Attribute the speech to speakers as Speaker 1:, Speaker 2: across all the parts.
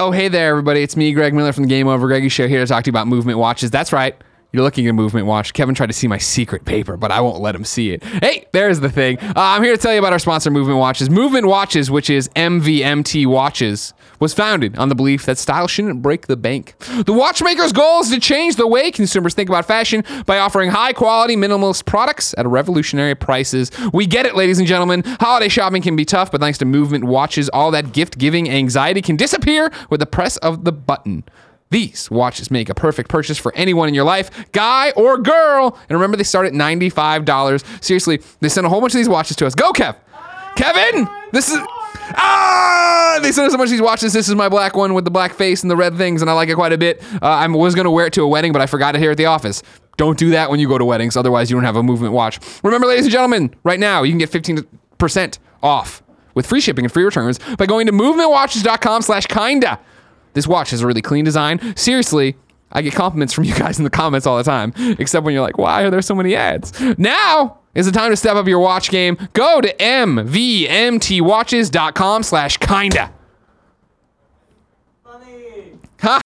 Speaker 1: Oh, hey there, everybody. It's me, Greg Miller from the Game Over Greggy Show, here to talk to you about movement watches. That's right. You're looking at a movement watch. Kevin tried to see my secret paper, but I won't let him see it. Hey, there's the thing. Uh, I'm here to tell you about our sponsor, Movement Watches. Movement Watches, which is MVMT Watches, was founded on the belief that style shouldn't break the bank. The watchmaker's goal is to change the way consumers think about fashion by offering high quality, minimalist products at revolutionary prices. We get it, ladies and gentlemen. Holiday shopping can be tough, but thanks to Movement Watches, all that gift giving anxiety can disappear with the press of the button. These watches make a perfect purchase for anyone in your life, guy or girl. And remember, they start at $95. Seriously, they sent a whole bunch of these watches to us. Go, Kev! Kevin! This is. Ah! They sent us a bunch of these watches. This is my black one with the black face and the red things, and I like it quite a bit. Uh, I was going to wear it to a wedding, but I forgot it here at the office. Don't do that when you go to weddings, otherwise, you don't have a movement watch. Remember, ladies and gentlemen, right now, you can get 15% off with free shipping and free returns by going to movementwatches.com slash kinda. This watch has a really clean design. Seriously, I get compliments from you guys in the comments all the time, except when you're like, why are there so many ads? Now is the time to step up your watch game. Go to mvmtwatches.com slash kinda. Ha!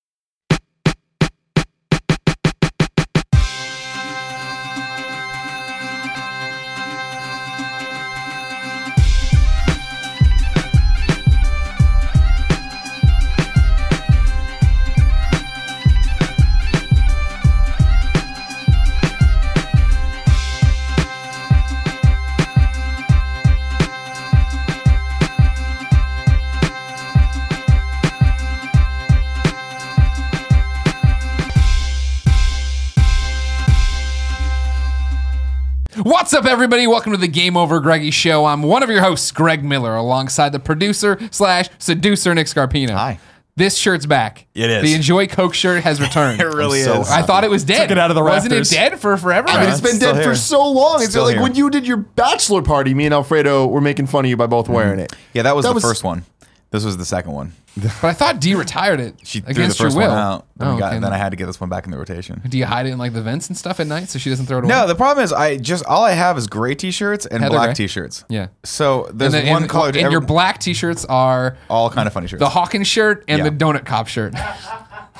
Speaker 1: What's up, everybody? Welcome to the Game Over Greggy Show. I'm one of your hosts, Greg Miller, alongside the producer slash seducer Nick Scarpino.
Speaker 2: Hi.
Speaker 1: This shirt's back.
Speaker 3: It is.
Speaker 1: The Enjoy Coke shirt has returned.
Speaker 3: It really
Speaker 2: so
Speaker 3: is.
Speaker 1: I thought it was dead.
Speaker 4: Took it out of the
Speaker 1: Wasn't it
Speaker 4: rafters.
Speaker 1: dead for forever?
Speaker 2: I mean, Uh, it's been
Speaker 3: Still
Speaker 2: dead for
Speaker 3: here.
Speaker 2: so long. It's
Speaker 3: Still
Speaker 2: like
Speaker 3: here.
Speaker 2: when you did your bachelor party, me and Alfredo were making fun of you by both wearing it.
Speaker 3: Yeah, that was
Speaker 2: That
Speaker 3: the
Speaker 2: was-
Speaker 3: first one. This was the second one.
Speaker 1: But I thought D retired it
Speaker 3: She threw the
Speaker 1: against
Speaker 3: first
Speaker 1: your
Speaker 3: one
Speaker 1: will.
Speaker 3: out. Then, we
Speaker 1: Oh,
Speaker 3: got-
Speaker 1: okay.
Speaker 3: then I had to get this one back in the rotation.
Speaker 1: Do you hide it in like the vents and stuff at night so she doesn't throw it away?
Speaker 3: No, the problem is I just all I have is gray t-shirts and
Speaker 1: Heather
Speaker 3: black
Speaker 1: Gray.
Speaker 3: t-shirts.
Speaker 1: Yeah.
Speaker 3: So there's
Speaker 1: And, then,
Speaker 3: one
Speaker 1: and,
Speaker 3: color.
Speaker 1: and
Speaker 3: to every-
Speaker 1: your black t-shirts are
Speaker 3: all kind of funny shirts.
Speaker 1: the Hawkins shirt and
Speaker 3: Yeah.
Speaker 1: the Donut Cop shirt.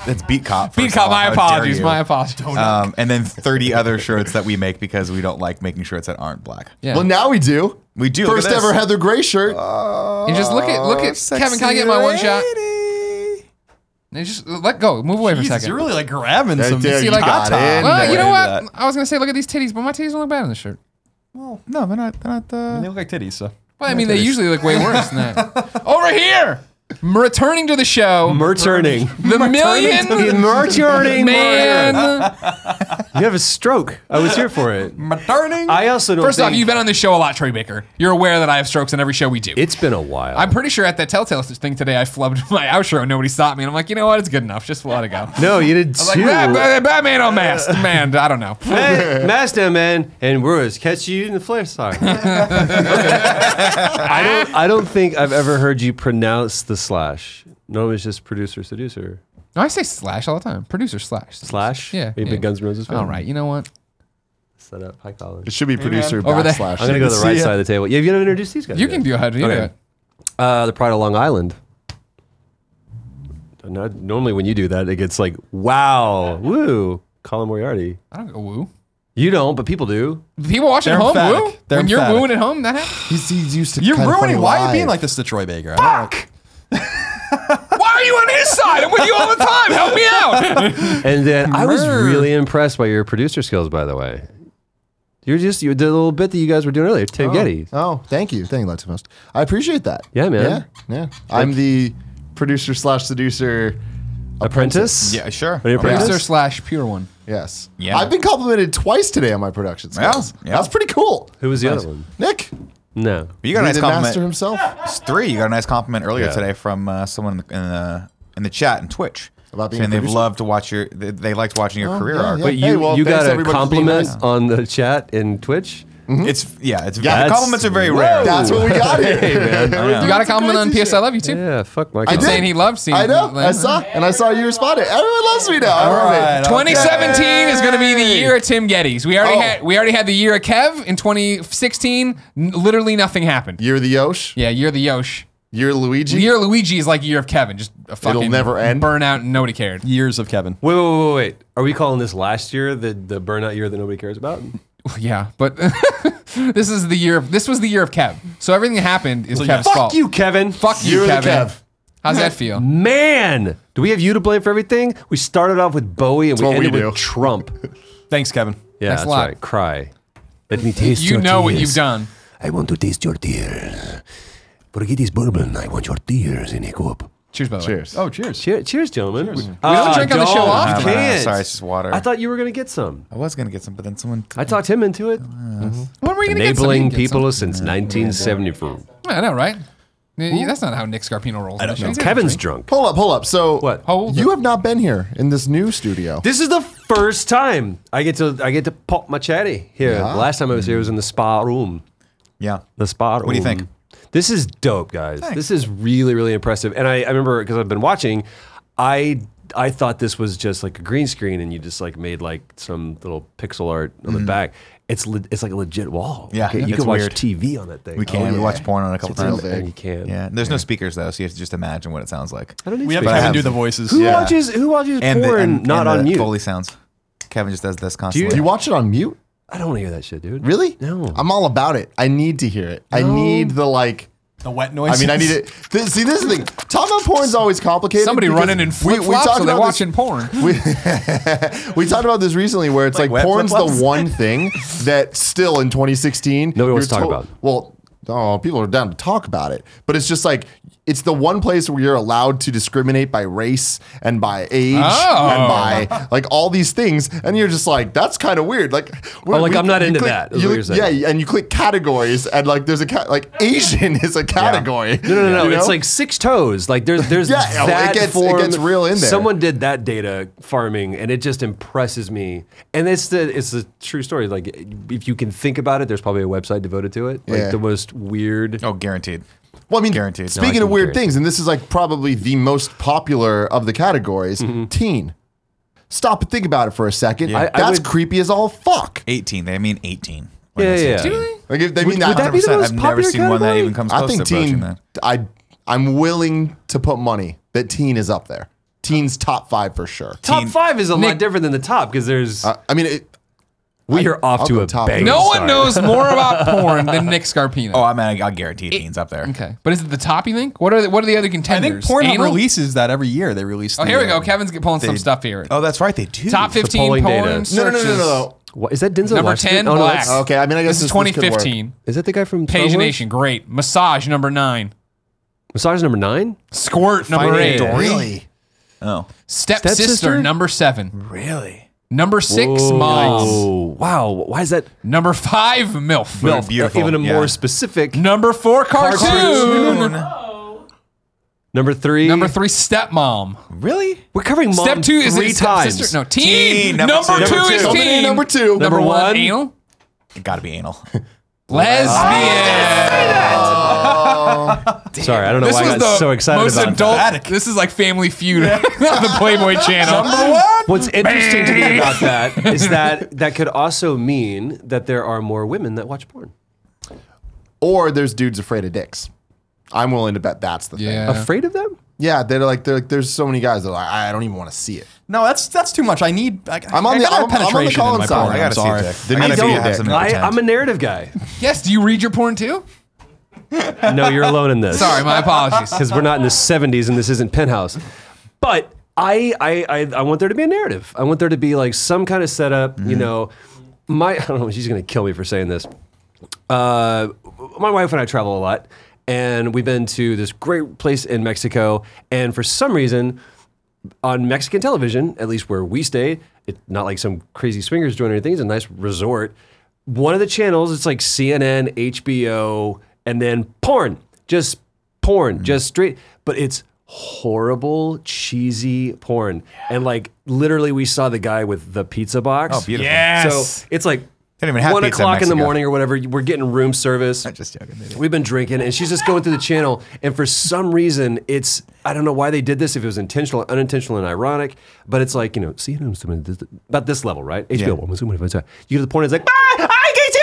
Speaker 3: That's beat cop.
Speaker 1: Beat
Speaker 3: first
Speaker 1: Cop,
Speaker 3: of all.
Speaker 1: my
Speaker 3: How dare
Speaker 1: apologies.
Speaker 3: you.
Speaker 1: My apologies.
Speaker 3: Um, and then 30 other shirts that we make because we don't like making shirts that aren't black.
Speaker 1: Yeah.
Speaker 2: Well, now we do.
Speaker 3: We do. Look at
Speaker 2: First
Speaker 3: this.
Speaker 2: ever Heather Gray shirt.
Speaker 1: and Uh, just look at look at
Speaker 3: Oh,
Speaker 1: Kevin. Can I get my one shot? And just let go. Move away for a
Speaker 4: Jesus, you're
Speaker 1: second.
Speaker 4: really like grabbing
Speaker 2: Right
Speaker 4: some.
Speaker 2: there,
Speaker 1: see,
Speaker 2: you
Speaker 1: like,
Speaker 2: got
Speaker 3: hot
Speaker 2: in
Speaker 3: top.
Speaker 1: well,
Speaker 2: there.
Speaker 1: you know what?
Speaker 3: that.
Speaker 1: I was gonna say look at these titties, but my titties don't look bad on this shirt.
Speaker 3: No, they're not. They're not.
Speaker 4: They
Speaker 3: Uh,
Speaker 4: look like titties, so.
Speaker 1: Well, I mean, they usually look way worse than that. Over here, m- returning to the show,
Speaker 5: Merturning.
Speaker 1: the million
Speaker 5: Merturning.
Speaker 1: man.
Speaker 5: You have a stroke. I was here for it.
Speaker 4: Returning.
Speaker 5: I also don't
Speaker 1: First off,
Speaker 5: think-
Speaker 1: you've been on this show a lot, Trey Baker. You're aware that I have strokes in every show we do.
Speaker 5: It's been a while.
Speaker 1: I'm pretty sure at that Telltale thing today, I flubbed my outro and nobody stopped me. And I'm like, you know what? It's good enough. Just let it go.
Speaker 5: no, you did
Speaker 1: Like,
Speaker 5: too.
Speaker 1: "Bat- Bat- Batman on mask. Man, I don't know.
Speaker 5: Hey, Master Man, and we're as catchy in the flare side. I don't. I don't think I've ever heard you pronounce the slash. Normally it's just producer seducer
Speaker 1: No, I say slash all the time. Producer slash.
Speaker 5: slash.
Speaker 1: Yeah,
Speaker 5: Maybe
Speaker 1: yeah.
Speaker 5: Guns N' Roses. fan.
Speaker 1: All right. You know what?
Speaker 5: Set up. Hi, Colin.
Speaker 2: It should be producer
Speaker 1: Over there.
Speaker 2: backslash.
Speaker 5: I'm gonna go to the right side of the table. Yeah, you haven't introduced these guys.
Speaker 1: You
Speaker 5: yet.
Speaker 1: can do how to do
Speaker 5: Okay.
Speaker 1: it.
Speaker 5: Uh, the Pride of Long Island. Not, normally, when you do that, it gets like, wow, woo, Colin Moriarty.
Speaker 1: I don't go woo.
Speaker 5: You don't, but people do.
Speaker 1: People watching at home
Speaker 4: emphatic.
Speaker 1: woo.
Speaker 4: They're
Speaker 1: when you're
Speaker 4: emphatic.
Speaker 1: wooing at home, that happens.
Speaker 2: He's, he's used to
Speaker 4: You're
Speaker 2: kinda
Speaker 4: ruining.
Speaker 2: funny
Speaker 4: Why are
Speaker 2: live.
Speaker 4: you being like this to Troy Baker? I don't like-
Speaker 1: Why are you on his side? I'm with you all the time. Help me out.
Speaker 5: And then I was really impressed by your producer skills, by the way. You're just you did a little bit that you guys were doing earlier, Tim Getty.
Speaker 2: Oh, thank you, thank you, Let's Most. I appreciate that.
Speaker 5: Yeah, man.
Speaker 2: Yeah, yeah. I'm the producer slash seducer.
Speaker 5: Apprentice.
Speaker 3: yeah, sure.
Speaker 5: Are you a
Speaker 2: Yes.
Speaker 1: Producer
Speaker 5: apprentice?
Speaker 1: slash pure one.
Speaker 2: Yes.
Speaker 3: Yeah.
Speaker 2: I've been complimented twice today on my production skills.
Speaker 3: Yeah, yeah.
Speaker 2: That's pretty cool.
Speaker 5: Who was the other one?
Speaker 2: Nick,
Speaker 5: No.
Speaker 3: You got a
Speaker 2: the master
Speaker 3: nice compliment.
Speaker 2: himself,
Speaker 3: It's Three. You got a nice compliment earlier
Speaker 5: Yeah.
Speaker 3: today from uh, someone in the, in the in the chat and Twitch
Speaker 2: About being
Speaker 3: saying
Speaker 2: a
Speaker 3: they've
Speaker 2: producer? Oh,
Speaker 3: loved to watch your. They, they liked watching your career
Speaker 2: yeah,
Speaker 3: arc.
Speaker 2: yeah.
Speaker 5: But you
Speaker 2: Hey, well,
Speaker 5: you
Speaker 2: thanks
Speaker 5: got a
Speaker 2: everybody for being
Speaker 5: compliment
Speaker 2: nice.
Speaker 5: on the chat in Twitch.
Speaker 3: It's yeah. It's
Speaker 2: Yeah.
Speaker 3: the
Speaker 5: That's-
Speaker 3: compliments are very rare.
Speaker 2: That's what we got here.
Speaker 1: You got a comment on PS I Love You too.
Speaker 5: Yeah, fuck my.
Speaker 1: I'm
Speaker 5: comment.
Speaker 1: saying he loves seeing
Speaker 2: I know.
Speaker 1: like-
Speaker 2: I saw, and I saw you responded. Everyone loves me now. I love it.
Speaker 4: Alright, okay.
Speaker 1: 2017 is going to be the year of Tim Gettys. We already
Speaker 2: Oh.
Speaker 1: had we already had the year of Kev in 2016. N- literally nothing happened.
Speaker 2: You're the Yosh.
Speaker 1: Yeah, you're the Yosh.
Speaker 2: You're Luigi.
Speaker 1: Year of Luigi is like year of Kevin. Just a fucking
Speaker 2: never end.
Speaker 1: Burnout and nobody cared.
Speaker 6: Years of Kevin.
Speaker 5: Wait, wait, wait, wait, wait. Are we calling this last year the the burnout year that nobody cares about?
Speaker 1: Yeah, but this is the year. Of, this was the year of Kev. So everything that happened is Kev's
Speaker 5: Fuck
Speaker 1: fault.
Speaker 5: you, Kevin.
Speaker 1: Fuck you,
Speaker 2: Year of the
Speaker 1: Kevin.
Speaker 2: Kev.
Speaker 1: How's that feel?
Speaker 5: Man, do we have you to blame for everything? We started off with Bowie and we
Speaker 2: what we
Speaker 5: ended with
Speaker 2: do.
Speaker 5: Trump.
Speaker 6: Thanks, Kevin.
Speaker 5: Yeah,
Speaker 1: Thanks a
Speaker 5: that's
Speaker 1: lot.
Speaker 5: right. Cry. Let me taste
Speaker 1: You know what you've done.
Speaker 5: I want to taste your tears. Forget this bourbon. I want your tears in a cup.
Speaker 1: Cheers, by the way.
Speaker 2: Cheers.
Speaker 6: Oh, cheers.
Speaker 5: Cheers, cheers gentlemen. We don't
Speaker 1: drink on the show
Speaker 3: I
Speaker 1: often.
Speaker 3: don't
Speaker 1: Can't.
Speaker 3: know. Sorry, it's just water.
Speaker 5: I thought you were going to get some.
Speaker 3: I was gonna get some, but then someone.
Speaker 5: I talked him into it.
Speaker 1: When were you gonna get something?
Speaker 5: Enabling people since 1974.
Speaker 1: I know, right? Yeah, yeah, That's not how Nick Scarpino rolls. I don't
Speaker 5: Kevin's drunk.
Speaker 2: Pull up, pull up. So
Speaker 5: What?
Speaker 1: Hold
Speaker 2: you have not been here in this new studio.
Speaker 5: This is the first time I get to I get to pop my cherry here. The last time I was here was in the spa room.
Speaker 3: Yeah.
Speaker 5: The spa room.
Speaker 3: What do you think?
Speaker 5: This is dope, guys. This is really really impressive. And I, I remember because I've been watching, I I thought this was just like a green screen and you just like made like some little pixel art on the back. It's le- it's like a legit wall.
Speaker 3: Mm-hmm. Yeah,
Speaker 5: Okay, you
Speaker 3: it's
Speaker 5: can watch
Speaker 3: weird.
Speaker 5: TV on that thing. Oh,
Speaker 3: We can.
Speaker 2: Oh, yeah.
Speaker 3: We watch porn on a couple
Speaker 2: real
Speaker 3: times.
Speaker 2: big.
Speaker 5: And you can.
Speaker 3: Yeah. There's no speakers though, so you have to just imagine what it sounds like.
Speaker 5: I don't need
Speaker 6: We have
Speaker 5: space.
Speaker 3: But I
Speaker 6: Kevin
Speaker 3: have-
Speaker 6: do the voices.
Speaker 5: who
Speaker 3: Yeah.
Speaker 5: watches who watches
Speaker 3: And the,
Speaker 5: porn
Speaker 3: and,
Speaker 5: not
Speaker 3: and
Speaker 5: on
Speaker 3: the
Speaker 5: mute?
Speaker 3: Foley sounds. Kevin just does this
Speaker 5: you-
Speaker 3: constantly.
Speaker 2: Do you watch it on mute?
Speaker 5: I don't want to hear that shit, dude.
Speaker 2: Really?
Speaker 5: No.
Speaker 2: I'm all about it. I need to hear it. I need the like.
Speaker 6: The wet noise.
Speaker 2: I mean, I need it. Th- see, this is the thing. Talk about porn's always complicated.
Speaker 1: Somebody
Speaker 2: because
Speaker 1: running in
Speaker 2: we- we
Speaker 1: flip flops,
Speaker 2: talked
Speaker 1: so they're
Speaker 2: about this-
Speaker 1: watching porn.
Speaker 2: We, we talked about this recently where it's like,
Speaker 3: web
Speaker 2: porn's
Speaker 3: flip-flops?
Speaker 2: the one thing that still in 2016
Speaker 5: Nobody wants
Speaker 2: you're
Speaker 5: to talk
Speaker 2: Well, oh, people are down to talk about it, but it's just like it's the one place where you're allowed to discriminate by race and by age
Speaker 3: Oh.
Speaker 2: and by like all these things, and you're just like that's kind of weird. Like, we're-
Speaker 5: Oh, like, I'm not
Speaker 2: you
Speaker 5: into
Speaker 2: click-
Speaker 5: that, is
Speaker 2: you
Speaker 5: what
Speaker 2: look-
Speaker 5: you're saying.
Speaker 2: yeah, and you click categories, and like there's a cat like Asian is a category.
Speaker 5: No, no, no.
Speaker 2: you
Speaker 5: It's
Speaker 2: know?
Speaker 5: like six toes. Like there's there's
Speaker 2: Yeah, oh, it
Speaker 5: that
Speaker 2: gets- it
Speaker 5: form.
Speaker 2: gets real in there.
Speaker 5: Someone did that data farming, and it just impresses me. And it's the it's the true story. Like if you can think about it, there's probably a website devoted to it. Like
Speaker 2: Yeah.
Speaker 5: the most weird.
Speaker 3: oh, guaranteed.
Speaker 2: Well, I mean,
Speaker 3: Guaranteed. No, I
Speaker 2: Speaking
Speaker 5: can
Speaker 2: of weird
Speaker 5: guarantee.
Speaker 2: things, and this is like probably the most popular of the categories, teen. Stop and think about it for a second.
Speaker 5: Mm-hmm. I- I
Speaker 2: That's
Speaker 5: would-
Speaker 2: creepy as all fuck.
Speaker 3: 18. They mean 18. when
Speaker 5: Yeah,
Speaker 3: they say
Speaker 5: yeah.
Speaker 3: 18.
Speaker 2: Like if they mean
Speaker 5: Would-
Speaker 2: that,
Speaker 5: would that be the
Speaker 3: 100%.
Speaker 5: most
Speaker 3: I've never
Speaker 5: popular
Speaker 3: seen one that
Speaker 5: category?
Speaker 3: even comes
Speaker 2: I
Speaker 3: close
Speaker 2: think
Speaker 3: to approaching
Speaker 2: teen.
Speaker 3: that.
Speaker 2: I I'm willing to put money that teen is up there. Teen's top five for sure.
Speaker 5: Top
Speaker 3: Teen-
Speaker 5: five is a
Speaker 1: Nick-
Speaker 5: lot different than the top because there's
Speaker 2: Uh, I mean, it,
Speaker 5: we are off
Speaker 2: I'll
Speaker 5: to
Speaker 2: go
Speaker 5: a
Speaker 2: top
Speaker 5: bang.
Speaker 2: five.
Speaker 1: No
Speaker 5: start.
Speaker 1: one knows more about porn than Nick Scarpino.
Speaker 3: Oh, I mean, I, I guarantee teens up there.
Speaker 1: Okay, but is it the top? You think? What are the, what are the other
Speaker 6: I
Speaker 1: contenders?
Speaker 6: think Pornhub
Speaker 1: Anal?
Speaker 6: releases that every year. They release.
Speaker 1: Oh,
Speaker 6: the,
Speaker 1: here we
Speaker 6: uh,
Speaker 1: go. Kevin's get- pulling some stuff here.
Speaker 3: Oh, that's right. They do.
Speaker 1: top
Speaker 5: the
Speaker 1: fifteen porn
Speaker 5: polling data.
Speaker 2: no, no, no, Oh,
Speaker 1: searches.
Speaker 2: no, no, no.
Speaker 5: What, is that Denzel
Speaker 1: Number
Speaker 5: Washington?
Speaker 1: ten,
Speaker 5: Oh, no,
Speaker 1: black.
Speaker 5: that's-
Speaker 2: Okay, I mean, I guess
Speaker 1: this is
Speaker 2: this- this could work.
Speaker 1: 2015.
Speaker 5: is that the guy from Star Wars?
Speaker 1: Pagination, great. Massage number nine.
Speaker 5: Massage number nine.
Speaker 1: Squirt number
Speaker 5: Fighting
Speaker 1: eight.
Speaker 5: Dory.
Speaker 2: Really?
Speaker 3: Oh,
Speaker 1: Step,
Speaker 5: Stepsister?
Speaker 1: sister number seven.
Speaker 3: really?
Speaker 1: Number six, mom.
Speaker 5: Oh wow! Why is that?
Speaker 1: Number five, milf.
Speaker 5: Well,
Speaker 3: beautiful,
Speaker 5: Even a
Speaker 3: yeah.
Speaker 5: more specific.
Speaker 1: Number four, cartoon.
Speaker 5: Number three.
Speaker 1: Number three, stepmom.
Speaker 3: Really?
Speaker 5: We're covering mom
Speaker 1: Step two is
Speaker 5: three
Speaker 1: is
Speaker 5: times.
Speaker 1: Stepsister. No, teen.
Speaker 3: Teen,
Speaker 1: number,
Speaker 3: number
Speaker 1: two,
Speaker 3: two. Number
Speaker 1: is
Speaker 3: two.
Speaker 1: teen.
Speaker 2: Coming in number two.
Speaker 5: Number
Speaker 1: Number
Speaker 5: one.
Speaker 1: one, anal.
Speaker 3: It got to be anal.
Speaker 1: Lesbian.
Speaker 5: Sorry, I don't know why I got so excited
Speaker 1: most
Speaker 5: about
Speaker 1: adult.
Speaker 3: Fanatic.
Speaker 1: This is like Family Feud on the Playboy Channel. Number one.
Speaker 5: it. What's interesting to me about that is that that could also mean that there are more women that watch porn.
Speaker 2: Or there's dudes afraid of dicks. I'm willing to bet that's the thing.
Speaker 1: Yeah.
Speaker 5: Afraid of them?
Speaker 2: Yeah, they're like, they're like, there's so many guys that are like, I don't even want to see it.
Speaker 6: No, that's that's too much. I need. I,
Speaker 2: I'm on
Speaker 6: I
Speaker 2: the-
Speaker 6: gotta have
Speaker 2: I'm- I'm on the
Speaker 6: penetration
Speaker 2: Colin
Speaker 6: in my
Speaker 2: side.
Speaker 6: porn.
Speaker 2: I
Speaker 3: I
Speaker 6: I'm
Speaker 3: gotta see
Speaker 6: sorry.
Speaker 3: dick. I gotta
Speaker 5: I
Speaker 3: see
Speaker 5: don't.
Speaker 3: you have some
Speaker 5: I,
Speaker 3: intent.
Speaker 5: I'm a narrative guy.
Speaker 1: Yes. Do you read your porn too?
Speaker 5: No, you're alone in this.
Speaker 1: Sorry, my apologies.
Speaker 5: because we're not in the 70s and this isn't penthouse but I, I i i want there to be a narrative i want there to be like some kind of setup
Speaker 1: Mm-hmm.
Speaker 5: you know my i don't know she's gonna kill me for saying this uh my wife and i travel a lot and we've been to this great place in mexico and for some reason on Mexican television, at least where we stay, it's not like some crazy swingers joint or anything. It's a nice resort. One of the channels, it's like CNN, HBO, and then porn, just porn,
Speaker 3: Mm.
Speaker 5: just straight, but it's horrible, cheesy porn. And like literally, we saw the guy with the pizza box.
Speaker 3: Oh, beautiful.
Speaker 1: Yes.
Speaker 5: So it's like
Speaker 3: They don't even have
Speaker 5: one
Speaker 3: pizza in
Speaker 5: o'clock in the
Speaker 3: Mexico.
Speaker 5: morning or whatever. We're getting room service.
Speaker 3: I'm just joking. Maybe.
Speaker 5: We've been drinking, and she's just going through the channel. And for some reason, it's I don't know why they did this. If it was intentional, unintentional, and ironic, but it's like you know, CNN was doing this- about this level, right? HBO one was doing it, but it's, uh, You get to the point, it's like. "Ah, I can't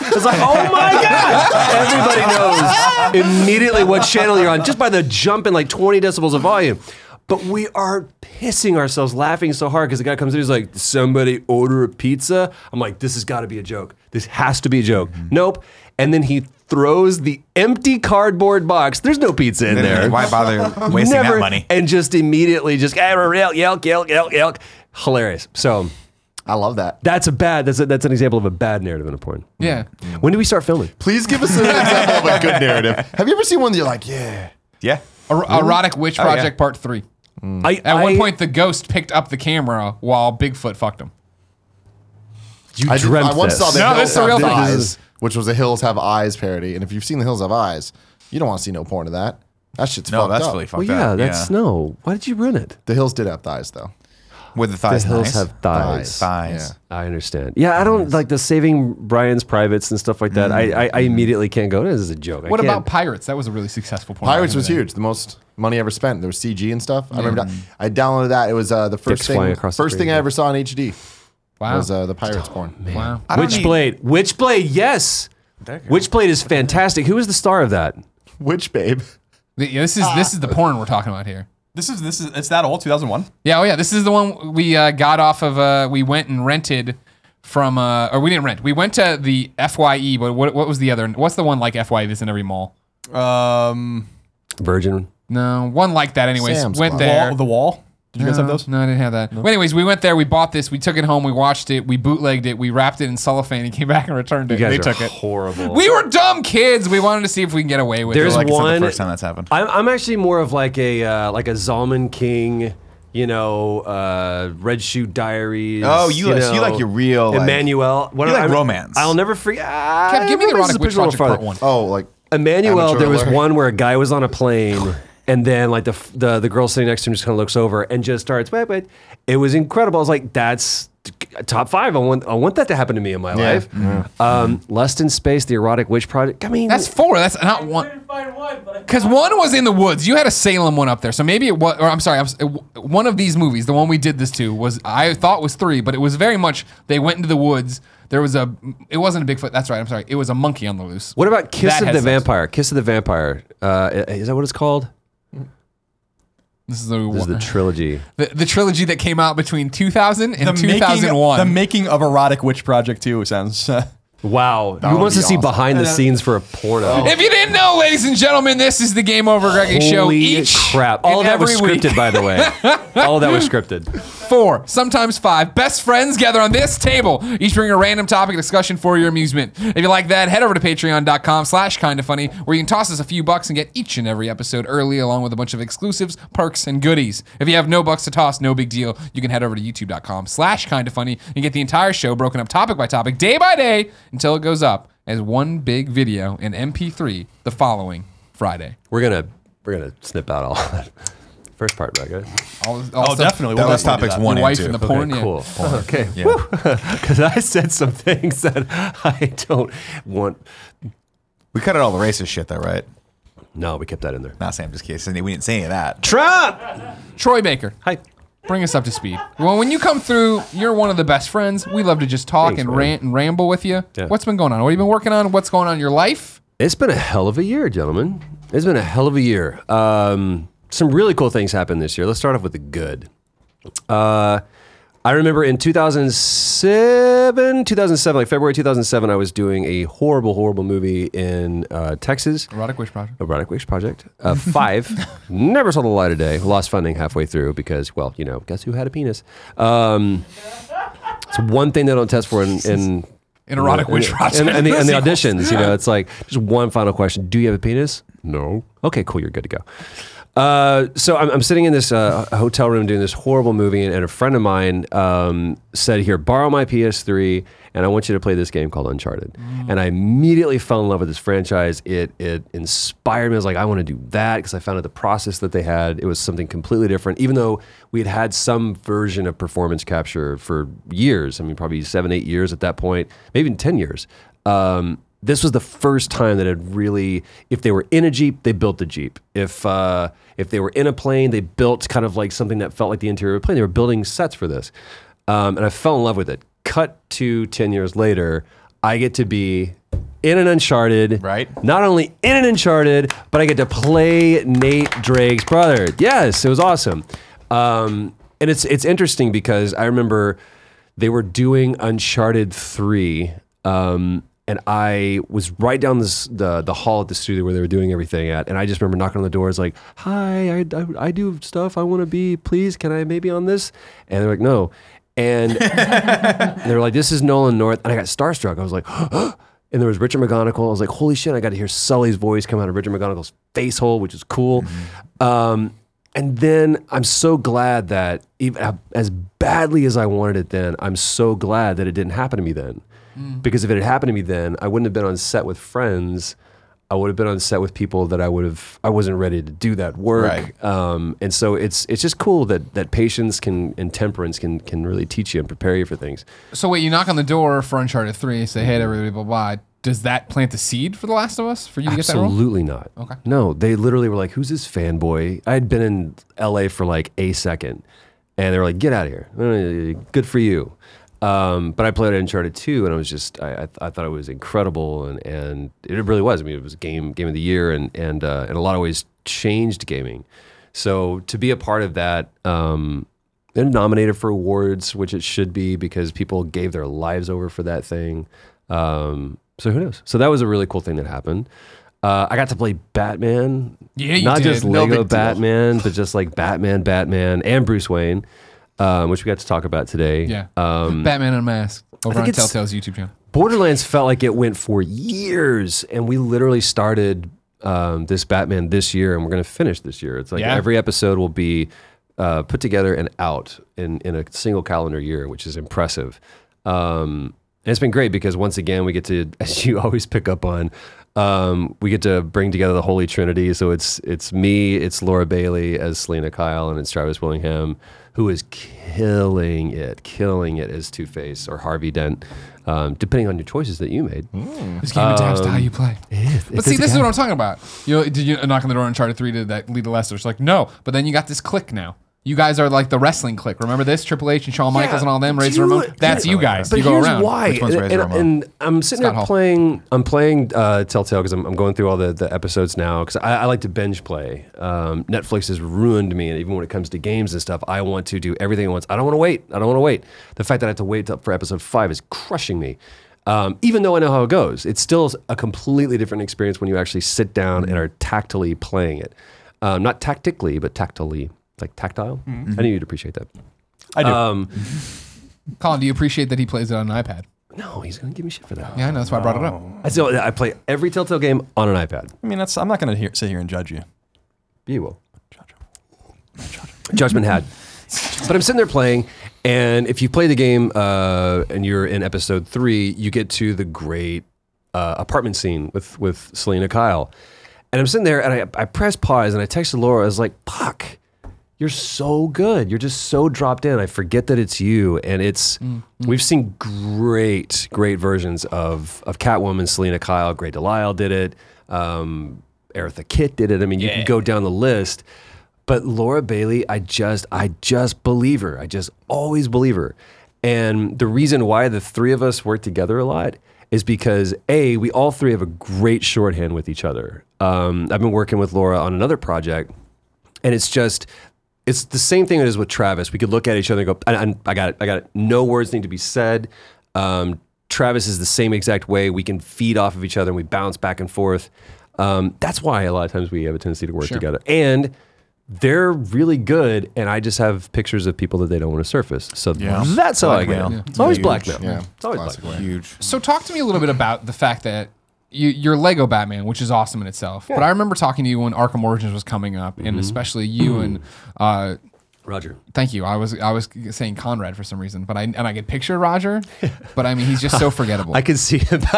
Speaker 5: see what It's like, oh my god! Everybody knows immediately what channel you're on just by the jump in like 20 decibels of volume. But we are pissing ourselves laughing so hard because the guy comes in, he's like, somebody order a pizza. I'm like, this has got to be a joke. This has to be a joke.
Speaker 3: Mm-hmm.
Speaker 5: Nope. And then he throws the empty cardboard box. There's no pizza in there.
Speaker 3: Why bother wasting
Speaker 5: Never-
Speaker 3: that money?
Speaker 5: And just immediately just yelk, yelk, yelk, yelk, yelk. Hilarious. So
Speaker 2: I love that.
Speaker 5: that's a bad. That's a, that's an example of a bad narrative in a porn.
Speaker 7: Yeah.
Speaker 5: When do we start filming?
Speaker 2: Please give us an example of a good narrative. Have you ever seen one that you're like, yeah?
Speaker 3: Yeah.
Speaker 1: Er- erotic Witch
Speaker 3: yeah.
Speaker 1: Project Part Three.
Speaker 5: I,
Speaker 1: Mm. At
Speaker 5: I-
Speaker 1: one point, the ghost picked up the camera while Bigfoot fucked him.
Speaker 5: you
Speaker 2: I, did-
Speaker 5: dreamt
Speaker 2: I once
Speaker 5: this.
Speaker 2: saw the
Speaker 1: No,
Speaker 2: Hills
Speaker 1: this is a
Speaker 2: Have
Speaker 1: real
Speaker 2: Big
Speaker 1: thing.
Speaker 2: Eyes, which was a Hills Have Eyes parody. And if you've seen the Hills Have Eyes, you don't want to see no porn of that. That shit's
Speaker 3: No,
Speaker 2: fucked
Speaker 3: that's
Speaker 2: up.
Speaker 3: really fucked
Speaker 5: Well, yeah,
Speaker 3: up.
Speaker 5: that's no. Why did you ruin it?
Speaker 2: The Hills did have thighs though.
Speaker 3: With the thighs.
Speaker 5: the hills
Speaker 3: nice.
Speaker 5: have thighs.
Speaker 3: Thighs.
Speaker 5: I understand. Yeah, I don't like the saving Brian's privates and stuff like that. I, I I immediately can't go to this is a joke. I
Speaker 1: Mm. What
Speaker 5: can't-
Speaker 1: about Pirates? That was a really successful point.
Speaker 2: Pirates was huge, the most money ever spent. There was CG and stuff. I remember that.
Speaker 1: Mm.
Speaker 2: I downloaded that. It was uh, the first
Speaker 5: Dicks flying
Speaker 2: thing.
Speaker 5: across the
Speaker 2: First thing
Speaker 5: screen, Oh,
Speaker 2: I ever saw in HD
Speaker 1: Wow.
Speaker 2: was uh, the Pirates porn.
Speaker 1: wow.
Speaker 3: I don't need-
Speaker 5: Witchblade? Witchblade, yes.
Speaker 3: There you go.
Speaker 5: Witchblade is fantastic. Who is the star of that?
Speaker 2: Which babe?
Speaker 1: Th- yeah, this is this is the porn we're talking about here.
Speaker 8: This is this is it's that old 2001.
Speaker 1: Yeah, oh yeah, this is the one we uh, got off of. Uh, we went and rented from, uh, or we didn't rent. We went to the Fye, but what, what was the other? What's the one like Fye that's in every mall?
Speaker 8: Um,
Speaker 5: Virgin.
Speaker 1: No, one like that. Anyways,
Speaker 2: Sam's
Speaker 1: went
Speaker 2: Club.
Speaker 1: there.
Speaker 8: wall, the wall. Did you guys have
Speaker 1: No,
Speaker 8: those?
Speaker 1: No, I didn't have that. Well, anyways, we went there. We bought this. We took it home. We watched it. We bootlegged it. We wrapped it in cellophane and came back and returned it.
Speaker 5: You guys
Speaker 1: They
Speaker 5: are
Speaker 1: took it.
Speaker 5: horrible.
Speaker 1: We were dumb kids. We wanted to see if we can get away with
Speaker 5: There's
Speaker 1: it.
Speaker 3: Like it's not
Speaker 5: one.
Speaker 3: the first time that's happened.
Speaker 5: I'm, I'm actually more of like a uh, like a Zalman King, you know, uh, Red Shoe Diaries.
Speaker 3: Oh, you like- so you like your real, like-
Speaker 5: Emmanuel. What
Speaker 3: you like
Speaker 5: I'm-
Speaker 3: romance.
Speaker 5: I'll never forget.
Speaker 1: Kev, give me the erotic witch
Speaker 5: picture a little
Speaker 1: project part
Speaker 5: farther.
Speaker 1: one.
Speaker 2: Oh, like
Speaker 5: Emmanuel,
Speaker 2: Amateur
Speaker 5: there was
Speaker 2: alert.
Speaker 5: one where a guy was on a plane, and then like the f- the, the girl sitting next to him just kind of looks over and just starts. Wait, wait. It was incredible. I was like, that's top five. I want I want that to happen to me in my life. Um, Lust in Space, the erotic witch project. I mean,
Speaker 1: That's four. That's not one. Because one was in the woods. You had a Salem one up there, so maybe it was. Or I'm sorry, I was, it w- one of these movies, the one we did this to, was I thought was three, but it was very much they went into the woods. There was a. It wasn't a Bigfoot. That's right. I'm sorry. It was a monkey on the loose.
Speaker 5: What about Kiss
Speaker 1: That
Speaker 5: of
Speaker 1: has
Speaker 5: the
Speaker 1: sex.
Speaker 5: Vampire? Kiss of the Vampire. Uh, is that what it's called?
Speaker 1: This is the
Speaker 5: This is
Speaker 1: one-
Speaker 5: the trilogy.
Speaker 1: the, the trilogy that came out between 2000 and
Speaker 8: Making,
Speaker 1: 2001.
Speaker 8: the making of erotic witch project too sounds. Uh,
Speaker 5: Wow. Who
Speaker 2: would
Speaker 5: wants to
Speaker 2: be
Speaker 5: see
Speaker 2: awesome. Oh.
Speaker 5: behind the scenes for a porno?
Speaker 1: if you didn't know, ladies and gentlemen, this is the Game Over Greggy Show.
Speaker 5: Holy
Speaker 1: Each
Speaker 5: crap. All
Speaker 1: and
Speaker 5: that was
Speaker 1: every week.
Speaker 5: scripted, by the way. All that was scripted.
Speaker 1: four, sometimes five best friends gather on this table, each bring a random topic of discussion for your amusement. If you like that, head over to patreon.com slash kinda funny, where you can toss us a few bucks and get each and every episode early, along with a bunch of exclusives, perks, and goodies. If you have no bucks to toss, no big deal. You can head over to youtube.com slash kinda funny and get the entire show broken up topic by topic, day by day, until it goes up as one big video in MP3 the following Friday.
Speaker 5: We're gonna we're gonna snip out all that first part, right, guys?
Speaker 1: All, all
Speaker 8: oh,
Speaker 1: stuff-
Speaker 8: definitely.
Speaker 3: That
Speaker 8: We'll
Speaker 3: was
Speaker 8: definitely
Speaker 3: topics
Speaker 8: do that.
Speaker 3: one
Speaker 1: The
Speaker 3: and
Speaker 1: wife
Speaker 3: two.
Speaker 1: and the porn. yeah.
Speaker 5: Cool. Okay.
Speaker 3: Yeah.
Speaker 5: Because I said some things that I don't want.
Speaker 3: We cut out all the racist shit, though, right?
Speaker 5: No, we kept that in there.
Speaker 3: Not saying I'm just kidding. We didn't say any of that.
Speaker 5: Trump.
Speaker 1: Troy Baker.
Speaker 5: Hi.
Speaker 1: bring us up to speed. Well, when you come through, you're one of the best friends. We love to just talk
Speaker 5: Thanks,
Speaker 1: and
Speaker 5: man.
Speaker 1: rant and ramble with you.
Speaker 5: Yeah.
Speaker 1: What's been going on? What have you been working on? What's going on in your life?
Speaker 5: It's been a hell of a year, gentlemen. It's been a hell of a year. Um, some really cool things happened this year. Let's start off with the good. Uh, I remember in 2007, 2007, like February 2007, I was doing a horrible, horrible movie in uh, Texas.
Speaker 1: Erotic Wish Project.
Speaker 5: Erotic Wish Project. Uh, five. Never saw the light of day. Lost funding halfway through because, well, you know, guess who had a penis? Um, it's one thing they don't test for in. in
Speaker 1: An erotic
Speaker 5: in-
Speaker 1: witch project.
Speaker 5: And, and, the, and the auditions, you know, it's like just one final question. Do you have a penis? No. Okay, cool. You're good to go. Uh, so I'm, I'm sitting in this uh, hotel room doing this horrible movie, and, and a friend of mine um, said, "Here, borrow my PS3, and I want you to play this game called Uncharted." And I immediately fell in love with this franchise. It it inspired me. I was like, "I want to do that" because I found out the process that they had. It was something completely different, even though we had had some version of performance capture for years. I mean, probably seven, eight years at that point, maybe even ten years. Um, this was the first time that had really if they were in a jeep they built the jeep if uh, if they were in a plane they built kind of like something that felt like the interior of a plane they were building sets for this um, and i fell in love with it cut to 10 years later I get to be in an Uncharted.
Speaker 3: Right.
Speaker 5: Not only in an Uncharted, but I get to play Nate Drake's brother. Yes, it was awesome. Um, and it's it's interesting because I remember they were doing Uncharted three, um, and I was right down this, the the hall at the studio where they were doing everything at, and I just remember knocking on the doors like, "Hi, I, I, I do stuff. I want to be. Please, can I maybe on this?" And they're like, "No." And and they were like, "This is Nolan North," and I got starstruck. I was like, and there was Richard McGonagall. I was like, "Holy shit!" I got to hear Sully's voice come out of Richard McGonagall's face hole, which is cool. Um, and then I'm so glad that even as badly as I wanted it then, I'm so glad that it didn't happen to me then, because if it had happened to me then, I wouldn't have been on set with friends. I would have been on set with people that I would have. I wasn't ready to do that work,
Speaker 3: Right.
Speaker 5: um, and so it's it's just cool that that patience can and temperance can can really teach you and prepare you for things.
Speaker 1: So wait, you knock on the door for Uncharted Three, say, "Hey, everybody, blah blah." blah. Does that plant the seed for The Last of Us for you to get
Speaker 5: Absolutely not. Okay. No, they literally were like, "Who's this fanboy?" I had been in L.A. for like a second, and they were like, "Get out of here! Uh, Good for you." Um, but I played Uncharted 2, and I was just I, I, th- I thought it was incredible, and, and it really was. I mean, it was game game of the year, and and uh, in a lot of ways changed gaming. So to be a part of that, um, they're nominated for awards, which it should be because people gave their lives over for that thing. Um, so who knows? So that was a really cool thing that happened. Uh, I got to play Batman.
Speaker 1: Yeah, you
Speaker 5: not
Speaker 1: did.
Speaker 5: just
Speaker 1: No
Speaker 5: Lego
Speaker 2: big deal.
Speaker 5: Batman, but just like Batman, Batman, and Bruce Wayne, um, which we got to talk about today.
Speaker 1: Yeah.
Speaker 5: Um,
Speaker 1: around? Batman Unmasked over
Speaker 5: think
Speaker 1: on
Speaker 5: it's-
Speaker 1: Telltale's YouTube channel.
Speaker 5: Borderlands felt like it went for years, and we literally started um, this Batman this year, and we're going to finish this year. It's like
Speaker 1: Yeah.
Speaker 5: every episode will be uh, put together and out in, in a single calendar year, which is impressive. Um, and it's been great because once again, we get to, as you always pick up on, um, we get to bring together the Holy Trinity. So it's it's me, it's Laura Bailey as Selena Kyle, and it's Travis Willingham, who is killing it, killing it as Two Face or Harvey Dent, um, depending on your choices that you made.
Speaker 1: This game adapts to how you play. But see, this is what I'm talking about. You know, did you knock on the door on Uncharted Three? Did that lead to Lester? It's like no. But then you got this click now. You guys are like the wrestling click. Remember this? Triple H and Shawn Michaels and all them.
Speaker 5: do
Speaker 1: Razor
Speaker 5: you-
Speaker 1: Ramon. That's you guys.
Speaker 5: But
Speaker 1: you go
Speaker 5: here's
Speaker 1: around.
Speaker 5: why.
Speaker 3: Which one's
Speaker 5: and,
Speaker 3: Razor
Speaker 5: and-
Speaker 3: Ramon?
Speaker 5: and I'm sitting
Speaker 1: Scott
Speaker 5: there
Speaker 1: Hall.
Speaker 5: playing. I'm playing uh, Telltale because I'm, I'm going through all the, the episodes now because I, I like to binge play. Um, Netflix has ruined me, and even when it comes to games and stuff, I want to do everything at once. I don't want to wait. I don't want to wait. The fact that I have to wait till, for episode five is crushing me. Um, even though I know how it goes, it's still a completely different experience when you actually sit down and are tactily playing it. Um, not tactically, but tactily, like tactile.
Speaker 1: Mm-hmm.
Speaker 5: I knew you'd appreciate that.
Speaker 8: I do.
Speaker 1: Colin, do you appreciate that he plays it on an iPad?
Speaker 5: No, he's gonna give me shit for that.
Speaker 1: Yeah, I know. That's why I brought it up.
Speaker 5: I still I play every Telltale game on an iPad.
Speaker 8: I mean, that's I'm not gonna hear, sit here and judge you.
Speaker 5: You will. Judgment had. But I'm sitting there playing, and if you play the game uh, and you're in episode three, you get to the great uh, apartment scene with with Selena Kyle. And I'm sitting there, and I, I press pause, and I texted Laura. I was like, "Fuck, you're so good. You're just so dropped in. I forget that it's you. And it's we've seen great, great versions of of Catwoman, Selena Kyle, Gray Delisle did it. Um, Aretha Kitt did it. I mean, you can go down the list. But Laura Bailey, I just, I just believe her. I just always believe her. And the reason why the three of us work together a lot is because a we all three have a great shorthand with each other. Um, I've been working with Laura on another project and it's just it's the same thing it is with Travis. We could look at each other and go, I, I, I got it, I got it. No words need to be said. Um, Travis is the same exact way. We can feed off of each other and we bounce back and forth. Um, that's why a lot of times we have a tendency to work together. And they're really good, and I just have pictures of people that they don't want to surface. So that's how I get.
Speaker 3: Blackmail.
Speaker 5: it.
Speaker 3: Yeah.
Speaker 5: It's always
Speaker 3: Huge.
Speaker 5: blackmail.
Speaker 2: Yeah.
Speaker 5: It's always
Speaker 2: Classic
Speaker 5: blackmail.
Speaker 2: way.
Speaker 3: Huge.
Speaker 1: So talk to me a little bit about the fact that you, your Lego Batman, which is awesome in itself, but I remember talking to you when Arkham Origins was coming up, and especially you and
Speaker 5: Mm-hmm.
Speaker 1: uh,
Speaker 5: Roger.
Speaker 1: thank you. I was I was saying Conrad for some reason, but I and I could picture Roger, but I mean he's just so forgettable.
Speaker 5: I can see him.
Speaker 1: No,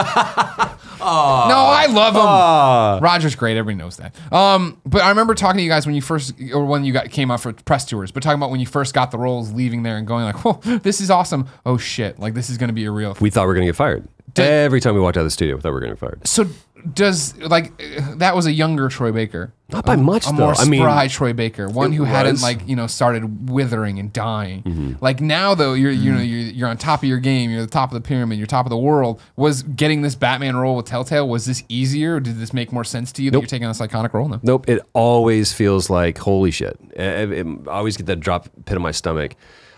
Speaker 1: I love him. Roger's great. Everybody knows that. Um, but I remember talking to you guys when you first, or when you got came out for press tours, but talking about when you first got the roles, leaving there and going like, "Whoa, this is awesome! Oh shit! Like this is going to be a real."
Speaker 5: we thought we were going to get fired. Every time we walked out of the studio, we thought we were going to get fired.
Speaker 1: So does like uh, that was a younger Troy Baker,
Speaker 5: Not by much,
Speaker 1: a
Speaker 5: though.
Speaker 1: more
Speaker 5: I mean,
Speaker 1: spry Troy Baker, one
Speaker 5: it
Speaker 1: who hadn't
Speaker 5: was. Mm-hmm.
Speaker 1: like you know started withering and dying. Like now though, you're you know you're, you're on top of your game, you're the top of the pyramid, you're top of the world. Was getting this Batman role with Telltale was this easier? Or did this make more sense to you that you're taking this iconic role now?
Speaker 5: Nope. It always feels like holy shit. I, I- I always get that drop pit in my stomach.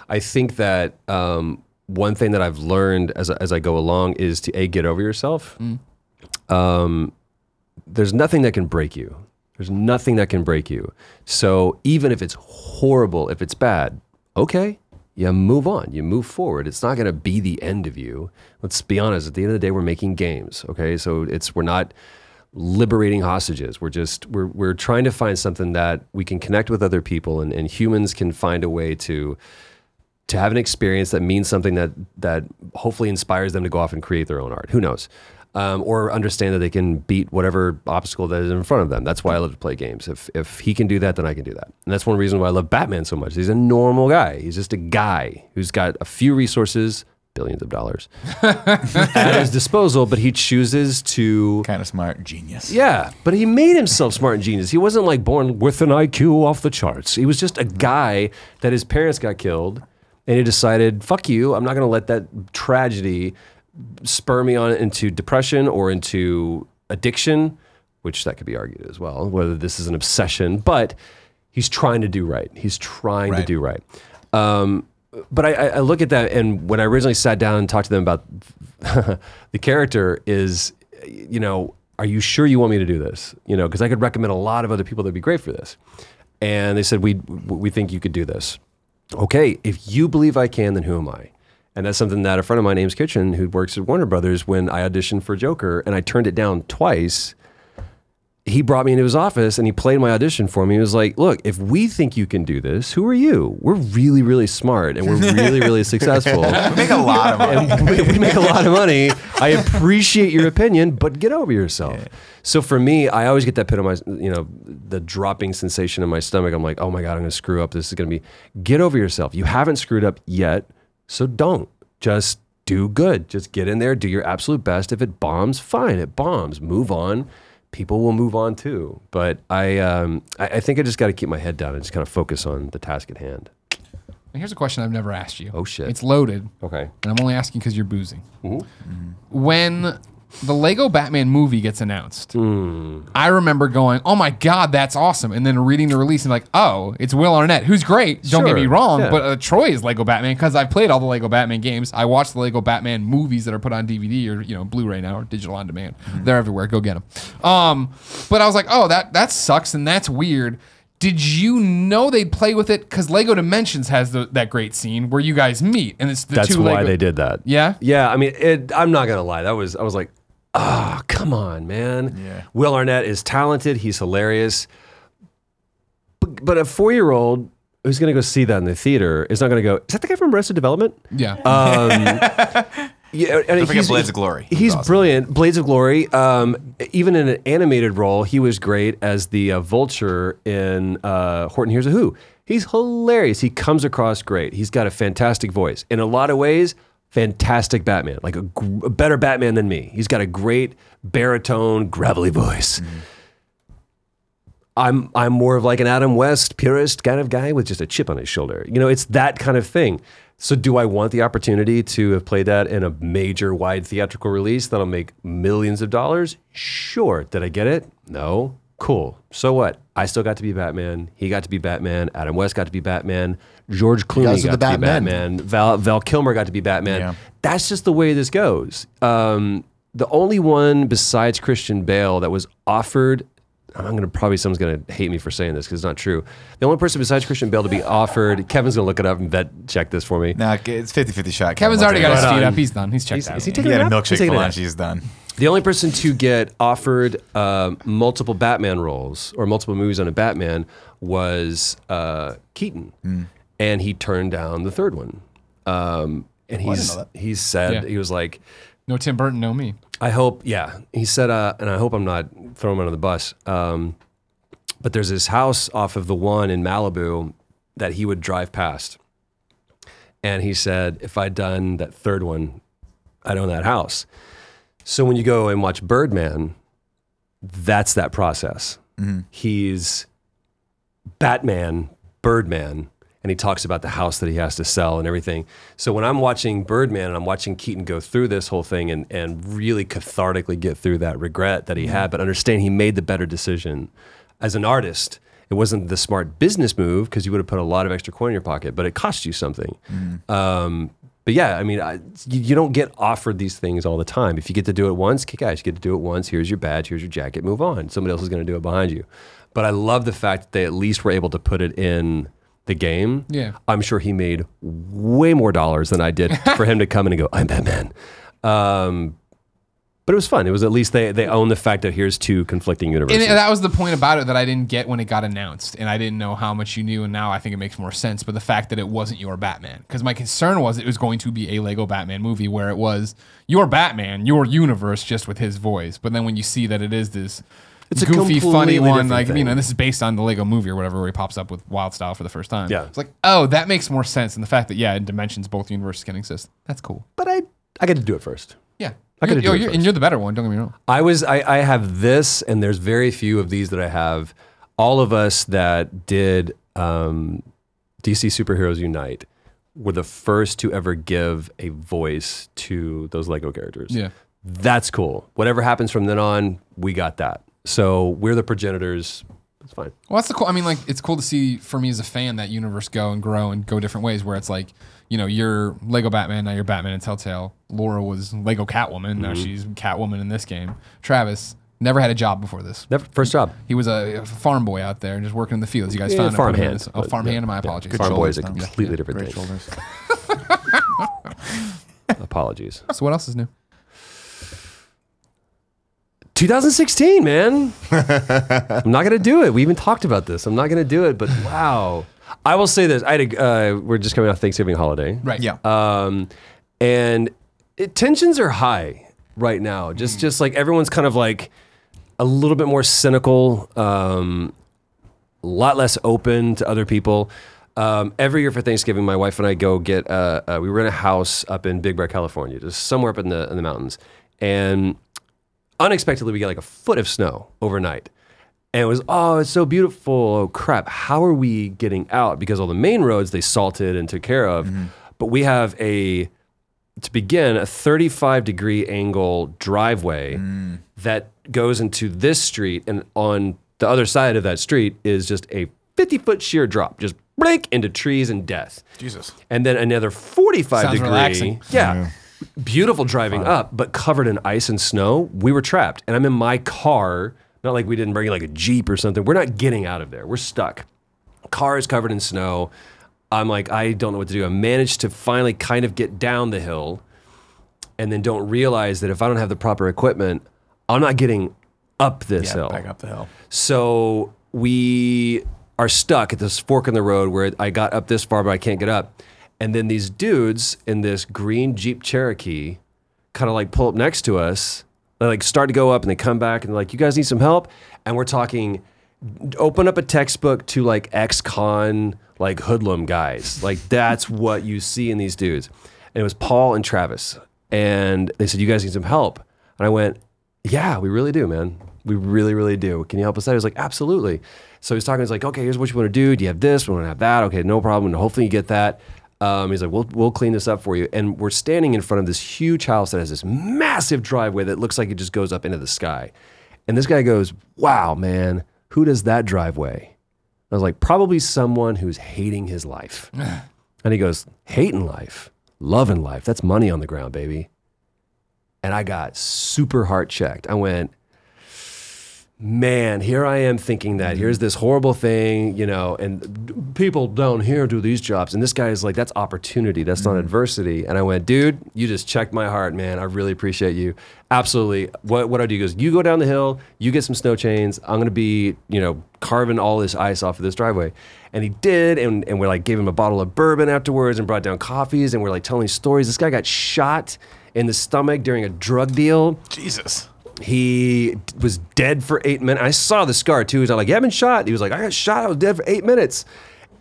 Speaker 5: I think that um, one thing that I've learned as, I- as I go along is to a get over yourself. Um, there's nothing that can break you. There's nothing that can break you. So even if it's horrible, if it's bad, okay, you move on. You move forward. It's not going to be the end of you. Let's be honest. At the end of the day, we're making games. Okay, so it's we're not liberating hostages. We're just we're we're trying to find something that we can connect with other people and, and humans can find a way to to have an experience that means something that that hopefully inspires them to go off and create their own art. Who knows? Um, or understand that they can beat whatever obstacle that is in front of them. That's why I love to play games. If if he can do that, then I can do that. And that's one reason why I love Batman so much. He's a normal guy. He's just a guy who's got a few resources, billions of dollars at his disposal, but he chooses to
Speaker 3: Kind of smart, genius.
Speaker 5: yeah, but he made himself smart and genius. He wasn't like born with an IQ off the charts. He was just a guy that his parents got killed, and he decided, "Fuck you! I'm not going to let that tragedy spur me on into depression or into addiction, which that could be argued as well, whether this is an obsession. But he's trying to do right. He's trying to
Speaker 3: Right.
Speaker 5: do right. Um, but I, I- I look at that, and when I originally sat down and talked to them about the character, is you know, are you sure you want me to do this? You know, because I could recommend a lot of other people that'd be great for this. And they said we we think you could do this okay, if you believe I can, then who am I? And that's something that a friend of mine, Ames Kitchen, who works at Warner Brothers, when I auditioned for Joker and I turned it down twice, he brought me into his office and he played my audition for me. He was like, Look, if we think you can do this, who are you? We're really, really smart and we're really, really successful.
Speaker 3: Make a lot of money.
Speaker 5: and we, we make a lot of money. I appreciate your opinion, but get over yourself. So for me, I always get that pit on my, you know, the dropping sensation in my stomach. I'm like, oh my god, I'm going to screw up. This is going to be. Get over yourself. You haven't screwed up yet, so don't. Just do good. Just get in there, do your absolute best. If it bombs, fine, it bombs. Move on. People will move on too. But I, um, I, I think I just got to keep my head down and just kind of focus on the task at hand.
Speaker 1: And here's a question I've never asked you.
Speaker 5: Oh, shit.
Speaker 1: It's loaded.
Speaker 5: Okay.
Speaker 1: and I'm only asking because you're boozing.
Speaker 5: Mm-hmm.
Speaker 1: When the Lego Batman movie gets announced,
Speaker 5: Hmm.
Speaker 1: I remember going, "Oh my god, that's awesome!" and then reading the release and like, "Oh, it's Will Arnett, who's great. Don't get me
Speaker 5: Sure,
Speaker 1: wrong,
Speaker 5: yeah.
Speaker 1: but uh, Troy is Lego Batman because I've played all the Lego Batman games. I watched the Lego Batman movies that are put on DVD or you know Blu-ray now or digital on demand.
Speaker 5: Mm-hmm.
Speaker 1: They're everywhere. Go get them." Um, but I was like, "Oh, that that sucks and that's weird." Did you know they'd play with it? Because Lego Dimensions has the, that great scene where you guys meet, and it's the
Speaker 5: That's
Speaker 1: two
Speaker 5: why
Speaker 1: Lego-
Speaker 5: they did that.
Speaker 1: Yeah?
Speaker 5: Yeah. I mean, it, I'm not gonna lie. That was I was like, ah, come on, man.
Speaker 3: Yeah.
Speaker 5: Will Arnett is talented. He's hilarious. But, but a four year old who's gonna go see that in the theater is not gonna go. Is that the guy from Arrested Development?
Speaker 1: Yeah.
Speaker 5: Uh, Yeah, and
Speaker 3: Um, Don't forget
Speaker 5: he's-
Speaker 3: Blades of Glory.
Speaker 5: He's, brilliant. Blades of Glory. Um, even in an animated role, he was great as the uh, vulture in uh, Horton Hears a Who. He's hilarious. He comes across great. He's got a fantastic voice. In a lot of ways, fantastic Batman. Like a, gr- a better Batman than me. He's got a great baritone, gravelly voice. I'm I'm more of like an Adam West purist kind of guy with just a chip on his shoulder. You know, it's that kind of thing. So do I want the opportunity to have played that in a major wide theatrical release that'll make millions of dollars? Sure. Did I get it? No. Cool. So what? I still got to be Batman. He got to be Batman. Adam West got to be Batman. George Clooney
Speaker 2: guys are
Speaker 5: got
Speaker 2: the
Speaker 5: to be
Speaker 2: Batmen.
Speaker 5: Batman. And Val, Val Kilmer got to be Batman.
Speaker 3: Yeah.
Speaker 5: That's just the way this goes. Um, the only one besides Christian Bale that was offered, I'm going to probably someone's going to hate me for saying this because it's not true. The only person besides Christian Bale to be offered, Kevin's going to look it up and vet check this for me.
Speaker 3: Nah, it's 50 50 shot.
Speaker 1: Kevin's already got his
Speaker 5: Right
Speaker 1: feet
Speaker 5: on.
Speaker 1: up. He's done. He's checked
Speaker 5: He's-
Speaker 1: out.
Speaker 5: is he
Speaker 3: He
Speaker 5: taking
Speaker 3: had a
Speaker 5: nap?
Speaker 3: milkshake
Speaker 5: He's taking
Speaker 3: for
Speaker 5: a
Speaker 3: lunch.
Speaker 5: nap.
Speaker 3: He's done.
Speaker 5: The only person to get offered uh, multiple Batman roles or multiple movies on a Batman was uh, Keaton, and he turned down the third one. Um, and he's he said
Speaker 1: Yeah.
Speaker 5: he was like,
Speaker 1: no Tim Burton, no me.
Speaker 5: I hope, yeah. He said, uh, and I hope I'm not throwing him under the bus. Um, but there's this house off of the one in Malibu that he would drive past. And he said, if I'd done that third one, I'd own that house. So when you go and watch Birdman, that's that process. He's Batman, Birdman, and he talks about the house that he has to sell and everything. So when I'm watching Birdman and I'm watching Keaton go through this whole thing and, and really cathartically get through that regret that he had, but understand he made the better decision as an artist. It wasn't the smart business move because you would have put a lot of extra coin in your pocket, but it cost you something.
Speaker 1: Mm.
Speaker 5: Um, but yeah, I mean, I, you, you don't get offered these things all the time. If you get to do it once, kick ass. You get to do it once. Here's your badge. Here's your jacket. Move on. Somebody else is going to do it behind you. But I love the fact that they at least were able to put it in the game.
Speaker 1: Yeah.
Speaker 5: I'm sure he made way more dollars than I did for him to come in and go, I'm Batman. Um, but it was fun. It was at least they, they own the fact that here's two conflicting universes.
Speaker 1: And that was the point about it that I didn't get when it got announced, and I didn't know how much you knew. And now I think it makes more sense. But the fact that it wasn't your Batman, because my concern was it was going to be a Lego Batman movie where it was your Batman, your universe, just with his voice. But then when you see that it is this.
Speaker 5: It's a
Speaker 1: goofy, funny
Speaker 5: completely
Speaker 1: one.
Speaker 5: different
Speaker 1: Like you
Speaker 5: thing.
Speaker 1: know, this is based on the Lego Movie or whatever, where he pops up with Wild Style for the first time.
Speaker 5: Yeah.
Speaker 1: it's like, oh, that makes more sense. And the fact that yeah, in dimensions both universes can exist. That's cool.
Speaker 5: but I, I got to do it first.
Speaker 1: Yeah,
Speaker 5: I
Speaker 1: You're-
Speaker 5: gotta do
Speaker 1: oh,
Speaker 5: it
Speaker 1: you're-
Speaker 5: first.
Speaker 1: and you're the better one. Don't get me wrong.
Speaker 5: I was I, I have this, and there's very few of these that I have. All of us that did um, DC Superheroes Unite were the first to ever give a voice to those Lego characters.
Speaker 1: Yeah.
Speaker 5: that's cool. Whatever happens from then on, we got that. So we're the progenitors. It's fine.
Speaker 1: Well, that's the cool. I mean, like, it's cool to see for me as a fan that universe go and grow and go different ways. Where it's like, you know, you're Lego Batman now, you're Batman and Telltale. Laura was Lego Catwoman, now
Speaker 5: Mm-hmm.
Speaker 1: she's Catwoman in this game. Travis never had a job before this.
Speaker 5: Never, first job.
Speaker 1: He was a, a farm boy out there and just working in the fields. You guys found
Speaker 5: Yeah,
Speaker 1: him, put him in
Speaker 5: farmhand,
Speaker 1: this- Oh,
Speaker 5: but
Speaker 1: farmhand.
Speaker 5: yeah,
Speaker 1: my
Speaker 5: yeah,
Speaker 1: apologies.
Speaker 5: Farm boy is a
Speaker 1: Yeah.
Speaker 5: completely different
Speaker 3: Great
Speaker 5: thing.
Speaker 3: shoulders.
Speaker 5: Apologies.
Speaker 1: So what else is new?
Speaker 5: 2016, man. I'm not gonna do it. We even talked about this. I'm not gonna do it. But wow, I will say this. I had a, uh, we're just coming off Thanksgiving holiday,
Speaker 1: Right.
Speaker 3: Yeah.
Speaker 5: um, and it, tensions are high right now. Just just like everyone's kind of like a little bit more cynical, um, a lot less open to other people. Um, every year for Thanksgiving, my wife and I go get. Uh, uh, we rent a house up in Big Bear, California, just somewhere up in the in the mountains, and unexpectedly we get like a foot of snow overnight. And it was, oh, it's so beautiful. Oh, crap. How are we getting out? Because all the main roads they salted and took care of. But we have a, to begin, a 35 degree angle driveway that goes into this street. And on the other side of that street is just a 50 foot sheer drop, just break into trees and death.
Speaker 3: Jesus.
Speaker 5: And then another 45
Speaker 1: Sounds
Speaker 5: degree.
Speaker 1: relaxing.
Speaker 5: Yeah. Beautiful driving up, but covered in ice and snow. We were trapped. And I'm in my car. Not like we didn't bring like a Jeep or something. We're not getting out of there. We're stuck. Car is covered in snow. I'm like, I don't know what to do. I managed to finally kind of get down the hill and then don't realize that if I don't have the proper equipment, I'm not getting up this hill.
Speaker 3: Back up the hill.
Speaker 5: So we are stuck at this fork in the road where I got up this far, but I can't get up. And then these dudes in this green Jeep Cherokee kind of like pull up next to us. They like start to go up and they come back and they're like, you guys need some help? And we're talking, open up a textbook to like ex con, like hoodlum guys. Like that's what you see in these dudes. And it was Paul and Travis. And they said, you guys need some help. And I went, yeah, we really do, man. We really, really do. Can you help us out? He's like, absolutely. So he's talking. He's like, okay, here's what you want to do. Do you have this? We want to have that. Okay, no problem. And hopefully you get that. Um, he's like, we'll we'll clean this up for you. And we're standing in front of this huge house that has this massive driveway that looks like it just goes up into the sky. And this guy goes, wow, man, who does that driveway? I was like, probably someone who's hating his life. and he goes, hating life, loving life. That's money on the ground, baby and I got super heart checked. I went, man, here I am thinking that here's this horrible thing, you know, and d- people down here do these jobs. And this guy is like, that's opportunity, that's not adversity. And I went, dude, you just checked my heart, man. I really appreciate you. Absolutely. What, what I do is you go down the hill, you get some snow chains. I'm going to be, you know, carving all this ice off of this driveway. And he did. And, and we like gave him a bottle of bourbon afterwards and brought down coffees. And we're like telling stories. This guy got shot in the stomach during a drug deal.
Speaker 3: Jesus.
Speaker 5: He d- was dead for eight minutes. I saw the scar too. He's like, "You haven't shot." He was like, "I got shot. I was dead for eight minutes."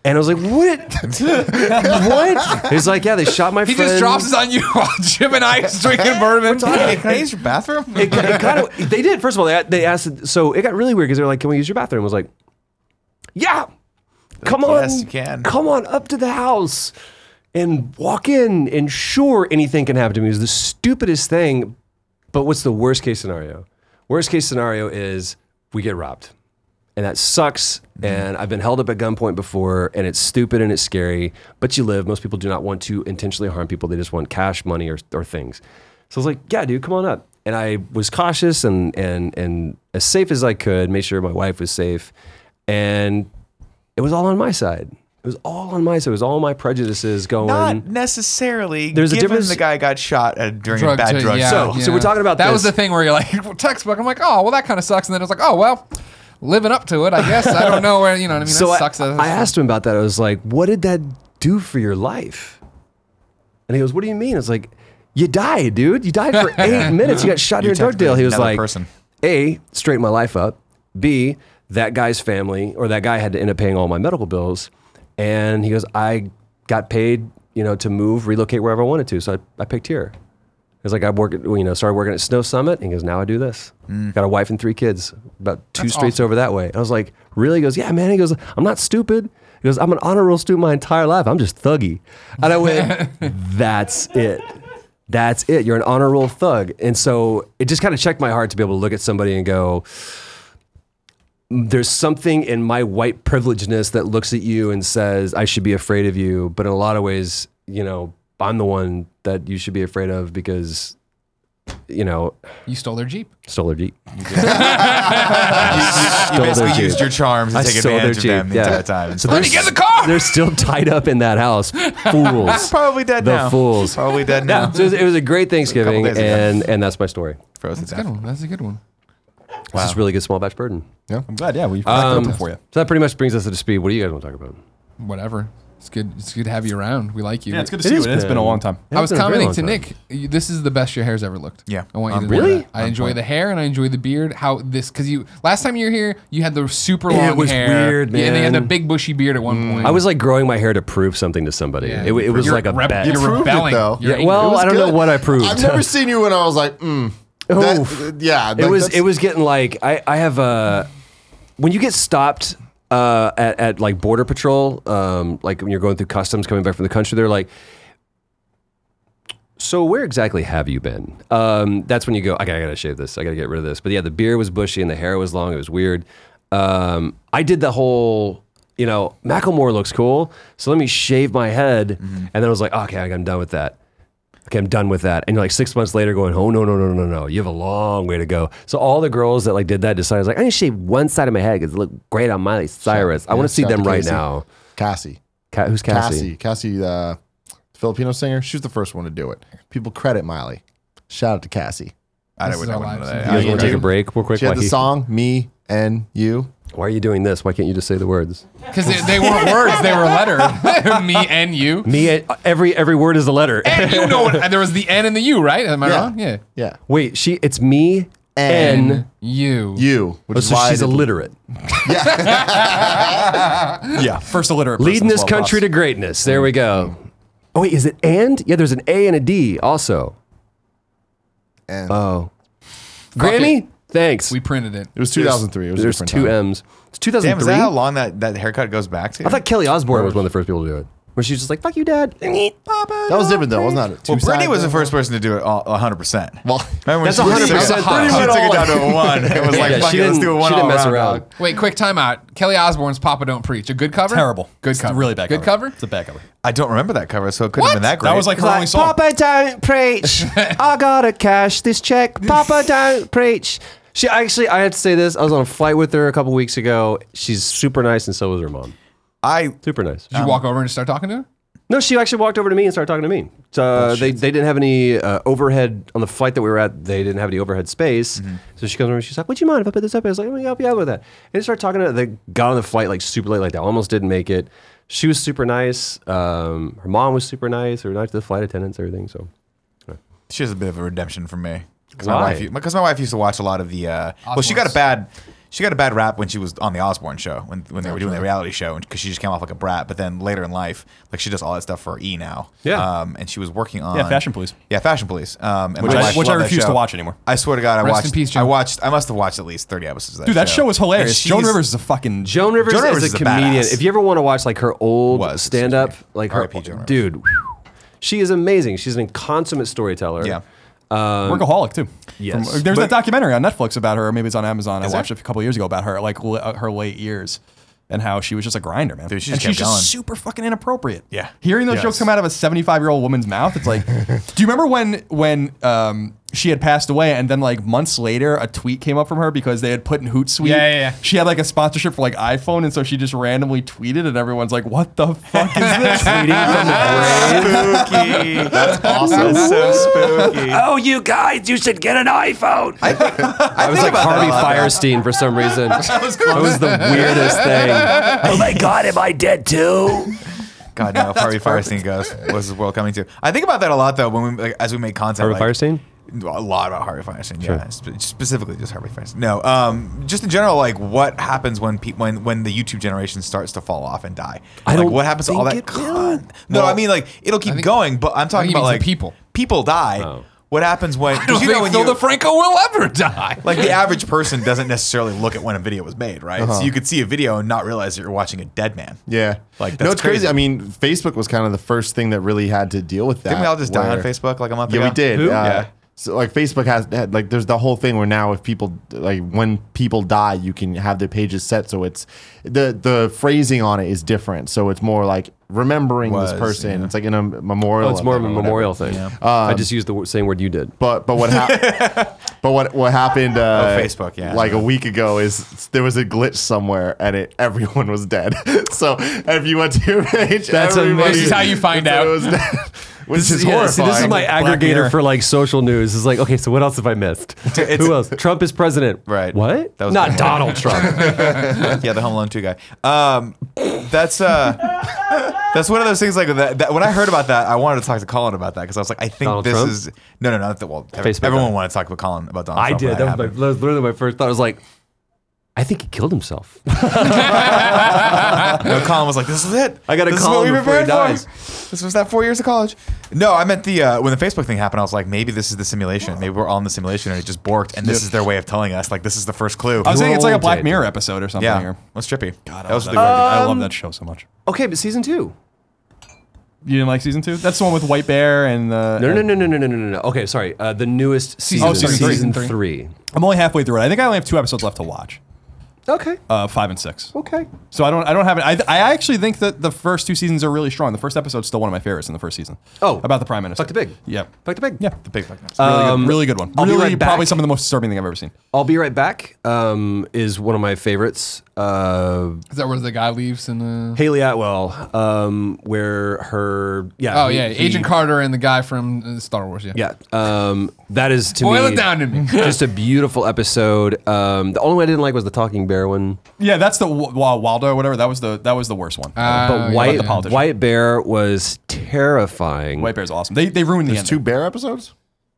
Speaker 5: And I was like, what? what? He's like, yeah, they shot my
Speaker 1: He
Speaker 5: friend.
Speaker 1: just drops this on you while Jim and I is drinking bourbon.
Speaker 3: Hey, can I use your bathroom?
Speaker 5: it, it kind of they did. First of all, they, they asked. So it got really weird because they were like, "Can we use your bathroom?" I was like, "Yeah, come on,
Speaker 3: "Yes, you can."
Speaker 5: Come on up to the house and walk in." And sure, anything can happen to me. It was the stupidest thing. But what's the worst case scenario? Worst case scenario is we get robbed, and that sucks.
Speaker 1: Mm-hmm.
Speaker 5: And I've been held up at gunpoint before, and it's stupid and it's scary. But you live. Most people do not want to intentionally harm people. They just want cash, money, or, or things. So I was like, yeah, dude, come on up. And I was cautious and and and as safe as I could, made sure my wife was safe. And it was all on my side. It was all on my side. It was all my prejudices going.
Speaker 3: Not necessarily.
Speaker 5: There's a
Speaker 3: given
Speaker 5: difference-
Speaker 3: The guy got shot uh, during a
Speaker 1: Drug
Speaker 3: bad
Speaker 1: too,
Speaker 3: drug.
Speaker 1: yeah,
Speaker 3: So
Speaker 5: So- so we're
Speaker 1: yeah.
Speaker 5: talking about
Speaker 1: that was
Speaker 5: this.
Speaker 1: the thing where you're like textbook. I'm like, oh well, that kind of sucks. And then it's like, oh well, living up to it, I guess. I don't know where you know. what I mean,
Speaker 5: so
Speaker 1: that
Speaker 5: I,
Speaker 1: sucks. That-
Speaker 5: I asked him about that. I was like, what did that do for your life? And he goes, what do you mean? I was like, you died, dude. You died for eight minutes. You got shot
Speaker 3: You
Speaker 5: in a drug
Speaker 3: texted
Speaker 5: deal. He was
Speaker 3: another
Speaker 5: like,
Speaker 3: person.
Speaker 5: A, straighten my life up. B, that guy's family or that guy had to end up paying all my medical bills. And he goes, I got paid, you know, to move, relocate wherever I wanted to. So I, I picked here. It's like I work, at, you know, started working at Snow Summit, and he goes, now I do this.
Speaker 3: Mm.
Speaker 5: Got a wife and three kids, about two streets over that way. And I was like, really? He goes, yeah, man. He goes, I'm not stupid. He goes, I'm an honor roll student my entire life. I'm just thuggy. And I went, that's it. That's it. You're an honor roll thug. And so it just kind of checked my heart to be able to look at somebody and go, "Mm, there's something in my white privilegedness that looks at you and says, I should be afraid of you. But in a lot of ways, you know, I'm the one that you should be afraid of because, you know,
Speaker 1: you stole their jeep.
Speaker 5: stole their Jeep.
Speaker 3: you
Speaker 5: their
Speaker 3: basically
Speaker 5: Jeep.
Speaker 3: used your charms to
Speaker 5: I
Speaker 3: take
Speaker 5: stole their
Speaker 3: advantage of them the
Speaker 5: Jeep, yeah.
Speaker 3: entire time. So
Speaker 1: Let me get in the car.
Speaker 5: They're still tied up in that house. Fools.
Speaker 3: probably dead
Speaker 5: the
Speaker 3: now.
Speaker 5: fools.
Speaker 3: Probably dead now.
Speaker 5: So it was- it was a great Thanksgiving,
Speaker 3: days ago.
Speaker 5: and, and that's my story.
Speaker 3: Frozen
Speaker 1: That's a good one. That's a good one.
Speaker 5: It's just really good small batch burden. Um,
Speaker 8: I'm glad. Yeah, we wrapped it up for you.
Speaker 5: So that pretty much brings us to the speed. What do you guys want to talk about?
Speaker 1: Whatever. It's good. It's good to have you around. We like you.
Speaker 8: Yeah, it's good to see you. It's been a long time.
Speaker 1: I was
Speaker 5: It's been a very
Speaker 1: commenting
Speaker 5: long
Speaker 1: to
Speaker 5: time.
Speaker 1: Nick. you- This is the best your hair's ever looked.
Speaker 3: Yeah.
Speaker 1: I want you
Speaker 3: Um,
Speaker 1: to know
Speaker 5: really?
Speaker 1: that. I enjoy the hair and I enjoy the beard. How this? Because you last time you were here, you had the super long
Speaker 5: was
Speaker 1: hair.
Speaker 5: weird,
Speaker 1: Yeah, and you had the
Speaker 5: man.
Speaker 1: big bushy beard at one point.
Speaker 5: I was like growing my hair to prove something to somebody.
Speaker 1: Yeah.
Speaker 5: It, w- it was
Speaker 1: You're
Speaker 5: like a
Speaker 1: rep-
Speaker 5: bet.
Speaker 1: You're
Speaker 2: proved it,
Speaker 1: rebelling.
Speaker 2: though.
Speaker 1: You're
Speaker 5: Yeah,
Speaker 1: angry.
Speaker 5: well,
Speaker 2: was
Speaker 5: I don't know
Speaker 2: good.
Speaker 5: what I proved.
Speaker 2: I've never seen you when I was like, mm. That-
Speaker 5: Oof.
Speaker 2: yeah.
Speaker 5: it
Speaker 2: like,
Speaker 5: was
Speaker 2: that's-
Speaker 5: it was getting like I I have a when you get stopped uh, at at like border patrol um, like when you're going through customs coming back from the country they're like so where exactly have you been um, that's when you go okay I gotta shave this I gotta get rid of this but yeah the beard was bushy and the hair was long it was weird um, I did the whole you know Macklemore looks cool so let me shave my head
Speaker 2: Mm-hmm.
Speaker 5: and then I was like okay I'm done with that okay, I'm done with that. And you're like six months later going, oh, no, no, no, no, no. You have a long way to go. So all the girls that like did that decided, like, I'm going to shave one side of my head because it looked great on Miley Cyrus. I want to see
Speaker 2: shout
Speaker 5: them
Speaker 2: to
Speaker 5: right
Speaker 2: Casey.
Speaker 5: now.
Speaker 2: Cassie.
Speaker 5: Ca- who's Cassie?
Speaker 2: Cassie. Cassie, the Filipino singer. She was the first one to do it. People credit Miley. Shout out to Cassie.
Speaker 3: I
Speaker 1: This
Speaker 3: don't
Speaker 1: is
Speaker 3: know
Speaker 1: our
Speaker 3: what
Speaker 1: lives.
Speaker 3: that-
Speaker 5: You guys
Speaker 2: Yeah,
Speaker 5: want to take a
Speaker 2: dude.
Speaker 5: break real quick?
Speaker 2: She had
Speaker 5: Why,
Speaker 2: the
Speaker 5: he-
Speaker 2: song "Me and You."
Speaker 5: why are you doing this? Why can't you just say the words?
Speaker 1: Because they, they weren't words, they were letters. Me and you.
Speaker 5: Me, every every word is a letter.
Speaker 1: And you know what? There was the N and the U, right? Am I
Speaker 2: Yeah.
Speaker 1: wrong? Yeah.
Speaker 2: Yeah,
Speaker 5: Wait, she. It's me
Speaker 2: And-
Speaker 5: and.
Speaker 1: You.
Speaker 2: you. Which
Speaker 5: Oh,
Speaker 2: is
Speaker 5: so
Speaker 2: why I
Speaker 5: she's
Speaker 2: did-
Speaker 5: illiterate.
Speaker 8: Yeah, first illiterate.
Speaker 5: Leading
Speaker 8: person
Speaker 5: this
Speaker 8: swap
Speaker 5: country
Speaker 8: us.
Speaker 5: to greatness. There we go. Oh wait, is it and? Yeah, there's an A and a D also.
Speaker 2: And
Speaker 5: Oh, Grammy. Thanks.
Speaker 1: We printed it.
Speaker 2: it was 2003. It was a
Speaker 5: There's
Speaker 2: different
Speaker 5: two
Speaker 2: time.
Speaker 5: M's. It's
Speaker 3: Damn, is that
Speaker 5: 2003.
Speaker 3: how long that, that haircut goes back to?
Speaker 5: I thought Kelly Osbourne was one of the first people to do it. Where she was just like, "Fuck you, Dad."
Speaker 2: That was different though, wasn't it?
Speaker 3: Well,
Speaker 2: Two
Speaker 3: Brittany
Speaker 2: sides
Speaker 3: was the
Speaker 2: though?
Speaker 3: first person to do it all- 100%.
Speaker 2: Well,
Speaker 3: Remember when
Speaker 5: That's
Speaker 3: she took it-
Speaker 5: 100%.
Speaker 3: Brittany
Speaker 5: She
Speaker 3: went
Speaker 5: took
Speaker 3: all down to a one. It was like,
Speaker 5: Yeah,
Speaker 3: fuck
Speaker 5: she
Speaker 3: it, let's
Speaker 5: didn't-
Speaker 3: do a one
Speaker 5: she
Speaker 3: all
Speaker 5: didn't mess
Speaker 3: around.
Speaker 5: around.
Speaker 3: dog.
Speaker 1: Wait, quick timeout. Kelly Osbourne's Papa Don't Preach. A good cover?
Speaker 8: Terrible.
Speaker 1: Good
Speaker 8: It's
Speaker 1: cover.
Speaker 8: Really bad.
Speaker 1: Good cover?
Speaker 8: It's a bad cover.
Speaker 3: I don't remember that cover, so it couldn't have been that great.
Speaker 8: That was like her only song.
Speaker 5: don't preach. I gotta cash this check. Papa don't preach. She actually, I have to say this. I was on a flight with her a couple weeks ago. She's super nice, and so was her mom.
Speaker 3: I
Speaker 5: Super nice.
Speaker 1: Did you walk over and start talking to her?
Speaker 5: No, she actually walked over to me and started talking to me. Uh, they, they didn't have any uh, overhead on the flight that we were at. They didn't have any overhead space. So she comes over and she's like, "Would you mind if I put this up?" I was like, "Let me help you out with that." And they started talking. To, they got on the flight like super late, like they almost didn't make it. She was super nice. Um, her mom was super nice. They were nice to the flight attendants, everything. So
Speaker 3: She has a bit of a redemption for me. Because
Speaker 5: Why?
Speaker 3: my, wife- because my wife used to watch a lot of the. Uh, well, she got a
Speaker 1: Osbournes.
Speaker 3: bad. she got a bad rap when she was on the Osborne show when, when they were doing the reality show because she just came off like a brat. But then later in life, like she does all that stuff for E now.
Speaker 5: Yeah.
Speaker 3: Um, and she was working on
Speaker 8: Fashion Police.
Speaker 3: Yeah, Fashion Police. Um, and
Speaker 8: Which
Speaker 3: my
Speaker 8: I-
Speaker 3: wife
Speaker 8: which I
Speaker 3: loved that
Speaker 8: refuse to
Speaker 3: show.
Speaker 8: watch anymore.
Speaker 3: I swear to God, I
Speaker 1: Rest in
Speaker 3: watched.
Speaker 1: peace,
Speaker 3: I
Speaker 1: Joe.
Speaker 3: watched. I must have watched at least thirty episodes of that.
Speaker 8: Dude, that show was
Speaker 3: And
Speaker 8: hilarious.
Speaker 3: she's-
Speaker 8: Joan Rivers is a fucking.
Speaker 5: Joan Rivers
Speaker 3: Joan Rivers is
Speaker 5: is a
Speaker 3: a
Speaker 5: comedian.
Speaker 3: badass.
Speaker 5: If you ever want to watch like her old
Speaker 3: Was,
Speaker 5: stand up, like her
Speaker 3: R.I.P. Joan Rivers.
Speaker 5: dude, she is amazing. She's an consummate storyteller.
Speaker 3: Yeah. Um,
Speaker 8: workaholic too.
Speaker 5: Yes.
Speaker 8: From- there's that documentary on Netflix about her, or maybe it's on Amazon. I
Speaker 3: there?
Speaker 8: watched it a couple years ago about her, like l- uh, her late years, and how she was just a grinder, man.
Speaker 3: Dude, she
Speaker 8: and
Speaker 3: just kept
Speaker 8: she's just
Speaker 3: going.
Speaker 8: super fucking inappropriate.
Speaker 3: Yeah.
Speaker 8: hearing those
Speaker 3: Yes.
Speaker 8: jokes come out of a 75 year old woman's mouth, it's like, do you remember when when um, she had passed away, and then like months later, a tweet came up from her because they had put in Hootsuite.
Speaker 1: Yeah, yeah, yeah.
Speaker 8: She had like a sponsorship for like iPhone, and so she just randomly tweeted, and everyone's like, "What the fuck is this?"
Speaker 3: spooky. That's awesome. That's so spooky.
Speaker 5: Oh, you guys, you should get an iPhone. I,
Speaker 3: I
Speaker 5: was like Harvey Firestein for some reason. that was the weirdest thing. Oh my God, am I dead too?
Speaker 3: God, no, Harvey Firestein goes. What's this world coming to? I think about that a lot though when we like, as we make content.
Speaker 5: Harvey
Speaker 3: like,
Speaker 5: Firestein?
Speaker 3: A lot about Harvey Firestein, yeah. Spe- specifically, just Harvey Firestein. No, um, just in general, like what happens when pe- when when the YouTube generation starts to fall off and die?
Speaker 5: I
Speaker 3: like
Speaker 5: don't
Speaker 3: what happens to all
Speaker 5: think
Speaker 3: that?
Speaker 5: it will.
Speaker 3: Con- no, I mean like it'll keep
Speaker 1: think-
Speaker 3: going, but I'm talking
Speaker 1: you mean
Speaker 3: about
Speaker 1: the
Speaker 3: like
Speaker 1: people.
Speaker 3: People die.
Speaker 5: Oh.
Speaker 3: What happens when?
Speaker 1: I don't
Speaker 3: you
Speaker 1: think
Speaker 3: know when
Speaker 1: Phil
Speaker 3: you-
Speaker 1: DeFranco will ever die.
Speaker 3: like the average person doesn't necessarily look at when a video was made, right?
Speaker 5: Uh-huh.
Speaker 3: So you could see a video and not realize that you're watching a dead man.
Speaker 2: Yeah.
Speaker 3: Like,
Speaker 2: no,
Speaker 3: that's
Speaker 2: it's crazy.
Speaker 3: crazy.
Speaker 2: I mean, Facebook was kind of the first thing that really had to deal with that.
Speaker 3: Didn't we all just die on
Speaker 2: where-
Speaker 3: Facebook like a month
Speaker 2: Yeah,
Speaker 3: ago?
Speaker 2: we did.
Speaker 5: Who?
Speaker 2: Uh,
Speaker 3: Yeah.
Speaker 2: So like Facebook has had, like there's the whole thing where now if people like when people die you can have their pages set so it's the the phrasing on it is different so it's more like remembering
Speaker 3: Was,
Speaker 2: this person it's like in a memorial
Speaker 5: Well, Oh, it's more of a
Speaker 2: event or whatever.
Speaker 5: memorial thing. I just used the w- same word you did.
Speaker 2: But but what happened? but what what happened? Uh,
Speaker 3: Oh, Facebook, yeah.
Speaker 2: Like a week ago, is there was a glitch somewhere, and it everyone was dead. so if you went to your page,
Speaker 5: That's
Speaker 2: everybody
Speaker 5: amazing. This is
Speaker 1: how you find
Speaker 2: said
Speaker 1: out.
Speaker 2: It was dead, which is
Speaker 5: Yeah,
Speaker 2: horrifying.
Speaker 5: see, this is my
Speaker 8: Mirror.
Speaker 5: aggregator for like social news. It's like, okay, so what else have I missed? Who else? Trump is president.
Speaker 3: Right.
Speaker 5: What?
Speaker 3: That was
Speaker 5: Not
Speaker 3: good.
Speaker 5: Donald Trump.
Speaker 3: yeah, the Home Alone two guy. Um, that's uh, that's one of those things like that, that. When I heard about that, I wanted to talk to Colin about that because I was like, I think
Speaker 5: Donald
Speaker 3: this
Speaker 5: Trump?
Speaker 3: is no, no, no. That, well, ev-
Speaker 5: Facebook
Speaker 3: everyone
Speaker 5: guy.
Speaker 3: wanted to talk with Colin about Donald.
Speaker 5: I
Speaker 3: Trump when
Speaker 5: did. That was, my,
Speaker 3: happened.
Speaker 5: that was literally my first thought. I was like, I think he killed himself.
Speaker 3: no, Colin was like, "This is it.
Speaker 5: I gotta
Speaker 3: this is
Speaker 5: call
Speaker 3: what
Speaker 5: him
Speaker 3: we
Speaker 5: before he
Speaker 3: prepared for.
Speaker 5: dies."
Speaker 3: This was that four years of college. No, I meant the uh, when the Facebook thing happened. I was like, maybe this is the simulation. Maybe we're all in the simulation and it just borked. And this is their way of telling us like this is the first clue.
Speaker 8: I was thinking it's like a
Speaker 5: Rolled
Speaker 8: Black
Speaker 5: it.
Speaker 8: Mirror episode or something.
Speaker 3: yeah,
Speaker 8: Or,
Speaker 3: that's trippy. God, that
Speaker 8: I
Speaker 3: was
Speaker 8: love
Speaker 3: really weird.
Speaker 8: I love that Uh, show so much.
Speaker 5: okay, but season two.
Speaker 8: You didn't like season two? That's the one with White Bear and the.
Speaker 5: No, no, no, no, no, no, no, no. Okay, sorry. Uh, the newest season.
Speaker 8: Oh, sorry, three.
Speaker 5: season
Speaker 1: Three.
Speaker 5: three.
Speaker 8: I'm only halfway through it. I think I only have two episodes left to watch.
Speaker 5: Okay.
Speaker 8: Uh, five and six.
Speaker 5: Okay.
Speaker 8: So I don't. I don't have it. I, I actually think that the first two seasons are really strong. The first episode's still one of my favorites in the first season.
Speaker 5: Oh.
Speaker 8: about the prime minister.
Speaker 5: Fuck the pig.
Speaker 8: Yeah.
Speaker 5: Back to back.
Speaker 8: Yeah.
Speaker 3: The big fucking-
Speaker 8: Really, good, really good one.
Speaker 5: I'll be
Speaker 8: really,
Speaker 5: right back.
Speaker 8: probably some of the most disturbing thing I've ever seen.
Speaker 5: I'll be right back. Um, is one of my favorites. Uh,
Speaker 1: Is that where the guy leaves and? Uh,
Speaker 5: Haley Atwell, um, where her yeah
Speaker 1: oh
Speaker 5: he-
Speaker 1: yeah,
Speaker 5: he-
Speaker 1: Agent Carter and the guy from uh, Star Wars. Yeah.
Speaker 5: yeah um, that is to
Speaker 1: Boil
Speaker 5: me
Speaker 1: it down to me.
Speaker 5: just a beautiful episode. Um, the only one I didn't like was the talking bear one,
Speaker 8: Yeah, that's the Wa- Wa- Waldo or whatever. That was the that was the worst one.
Speaker 5: but
Speaker 1: yeah.
Speaker 5: white
Speaker 8: Uh, the politician.
Speaker 5: white bear was terrifying.
Speaker 8: White Bear's awesome. They they ruined the
Speaker 2: There's
Speaker 8: end.
Speaker 2: two
Speaker 8: there.
Speaker 2: bear episodes.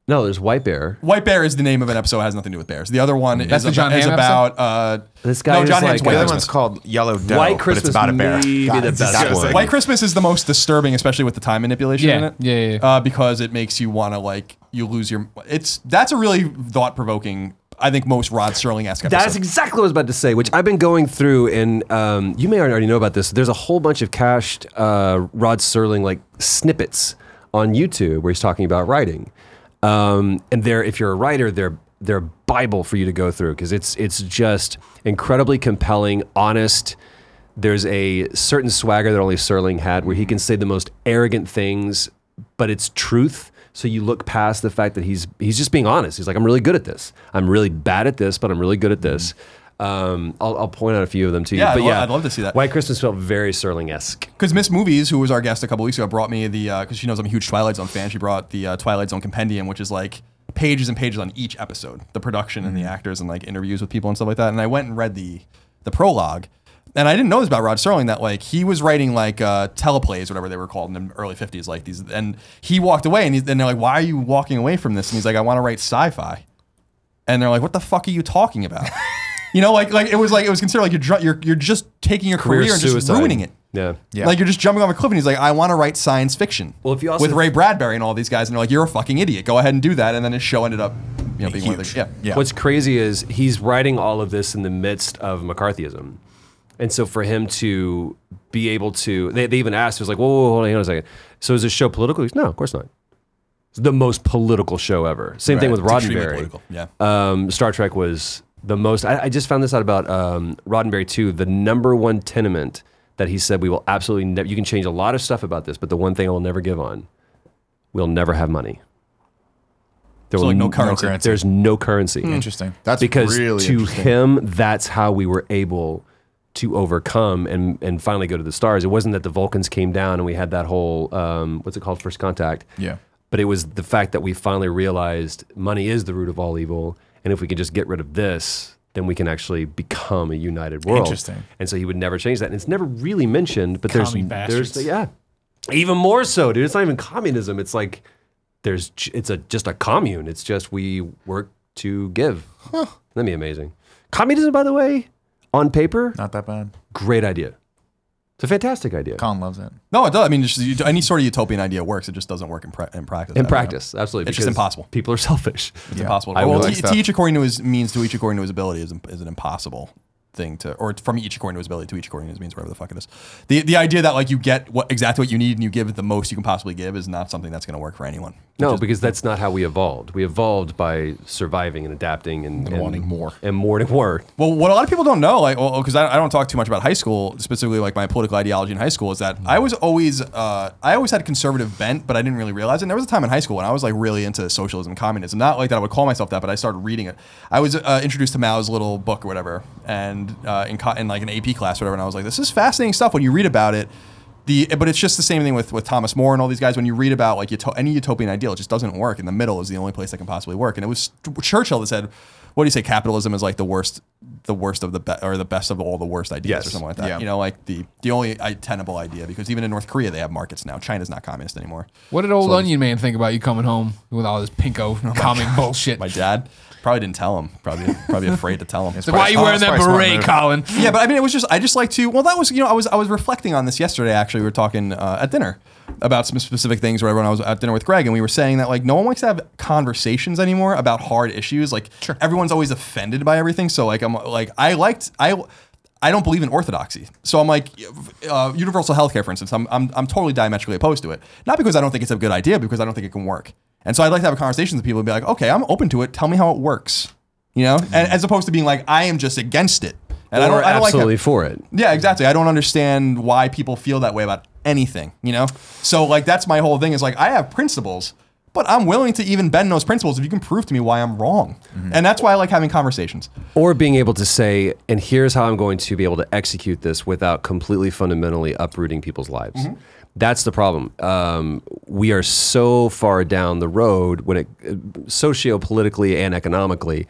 Speaker 5: no, there's white bear.
Speaker 8: White Bear is the name of an episode. It has nothing to do with bears. The other one
Speaker 1: That's
Speaker 8: is,
Speaker 1: the
Speaker 8: ab-
Speaker 1: John
Speaker 8: is
Speaker 1: Hamm
Speaker 8: about uh,
Speaker 5: This guy
Speaker 8: No,
Speaker 5: is
Speaker 8: John
Speaker 5: like uh,
Speaker 8: Hamm's
Speaker 5: a-
Speaker 8: White
Speaker 3: the other
Speaker 8: Christmas.
Speaker 3: one's called Yellow Dough,
Speaker 5: White
Speaker 3: but it's
Speaker 5: Christmas
Speaker 3: about a bear.
Speaker 5: may be
Speaker 3: God,
Speaker 5: the
Speaker 3: it's just-
Speaker 5: best one.
Speaker 8: White Christmas is the most disturbing, especially with the time manipulation in
Speaker 1: Yeah,
Speaker 8: it.
Speaker 1: yeah, yeah, yeah.
Speaker 8: Uh, because it makes you want to like you lose your. It's that's a really thought provoking. I think most Rod Sterling esque episode.
Speaker 5: That's exactly what I was about to say, which I've been going through, and um, you may already know about this. There's a whole bunch of cached uh, Rod Serling like snippets on YouTube where he's talking about writing, um, and they're if you're a writer, they're they're a bible for you to go through because it's it's just incredibly compelling, honest. There's a certain swagger that only Serling had, where he can say the most arrogant things, but it's truth. So you look past the fact that he's he's just being honest. He's like, I'm really good at this. I'm really bad at this, but I'm really good at this. Um, I'll, I'll point out a few of them to you.
Speaker 8: Yeah, I'd
Speaker 5: but
Speaker 8: lo-
Speaker 5: yeah,
Speaker 8: I'd love to see that.
Speaker 5: White Christmas felt very Serling esque.
Speaker 8: Because Miss Movies, who was our guest a couple weeks ago, brought me the because she knows I'm a huge Twilight Zone fan. She brought the uh, Twilight Zone compendium, which is like pages and pages on each episode, the production and the actors and like interviews with people and stuff like that. And I went and read the the prologue, and I didn't know this about Rod Serling that like he was writing like uh, teleplays, whatever they were called in the early '50s, like these. And he walked away, and, he, and they're like, "Why are you walking away from this?" And he's like, "I want to write sci-fi." And they're like, "What the fuck are you talking about?" You know, like like it was like it was considered like you're dr- you're, you're just taking your career,
Speaker 5: Career
Speaker 8: and just
Speaker 5: suicide.
Speaker 8: ruining it.
Speaker 5: Yeah.
Speaker 3: Yeah.
Speaker 8: Like you're just jumping off a cliff, and he's like, "I want to write science fiction."
Speaker 5: Well, if you also-
Speaker 8: with Ray Bradbury and all these guys, and they're like, "You're a fucking idiot. Go ahead and do that." And then his show ended up, you know, being one of
Speaker 3: Huge.
Speaker 8: the yeah.
Speaker 3: Yeah.
Speaker 5: What's crazy is he's writing all of this in the midst of McCarthyism. And so for him to be able to, they, they even asked, it was like, whoa, whoa, whoa, hold on, hang on a second. So is this show political? He's, no, of course not. It's the most political show ever. Same thing with
Speaker 8: It's extremely
Speaker 5: Roddenberry.
Speaker 8: political. Yeah.
Speaker 5: Um, Star Trek was the most, I, I just found this out about um, Roddenberry too. The number one tenement that he said we will absolutely never, you can change a lot of stuff about this, but the one thing I will never give on, we'll never have money. There
Speaker 8: So like no
Speaker 5: n-
Speaker 8: currency.
Speaker 3: currency.
Speaker 5: There's no currency
Speaker 3: Interesting.
Speaker 2: That's
Speaker 5: because
Speaker 2: really
Speaker 5: to
Speaker 2: interesting.
Speaker 5: him that's how we were able to overcome and and finally go to the stars it wasn't that the vulcans came down and we had that whole um, what's it called first contact
Speaker 3: Yeah.
Speaker 5: but it was the fact that we finally realized money is the root of all evil and if we can just get rid of this then we can actually become a united world
Speaker 3: Interesting.
Speaker 5: and so he would never change that and it's never really mentioned but
Speaker 1: Commie
Speaker 5: there's
Speaker 1: bastards.
Speaker 5: there's yeah even more so dude it's not even communism it's like there's j- it's a just a commune it's just we work to give that'd be amazing communism by the way on paper
Speaker 3: Not that bad.
Speaker 5: great idea it's a fantastic idea
Speaker 3: Colin loves it.
Speaker 8: No, it does. I mean, it's just, you- any sort of utopian idea works. It just doesn't work in, pra- in practice.
Speaker 5: in
Speaker 8: I don't know.
Speaker 5: practice absolutely
Speaker 8: uh, It's just
Speaker 5: because
Speaker 8: impossible.
Speaker 5: people are selfish
Speaker 8: It's
Speaker 3: Yeah.
Speaker 8: impossible.
Speaker 5: I
Speaker 8: I will
Speaker 5: really
Speaker 8: to,
Speaker 3: like stuff.
Speaker 8: to each according to his means, to each according to his ability is, is an impossible thing to, or from each according to his ability to each according to his means, whatever the fuck it is. The the idea that like you get what exactly what you need and you give the most you can possibly give is not something that's going to work for anyone.
Speaker 5: No, because that's not how we evolved. We evolved by surviving and adapting and, and
Speaker 2: wanting more.
Speaker 5: and more to work.
Speaker 8: Well, what a lot of people don't know, like, well, because I, I don't talk too much about high school, specifically like my political ideology in high school, is that I was always, uh, I always had a conservative bent, but I didn't really realize it. And there was a time in high school when I was like really into socialism, and communism. Not like that I would call myself that, but I started reading it. I was uh, introduced to Mao's little book or whatever, and uh, in, co- in like an AP class or whatever, and I was like, this is fascinating stuff when you read about it. The, but it's just the same thing with, with Thomas More and all these guys. When you read about like uto- any utopian ideal, it just doesn't work. In the middle is the only place that can possibly work. And it was Churchill that said, "What do you say? Capitalism is like the worst, the worst of the be- or the best of all the worst ideas, or
Speaker 5: Yes.
Speaker 8: something like that."
Speaker 3: Yeah.
Speaker 8: You know, like the the only I, tenable idea because even in North Korea they have markets now. China's not communist anymore.
Speaker 1: What did old Onion Man think about you coming home with all this pinko comic bullshit?
Speaker 8: My dad probably didn't tell him. Probably probably afraid to tell him.
Speaker 1: Why are you
Speaker 3: Oh,
Speaker 1: wearing
Speaker 3: that's
Speaker 1: that
Speaker 3: probably a smart
Speaker 1: beret,
Speaker 3: move.
Speaker 1: Colin?
Speaker 8: yeah, but I mean, it was just I just like to. Well, that was you know I was I was reflecting on this yesterday. Actually, we were talking uh, at dinner about some specific things. Where everyone I was at dinner with Greg, and we were saying that like no one likes to have conversations anymore about hard issues. Like everyone's always offended by everything. So like I'm like I liked I. I don't believe in orthodoxy. So I'm like, uh, universal healthcare, for instance, I'm, I'm, I'm totally diametrically opposed to it. Not because I don't think it's a good idea, because I don't think it can work. And so I'd like to have a conversation with people and be like, okay, I'm open to it. Tell me how it works. You know, and, as opposed to being like, I am just against it. And I
Speaker 5: Mm-hmm. Or
Speaker 8: don't, I don't like
Speaker 5: absolutely
Speaker 8: that.
Speaker 5: for it.
Speaker 8: Yeah, exactly. I don't understand why people feel that way about anything, you know? So like that's my whole thing is like I have principles, but I'm willing to even bend those principles if you can prove to me why I'm wrong.
Speaker 5: Mm-hmm.
Speaker 8: And that's why I like having conversations.
Speaker 5: Or being able to say, and here's how I'm going to be able to execute this without completely fundamentally uprooting people's lives. That's the problem. Um, we are so far down the road when it socio politically and economically.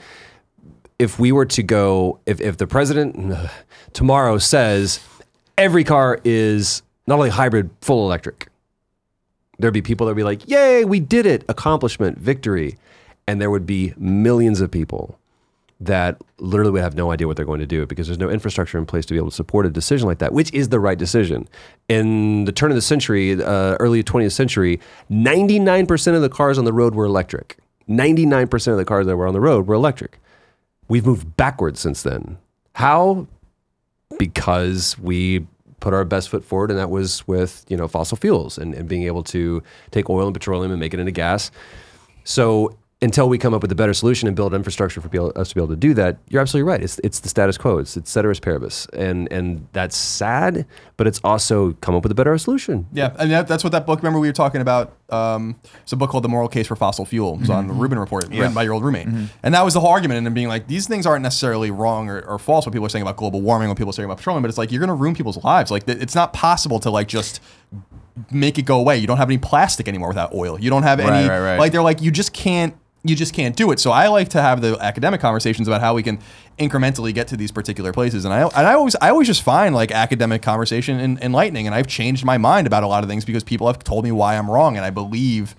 Speaker 5: If we were to go, if, if the president ugh, tomorrow says every car is not only hybrid, full electric, there'd be people that would be like, yay, we did it, accomplishment, victory. And there would be millions of people that literally would have no idea what they're going to do because there's no infrastructure in place to be able to support a decision like that, which is the right decision. In the turn of the century, uh, early 20th century, 99% of the cars on the road were electric. 99% of the cars that were on the road were electric. We've moved backwards since then. How? Because we put our best foot forward, and that was with you know fossil fuels and, and being able to take oil and petroleum and make it into gas. So until we come up with a better solution and build infrastructure for be able- us to be able to do that, you're absolutely right. It's it's the status quo. It's it's ceteris paribus, and and that's sad, but it's also come up with a better solution.
Speaker 8: Yeah, and that, that's what that book. Remember, we were talking about. Um, it's a book called "The Moral Case for Fossil Fuel." It was on the Rubin Report, written by your old roommate, and that was the whole argument. And then being like, these things aren't necessarily wrong or, or false. What people are saying about global warming, what people are saying about petroleum, but it's like you're going to ruin people's lives. Like th- it's not possible to like just make it go away. You don't have any plastic anymore without oil. You don't have any.
Speaker 3: right, right.
Speaker 8: Like they're like you just can't. You just can't do it. So I like to have the academic conversations about how we can incrementally get to these particular places. And I and I always I always just find like academic conversation en- enlightening. And I've changed my mind about a lot of things because people have told me why I'm wrong, and I believe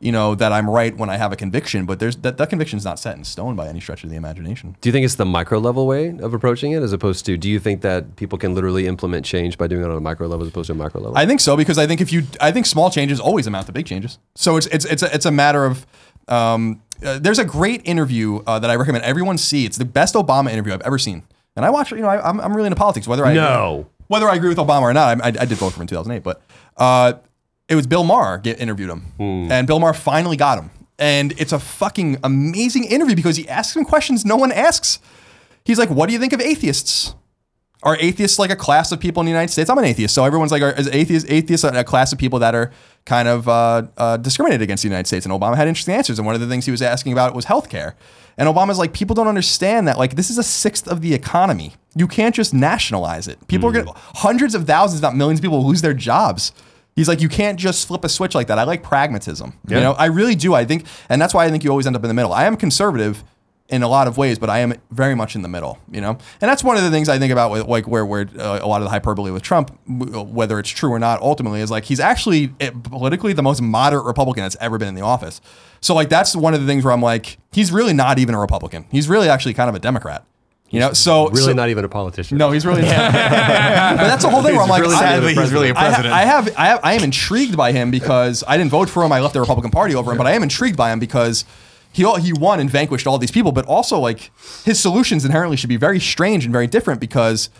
Speaker 8: you know, that I'm right when I have a conviction, but there's that, that conviction's not set in stone by any stretch of the imagination.
Speaker 5: Do you think it's the micro level way of approaching it as opposed to, do you think that people can literally implement change by doing it on a micro level as opposed to a macro level?
Speaker 8: I think so because I think if you, I think small changes always amount to big changes. So it's it's it's a, it's a matter of. Um, uh, there's a great interview uh, that I recommend everyone see. It's the best Obama interview I've ever seen, and I watch. You know, I, I'm I'm really into politics. Whether I
Speaker 5: No.
Speaker 8: whether I agree with Obama or not, I, I, I did vote for him in 2008. But uh, it was Bill Maher get interviewed him, and Bill Maher finally got him, and it's a fucking amazing interview because he asks him questions no one asks. He's like, "What do you think of atheists?" are atheists like a class of people in the United States? I'm an atheist, so everyone's like, are, is atheists atheists a class of people that are kind of uh, uh, discriminated against in the United States? And Obama had interesting answers, and one of the things he was asking about was healthcare. And Obama's like, people don't understand that like this is a sixth of the economy. You can't just nationalize it. People are gonna hundreds of thousands, if not millions, of people will lose their jobs. He's like, you can't just flip a switch like that. I like pragmatism. You know, I really do. I think, and that's why I think you always end up in the middle. I am conservative in a lot of ways, but I am very much in the middle, you know? And that's one of the things I think about with like where, where uh, a lot of the hyperbole with Trump, w- uh, whether it's true or not, ultimately is like, he's actually eh, politically the most moderate Republican that's ever been in the office. So like, that's one of the things where I'm like, he's really not even a Republican. He's really actually kind of a Democrat, you know? So
Speaker 5: really
Speaker 8: so-
Speaker 5: not even a politician.
Speaker 8: no, he's really. but that's the whole thing where I'm like,
Speaker 5: really
Speaker 8: I-
Speaker 5: Sadly, he's really
Speaker 3: a
Speaker 8: I, I have, I have, I am intrigued by him because I didn't vote for him. I left the Republican Party over him, but I am intrigued by him because he all- he won and vanquished all these people. But also, like his solutions inherently should be very strange and very different because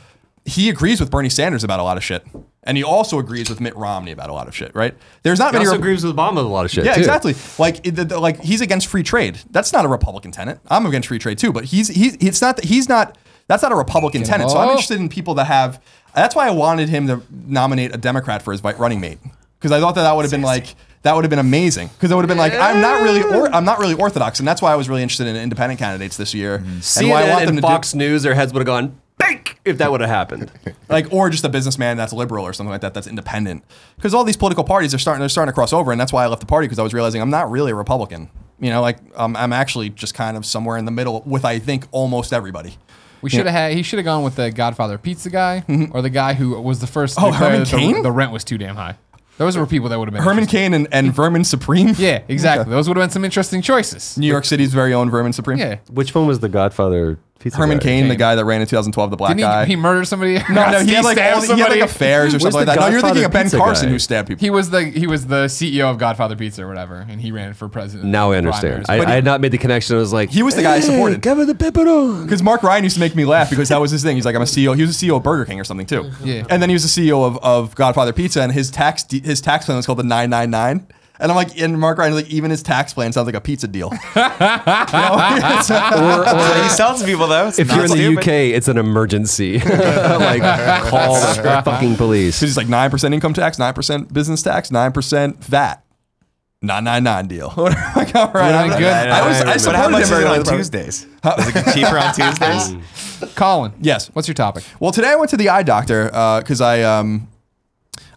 Speaker 8: he agrees with Bernie Sanders about a lot of shit, and he also agrees with Mitt Romney about a lot of shit. Right? There's not
Speaker 5: He
Speaker 8: many.
Speaker 5: also
Speaker 8: Rep-
Speaker 5: agrees with Obama with a lot of shit.
Speaker 8: yeah,
Speaker 5: too.
Speaker 8: exactly. Like, it- the- the- like he's against free trade. That's not a Republican tenet. I'm against free trade too, but he's he's it's not that he's not that's not a Republican tenet. So I'm
Speaker 1: Oh.
Speaker 8: interested in people that have. That's why I wanted him to nominate a Democrat for his vi- running mate because I thought that that would have been like that would have been amazing because I would have been like I'm not really or, I'm not really orthodox and that's why I was really interested in independent candidates this year
Speaker 5: CNN
Speaker 8: why
Speaker 5: and
Speaker 8: do-
Speaker 5: Fox News, their heads would have gone bank if that would have happened.
Speaker 8: like or just a businessman that's liberal or something like that that's independent because all these political parties are starting they're starting to cross over and that's why i left the party because i was realizing i'm not really a republican you know like um, i'm actually just kind of somewhere in the middle with i think almost everybody
Speaker 1: We should have had. He should have gone with the Godfather pizza guy or the guy who was the first. to
Speaker 8: Oh,
Speaker 1: declare
Speaker 8: Herman
Speaker 1: that the-
Speaker 8: Cain?
Speaker 1: The, rent was too damn high. Those were people that would have been
Speaker 8: herman
Speaker 1: interesting.
Speaker 8: cain and, and vermin supreme
Speaker 1: Yeah, exactly. Those would have been some interesting choices.
Speaker 8: new york city's very own vermin supreme
Speaker 1: Yeah.
Speaker 5: Which one was the Godfather pizza?
Speaker 8: herman
Speaker 5: guy?
Speaker 8: cain the guy that ran in 2012 the black
Speaker 1: Didn't
Speaker 8: guy
Speaker 1: he, he murder somebody?
Speaker 8: no, no, he had, like all,
Speaker 1: stabbed
Speaker 8: he had like
Speaker 1: somebody?
Speaker 8: affairs or
Speaker 5: Where's
Speaker 8: something like
Speaker 5: the
Speaker 8: that. No, you're thinking of Ben
Speaker 5: Godfather
Speaker 8: Carson
Speaker 5: pizza
Speaker 8: who
Speaker 5: guy?
Speaker 8: stabbed people.
Speaker 1: He was the he was the CEO of Godfather Pizza or whatever, and he ran for president.
Speaker 5: Now I
Speaker 1: in the
Speaker 5: understand.
Speaker 1: primaries.
Speaker 5: I, I had not made the connection. I was like,
Speaker 8: He was the guy I supported."
Speaker 5: Cover the pepperoni.
Speaker 8: Because Mark Ryan used to make me laugh because that was his thing. He's like, I'm a CEO. He was a CEO of Burger King or something too.
Speaker 1: Yeah.
Speaker 8: And then he was the CEO of, of Godfather Pizza, and his tax de- his tax plan was called the 999. And I'm like, and Mark Ryan is like, even his tax plan sounds like a pizza deal. You know? It's like,
Speaker 3: That's what he sells to people though. It's
Speaker 5: If
Speaker 3: not
Speaker 5: you're in the
Speaker 3: stupid.
Speaker 5: UK, it's an emergency. like, call the fucking police.
Speaker 8: He's like nine percent income tax, nine percent business tax, nine percent VAT. 999 deal. like, all right, I'm
Speaker 1: Really
Speaker 8: not-
Speaker 1: good.
Speaker 3: I,
Speaker 8: I was- I
Speaker 3: but how
Speaker 8: supported
Speaker 3: much
Speaker 8: him
Speaker 3: is
Speaker 8: early
Speaker 3: it
Speaker 8: on
Speaker 3: on
Speaker 8: the-
Speaker 3: Tuesdays? Is it cheaper on Tuesdays?
Speaker 1: Colin,
Speaker 8: Yes.
Speaker 1: What's your topic?
Speaker 8: Well, today I went to the eye doctor because I um,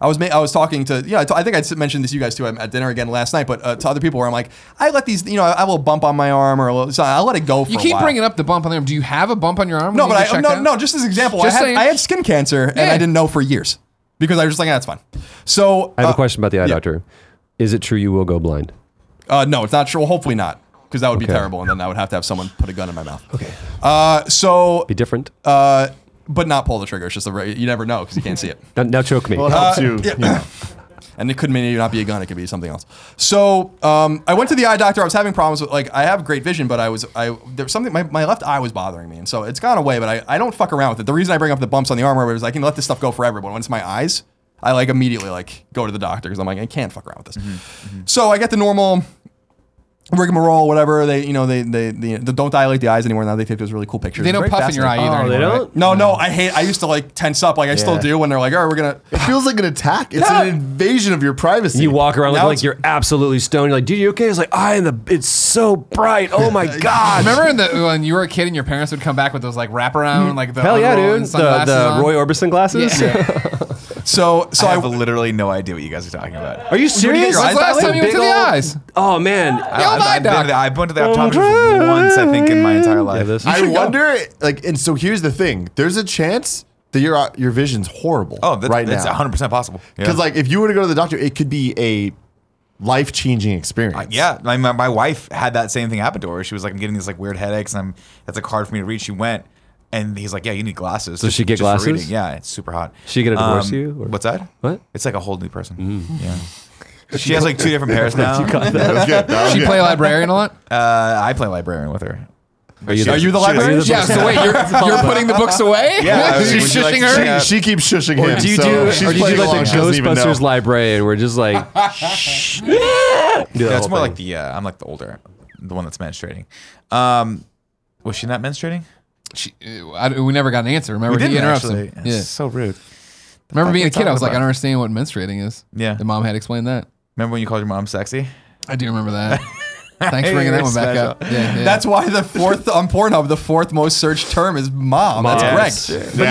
Speaker 8: I was ma- I was talking to you know I t- I think I s- mentioned this to you guys too um, at dinner again last night, but uh, to other people where I'm like I let these you know I will bump on my arm or a little, so I'll let it go for
Speaker 1: You
Speaker 8: a
Speaker 1: keep
Speaker 8: while.
Speaker 1: bringing up the bump on the arm. Do you have a bump on your arm?
Speaker 8: no,
Speaker 1: when you
Speaker 8: but
Speaker 1: get
Speaker 8: I
Speaker 1: checked
Speaker 8: no
Speaker 1: out?
Speaker 8: no just as an example
Speaker 1: Just
Speaker 8: I had
Speaker 1: saying.
Speaker 8: I had skin cancer and I
Speaker 1: Yeah.
Speaker 8: didn't know for years because I was just like that's fine. So
Speaker 5: I have
Speaker 8: uh,
Speaker 5: a question about the eye
Speaker 8: yeah.
Speaker 5: doctor. Is it true you will go blind?
Speaker 8: Uh, no, it's not true. Well, hopefully not because that would be
Speaker 5: Okay.
Speaker 8: terrible and then I would have to have someone put a gun in my mouth. Okay. Uh, so
Speaker 5: Be different.
Speaker 8: uh, but not pull the trigger. It's just a re- you never know because you can't see it.
Speaker 5: Now, now choke me.
Speaker 2: Well, it helps you. you know.
Speaker 8: and it could maybe not be a gun. It could be something else. So um, I went to the eye doctor. I was having problems with like I have great vision, but I was I there was something my, my left eye was bothering me, and so it's gone away. But I, I don't fuck around with it. The reason I bring up the bumps on the arm where it was I can let this stuff go forever, but when it's my eyes, I like immediately like go to the doctor because I'm like I can't fuck around with this. So I get the normal rigmarole, whatever they you know they they, they, they don't dilate the eyes anymore. Now they take those really cool pictures.
Speaker 1: They
Speaker 8: It's
Speaker 1: don't
Speaker 8: very
Speaker 1: puff in your eye
Speaker 8: fascinating.
Speaker 1: either.
Speaker 5: Oh, they
Speaker 1: anymore, right?
Speaker 5: don't?
Speaker 8: No, no, I hate. I used to like tense up, like I still
Speaker 2: Yeah.
Speaker 8: do when they're like, "All right, we're gonna."
Speaker 2: It feels like an attack. It's
Speaker 8: Yeah.
Speaker 2: an invasion of your privacy.
Speaker 5: You walk around
Speaker 8: Now
Speaker 5: looking
Speaker 8: it's-
Speaker 5: like you're absolutely stoned. You're like, dude, you okay? It's like, I am the. It's so bright. Oh my god.
Speaker 1: Remember in the, when you were a kid and your parents would come back with those like
Speaker 8: Mm.
Speaker 1: wraparound, like the
Speaker 5: Hell yeah,
Speaker 1: unrolled
Speaker 5: dude. The,
Speaker 1: sunglasses
Speaker 5: the
Speaker 1: on?
Speaker 5: Roy Orbison glasses.
Speaker 1: Yeah.
Speaker 8: So, so
Speaker 3: I
Speaker 8: I,
Speaker 3: have literally no idea what you guys are talking about.
Speaker 5: Are you serious?
Speaker 1: your eyes Last dilated? time you went to
Speaker 5: Big
Speaker 1: the
Speaker 5: old-
Speaker 1: eyes.
Speaker 5: Oh man. I-
Speaker 1: Yo, my
Speaker 3: I've, been to
Speaker 1: doc.
Speaker 3: the, I've went to the optometrist once, I think, in my entire life.
Speaker 5: this-
Speaker 2: I wonder, like, and so here's the thing: there's a chance that your your vision's horrible.
Speaker 3: oh, that's,
Speaker 2: right
Speaker 3: that's
Speaker 2: now,
Speaker 3: 100% possible. Yeah.
Speaker 2: because like if you were to go to the doctor, it could be a life changing experience.
Speaker 3: Uh, Yeah, my, my, my wife had that same thing happen to her. She was like, "I'm getting these like weird headaches, and I'm that's like hard for me to read." She went, and he's like, "Yeah, you need glasses." Does
Speaker 5: she get glasses?
Speaker 3: Yeah, it's super hot. Um,
Speaker 5: She gonna divorce you, or-
Speaker 3: What's that?
Speaker 5: What? Mm.
Speaker 3: It's like a whole new person. Yeah. She has like two different pairs now.
Speaker 2: That was good. That was
Speaker 1: She
Speaker 2: good.
Speaker 1: play librarian a lot.
Speaker 3: Uh, I play librarian with her.
Speaker 5: Are you
Speaker 3: She-
Speaker 5: the,
Speaker 3: Are you the
Speaker 5: she-
Speaker 3: librarian?
Speaker 5: the
Speaker 1: Yeah. So wait, you're, you're putting the books away?
Speaker 3: Yeah,
Speaker 1: She's
Speaker 3: would you like
Speaker 1: shushing
Speaker 3: to
Speaker 1: her.
Speaker 3: check out-
Speaker 2: She, she keeps shushing
Speaker 5: Or
Speaker 2: him.
Speaker 5: do you
Speaker 2: so
Speaker 5: do,
Speaker 2: she's
Speaker 5: or do you
Speaker 2: playing
Speaker 5: do
Speaker 2: along,
Speaker 5: like the
Speaker 2: she doesn't even know.
Speaker 5: Ghostbusters librarian where just like shh? Do the
Speaker 3: Yeah, it's
Speaker 5: whole
Speaker 3: more
Speaker 5: thing.
Speaker 3: like the uh, I'm like the older, the one that's menstruating. Um, was she not menstruating?
Speaker 1: She, I, we never got an answer. Remember,
Speaker 3: We
Speaker 1: he
Speaker 3: didn't
Speaker 1: interrupts
Speaker 3: actually.
Speaker 1: him.
Speaker 3: It's
Speaker 1: Yeah.
Speaker 3: so rude.
Speaker 1: Remember being a
Speaker 3: fuck we
Speaker 1: kid, I was like,
Speaker 3: talking
Speaker 1: I don't understand what menstruating is.
Speaker 3: Yeah.
Speaker 1: The mom had explained that.
Speaker 3: Remember when you called your mom sexy?
Speaker 1: I do remember that. Thanks for bringing that
Speaker 3: You're
Speaker 1: one back
Speaker 3: special.
Speaker 1: up. Yeah, yeah.
Speaker 8: That's why the fourth on Pornhub, the fourth most searched term is mom. That's
Speaker 5: Mom.
Speaker 8: correct.
Speaker 5: three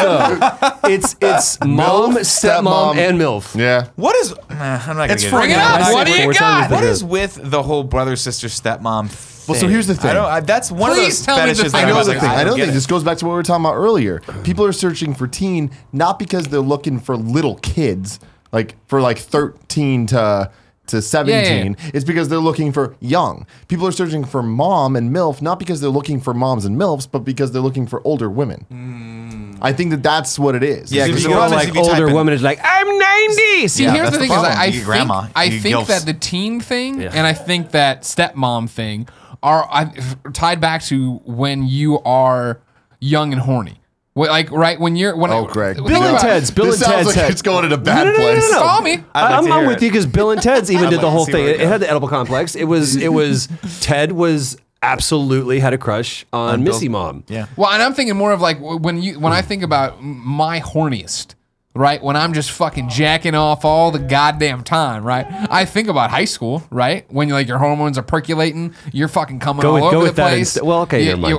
Speaker 5: times though. It's it's mom, stepmom,
Speaker 2: stepmom.
Speaker 5: and milf.
Speaker 2: Yeah.
Speaker 3: What is? Nah, I'm not.
Speaker 1: It's
Speaker 3: gonna
Speaker 1: bring
Speaker 3: get
Speaker 1: it
Speaker 3: into
Speaker 1: up.
Speaker 3: that.
Speaker 1: What do you
Speaker 5: Four times
Speaker 1: got?
Speaker 5: is
Speaker 3: What
Speaker 5: the-
Speaker 3: is with the whole brother sister stepmom? Thing?
Speaker 2: Well, so here's the thing.
Speaker 3: I don't, I, that's one
Speaker 1: Please
Speaker 3: of
Speaker 1: tell
Speaker 3: those
Speaker 1: me the
Speaker 3: fetishes.
Speaker 1: thing.
Speaker 2: I
Speaker 3: that
Speaker 1: I
Speaker 3: I'm
Speaker 2: know
Speaker 1: was
Speaker 2: the
Speaker 3: like,
Speaker 2: thing. I don't
Speaker 3: get
Speaker 2: think
Speaker 3: it.
Speaker 2: this goes back to what we were talking about earlier. People are searching for teen not because they're looking for little kids, like for like 13 to to 17. It's because they're looking for young. People are searching for mom and MILF not because they're looking for moms and MILFs, but because they're looking for older women. I think that that's what it is.
Speaker 3: Yeah,
Speaker 2: It's
Speaker 5: If
Speaker 3: because
Speaker 5: Hmm. you
Speaker 2: just-
Speaker 3: the problem is
Speaker 5: go like
Speaker 3: if you type
Speaker 5: older
Speaker 3: in-
Speaker 5: woman is like I'm 90.
Speaker 1: See,
Speaker 5: See,
Speaker 3: Yeah,
Speaker 1: here's
Speaker 3: that's
Speaker 1: the
Speaker 3: the
Speaker 1: thing is,
Speaker 3: problem.
Speaker 1: I, I
Speaker 3: You get
Speaker 1: think,
Speaker 3: grandma,
Speaker 1: I
Speaker 3: you get
Speaker 1: think
Speaker 3: gilfs.
Speaker 1: that the teen thing and I think that stepmom thing are I, tied back to when you are young and horny. Wh- Like right when you're when
Speaker 2: Oh,
Speaker 1: I,
Speaker 2: Greg.
Speaker 1: think
Speaker 5: Bill and
Speaker 1: about-
Speaker 5: Ted's. Bill
Speaker 2: this
Speaker 5: and
Speaker 2: sounds
Speaker 5: Ted's.
Speaker 2: like
Speaker 5: had-
Speaker 2: it's going in a
Speaker 5: no,
Speaker 2: bad
Speaker 5: no, no, no,
Speaker 2: place.
Speaker 5: no.
Speaker 1: Call me.
Speaker 3: I'd like
Speaker 5: I, am
Speaker 3: to
Speaker 5: I'm
Speaker 3: hear
Speaker 5: with
Speaker 3: it.
Speaker 5: you because Bill and Ted's even did
Speaker 3: like
Speaker 5: the
Speaker 3: to
Speaker 5: whole
Speaker 3: see
Speaker 5: thing.
Speaker 3: where it
Speaker 5: It, it had the edible complex. It was it was Ted was absolutely had a crush on, Missy Mom.
Speaker 3: Yeah.
Speaker 1: Well, and I'm thinking more of like w- when you when I think about m- my horniest, right? When I'm just fucking jacking off all the goddamn time, right? I think about high school, right? When like your hormones are percolating, you're fucking coming
Speaker 5: Go
Speaker 1: all
Speaker 5: with-
Speaker 1: over
Speaker 5: go
Speaker 1: the
Speaker 5: with that
Speaker 1: place.
Speaker 5: instead- well, okay, never mind.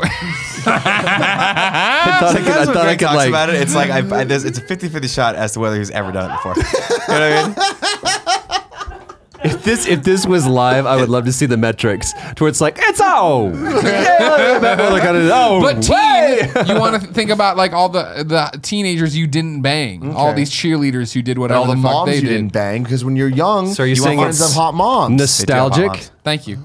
Speaker 5: I thought I could, I
Speaker 3: That's what
Speaker 5: thought I
Speaker 3: Greg
Speaker 5: could
Speaker 3: talks
Speaker 5: like.
Speaker 3: about it. It's like I, I, there's- it's a 50-50 shot as to whether he's ever done it before. you know what I mean?
Speaker 5: If this if this was live, I would love to see the metrics to where it's like it's oh, yeah, that one, like, I don't know.
Speaker 1: But teen, you want to think about like all the the teenagers you didn't bang, all these cheerleaders who did whatever
Speaker 2: All the
Speaker 1: the fuck
Speaker 2: moms
Speaker 1: they
Speaker 2: you
Speaker 1: did.
Speaker 2: didn't bang because when you're young,
Speaker 5: So are you
Speaker 2: you
Speaker 5: saying
Speaker 2: want friends
Speaker 5: it's
Speaker 2: of hot moms.
Speaker 5: nostalgic.
Speaker 1: Thank you.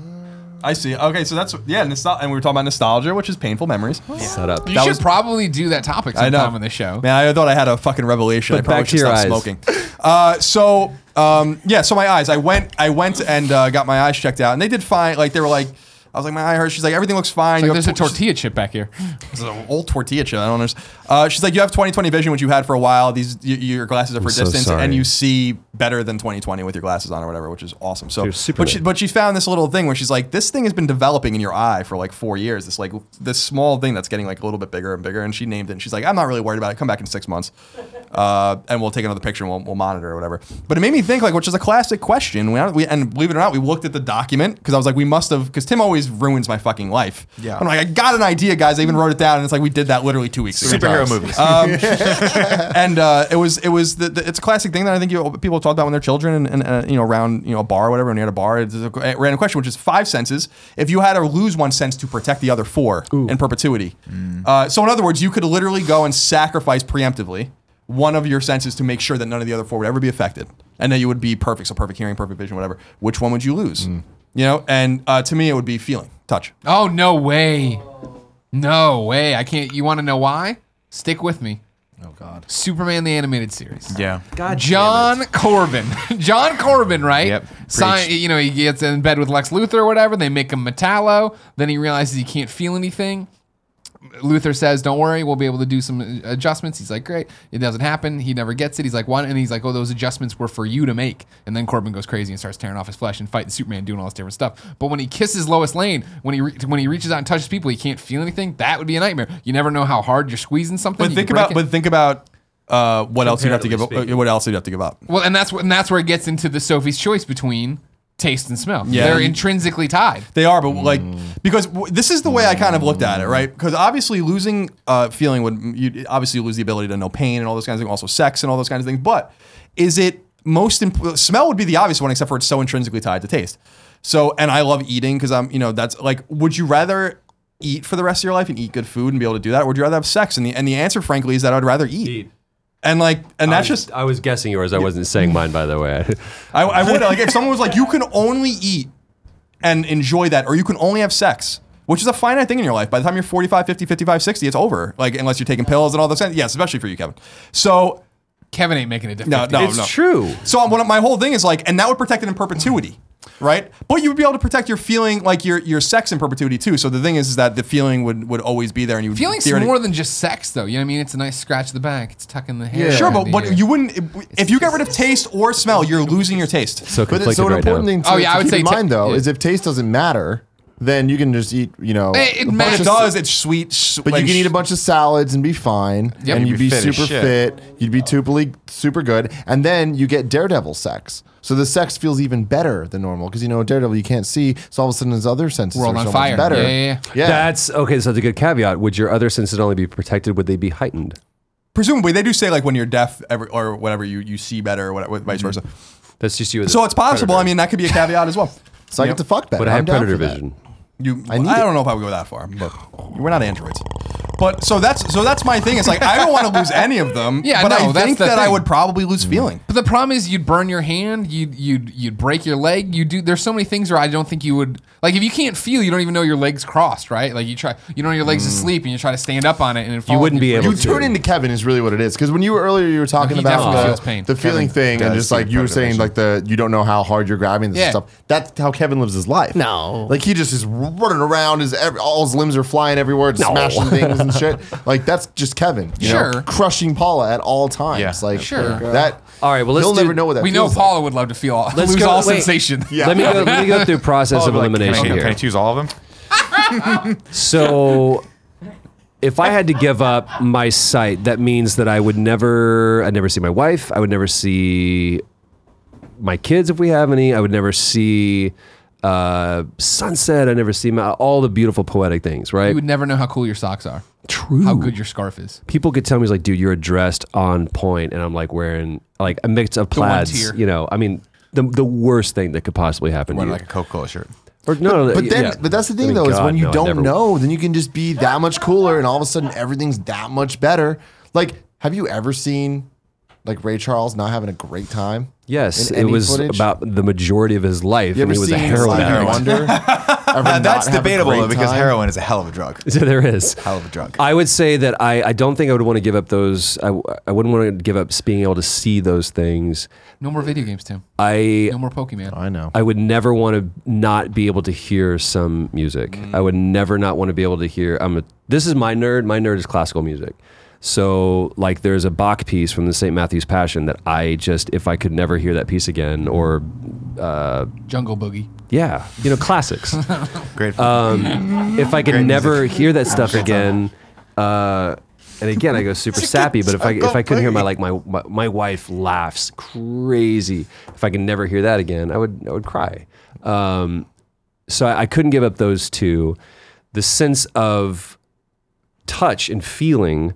Speaker 8: I see. Okay, so that's yeah, nostal- and we were talking about nostalgia, which is painful memories.
Speaker 5: Set up.
Speaker 1: You
Speaker 8: That
Speaker 1: should
Speaker 8: was-
Speaker 1: probably do that topic
Speaker 8: I know.
Speaker 1: sometime on the show.
Speaker 8: Man, I thought I had a fucking revelation. I
Speaker 5: But
Speaker 8: probably
Speaker 5: back to
Speaker 8: should
Speaker 5: your
Speaker 8: stop
Speaker 5: eyes.
Speaker 8: smoking. Uh, so um, yeah, so my eyes. I went, I went and uh, got my eyes checked out, and they did fine. Like they were like, I was like, my eye hurts. She's like, everything looks
Speaker 1: Like,
Speaker 8: fine. You have
Speaker 1: there's a
Speaker 8: tw- she's-
Speaker 1: tortilla chip back here.
Speaker 8: This is an old tortilla chip. I don't understand. Uh, she's like, you have 20/20 vision, which you had for a while. These y- your glasses are for
Speaker 5: so
Speaker 8: distance,
Speaker 5: sorry.
Speaker 8: and you see better than 20/20 with your glasses on or whatever, which is awesome. So,
Speaker 5: You're super
Speaker 8: but she,
Speaker 5: lit.
Speaker 8: but she found this little thing where she's like, this thing has been developing in your eye for like four years. This like this small thing that's getting like a little bit bigger and bigger. And she named it. And she's like, I'm not really worried about it. Come back in six months, uh, and we'll take another picture and we'll, we'll monitor or whatever. But it made me think like, which is a classic question. We, we and believe it or not, we looked at the document because I was like, we must have because Tim always ruins my fucking life.
Speaker 3: Yeah.
Speaker 8: I'm like, I got an idea, guys. I even wrote it down, and it's like we did that literally two weeks ago.
Speaker 3: Superhero movies.
Speaker 8: and uh, it was it was the, the, it's a classic thing that I think you, people talk about when they're children and, and uh, you know around you know a bar or whatever. When you're at a bar, it's a random question, which is five senses. If you had to lose one sense to protect the other four in perpetuity, uh, so in other words, you could literally go and sacrifice preemptively one of your senses to make sure that none of the other four would ever be affected, and that you would be perfect. So perfect hearing, perfect vision, whatever. Which one would you lose? You know, and uh, to me, it would be feeling, touch.
Speaker 1: Oh no way, no way! I can't. You want to know why? Stick with me. Oh God. Superman the animated series.
Speaker 3: yeah.
Speaker 5: God
Speaker 1: John Corbin. John Corbin, right?
Speaker 3: Yep.
Speaker 1: Sci-
Speaker 3: Preach.
Speaker 1: you know, he gets in bed with Lex Luthor or whatever. They make him Metallo. Then he realizes he can't feel anything. Luther says, "Don't worry, we'll be able to do some uh, adjustments." He's like, "Great." It doesn't happen. He never gets it. He's like, "Why?" And he's like, "Oh, those adjustments were for you to make." And then Corbin goes crazy and starts tearing off his flesh and fighting Superman, doing all this different stuff. But when he kisses Lois Lane, when he re- when he reaches out and touches people, he can't feel anything. That would be a nightmare. You never know how hard you're squeezing something.
Speaker 8: But
Speaker 1: You
Speaker 8: think
Speaker 1: could break
Speaker 8: about
Speaker 1: it.
Speaker 8: but think about uh, what else you'd have to give up.
Speaker 5: Comparatively
Speaker 8: uh, What else you'd have to give up.
Speaker 1: Well, and that's wh- and that's where it gets into the Sophie's choice between taste and smell.
Speaker 8: Yeah.
Speaker 1: They're intrinsically tied.
Speaker 8: They are, but like because w- this is the way I kind of looked at it, right? Because obviously losing uh, feeling would you obviously lose the ability to know pain and all those kinds of things, also sex and all those kinds of things. But is it most imp- smell would be the obvious one, except for it's so intrinsically tied to taste. So, and I love eating because I'm, you know, that's like, would you rather eat for the rest of your life and eat good food and be able to do that, or would you rather have sex? And the and the answer, frankly, is that I'd rather eat. And like, and that's just
Speaker 5: I was guessing yours. I wasn't saying mine, by the way.
Speaker 8: I, I would like if someone was like, you can only eat and enjoy that, or you can only have sex, which is a finite thing in your life. By the time you're 45, 50, 55, 60, it's over. Like, unless you're taking pills and all those things. Yeah, especially for you, Kevin. So,
Speaker 1: Kevin ain't making a difference.
Speaker 8: no, no,
Speaker 5: it's
Speaker 8: no.
Speaker 5: true.
Speaker 8: So, I'm- one of my whole thing is like, and that would protect it in perpetuity. Right, but you would be able to protect your feeling, like your your sex in perpetuity too. So the thing is, is that the feeling would would always be there, and you would
Speaker 1: Feeling's
Speaker 8: theoretic-
Speaker 1: more than just sex, though. You know what I mean? It's a nice scratch of the back. It's tucking the hair.
Speaker 8: sure.
Speaker 1: around
Speaker 8: But
Speaker 1: the
Speaker 8: but
Speaker 1: ear.
Speaker 8: you wouldn't if you get rid of taste or smell, you're losing your taste.
Speaker 5: So
Speaker 2: But
Speaker 5: conflicted
Speaker 2: it's, so an
Speaker 5: right now.
Speaker 2: important thing to,
Speaker 1: Oh, yeah,
Speaker 2: to
Speaker 1: I would
Speaker 2: keep
Speaker 1: say
Speaker 2: in
Speaker 1: ta-
Speaker 2: mind though
Speaker 1: yeah.
Speaker 2: is if taste doesn't matter, then you can just eat. You know,
Speaker 1: It- it
Speaker 2: a bunch
Speaker 1: matters.
Speaker 2: of
Speaker 8: It does. It's sweet. s-
Speaker 2: But
Speaker 8: like
Speaker 2: you can eat
Speaker 8: sh-
Speaker 2: a bunch of salads and be fine,
Speaker 1: Yep.
Speaker 2: and you'd be,
Speaker 3: You'd be fit as
Speaker 2: super
Speaker 3: shit.
Speaker 2: fit. You'd be totally super good, and then you get daredevil sex. So the sex feels even better than normal because you know daredevil you can't see, so all of a sudden his other senses
Speaker 1: World
Speaker 2: are
Speaker 1: on
Speaker 2: so
Speaker 1: fire.
Speaker 2: much better.
Speaker 1: Yeah, yeah, yeah.
Speaker 5: That's okay. So that's a good caveat. Would your other senses only be protected? Would they be heightened?
Speaker 8: presumably they do say like when you're deaf every, or whatever you, you see better or whatever, vice versa
Speaker 5: That's just you. As
Speaker 8: so
Speaker 5: a
Speaker 8: it's possible
Speaker 5: predator.
Speaker 8: i mean that could be a caveat as well
Speaker 2: So I get to fuck better.
Speaker 5: But I
Speaker 2: I'm
Speaker 5: have
Speaker 2: down
Speaker 5: predator
Speaker 2: for that.
Speaker 5: vision.
Speaker 8: you i,
Speaker 2: need
Speaker 8: don't know if i would go that far but we're not androids but so that's so that's my thing it's like i don't want to lose any of them
Speaker 1: Yeah,
Speaker 8: but
Speaker 1: no,
Speaker 8: i
Speaker 1: that's
Speaker 8: think
Speaker 1: the
Speaker 8: that i
Speaker 1: thing.
Speaker 8: would probably lose feeling
Speaker 1: But the problem is, you'd burn your hand. You'd you'd you'd break your leg. You do. There's so many things where I don't think you would like. If you can't feel, you don't even know your legs crossed, right? Like you try, you know, your legs asleep, and you try to stand up on it, and it falls
Speaker 5: wouldn't be
Speaker 1: you-
Speaker 5: able
Speaker 2: You
Speaker 5: Totally.
Speaker 2: turn into Kevin is really what it is because when you were earlier you were talking
Speaker 1: he
Speaker 2: about
Speaker 1: definitely
Speaker 2: the,
Speaker 1: feels pain.
Speaker 2: the feeling thing and
Speaker 3: does
Speaker 2: just like
Speaker 3: feel
Speaker 2: you were
Speaker 3: predator
Speaker 2: saying
Speaker 3: vision.
Speaker 2: like the you don't know how hard you're grabbing this
Speaker 1: Yeah.
Speaker 2: stuff. That's how Kevin lives his life. No, like he just is running around. His every, all his limbs are flying everywhere, and smashing things and shit. Like that's just Kevin. you know,
Speaker 1: Sure.
Speaker 2: crushing Paula at all times.
Speaker 3: Yeah.
Speaker 2: Like
Speaker 1: Sure.
Speaker 2: that.
Speaker 5: All right, well, let's
Speaker 2: he'll
Speaker 5: do-
Speaker 2: never know what that.
Speaker 1: We know
Speaker 2: feels
Speaker 1: Paula would love to feel all,
Speaker 5: Let's
Speaker 1: lose
Speaker 5: go-
Speaker 1: all
Speaker 5: wait.
Speaker 1: sensation.
Speaker 2: Yeah.
Speaker 5: Let me go. let me go through process of
Speaker 3: Like,
Speaker 5: elimination
Speaker 3: can, I,
Speaker 5: here.
Speaker 3: can I choose all of them?
Speaker 5: So if I had to give up my sight, that means that I would never I'd never see my wife, I would never see my kids if we have any, I would never see uh, sunset, I never see my, all the beautiful poetic things, right?
Speaker 1: You would never know how cool your socks are,
Speaker 5: True.
Speaker 1: how good your scarf is.
Speaker 5: People could tell me, like, dude, you're dressed on point, and I'm like wearing like a mix of
Speaker 1: one
Speaker 5: plaids.
Speaker 1: tier.
Speaker 5: You know, I mean, the, the worst thing that could possibly happen to
Speaker 3: Wearing
Speaker 5: you.
Speaker 3: like a Coca-Cola shirt.
Speaker 5: or, no, no,
Speaker 2: But then,
Speaker 5: yeah.
Speaker 2: but that's the
Speaker 5: I
Speaker 2: thing
Speaker 5: mean,
Speaker 2: though, is
Speaker 5: God,
Speaker 2: when you
Speaker 5: no, I'd
Speaker 2: don't
Speaker 5: never-
Speaker 2: know, then you can just be that much cooler, and all of a sudden everything's that much better. Like, have you ever seen like Ray Charles not having a great time?
Speaker 5: Yes,
Speaker 2: in
Speaker 5: it
Speaker 2: any
Speaker 5: was
Speaker 2: footage?
Speaker 5: about the majority of his life,
Speaker 2: You
Speaker 5: and
Speaker 2: ever
Speaker 5: he was a
Speaker 2: seen
Speaker 5: heroin
Speaker 2: Stevie
Speaker 5: addict.
Speaker 2: Wonder? Ever not
Speaker 3: that's
Speaker 2: have a
Speaker 3: debatable
Speaker 2: great
Speaker 3: though, because
Speaker 2: time?
Speaker 8: Oh,
Speaker 3: heroin is a hell of a drug.
Speaker 5: So there is.
Speaker 3: Hell of a drug.
Speaker 5: I would say that I, I don't think I would want to give up those. I, I wouldn't want to give up being able to see those things.
Speaker 1: No more video games, Tim.
Speaker 5: I
Speaker 1: No more Pokemon.
Speaker 2: I know.
Speaker 5: I would never want to not be able to hear some music.
Speaker 2: Mm.
Speaker 5: I would never not want to be able to hear. I'm a, this is my nerd. My nerd is classical music. So like there's a Bach piece from the St. Matthew's Passion that I just if I could never hear that piece again or
Speaker 1: Jungle Boogie.
Speaker 5: yeah you know classics.
Speaker 3: Great.
Speaker 2: Uh,
Speaker 5: if I could never hear that stuff again, uh, and again I go super sappy. But if I if I couldn't hear my like my, my my wife laughs crazy, if I can never hear that again, I would I would cry. Um, so I, I couldn't give up those two. The sense of touch and feeling,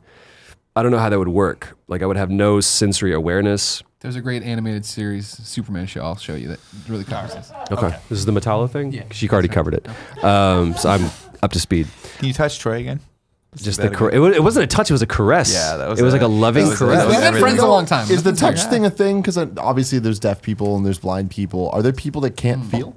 Speaker 5: I don't know how that would work. Like I would have no sensory awareness.
Speaker 1: There's a great animated series, Superman show. I'll show you that really covers this.
Speaker 5: Okay, this is the Metallo thing. Yeah, she already covered it. Um, so I'm up to speed.
Speaker 3: Can you touch Troy again?
Speaker 5: Just the cor- it, wa- it wasn't a touch; it was a caress.
Speaker 3: Yeah, that was
Speaker 5: it was
Speaker 3: a-
Speaker 5: like a loving
Speaker 3: that was- that
Speaker 5: caress.
Speaker 3: was
Speaker 1: We've been
Speaker 3: everything.
Speaker 1: friends a long time.
Speaker 2: Is the
Speaker 1: That's what
Speaker 2: touch
Speaker 1: I'm
Speaker 2: thing a thing? Because obviously there's deaf people and there's blind people. Are there people that
Speaker 3: Hmm.
Speaker 2: can't feel?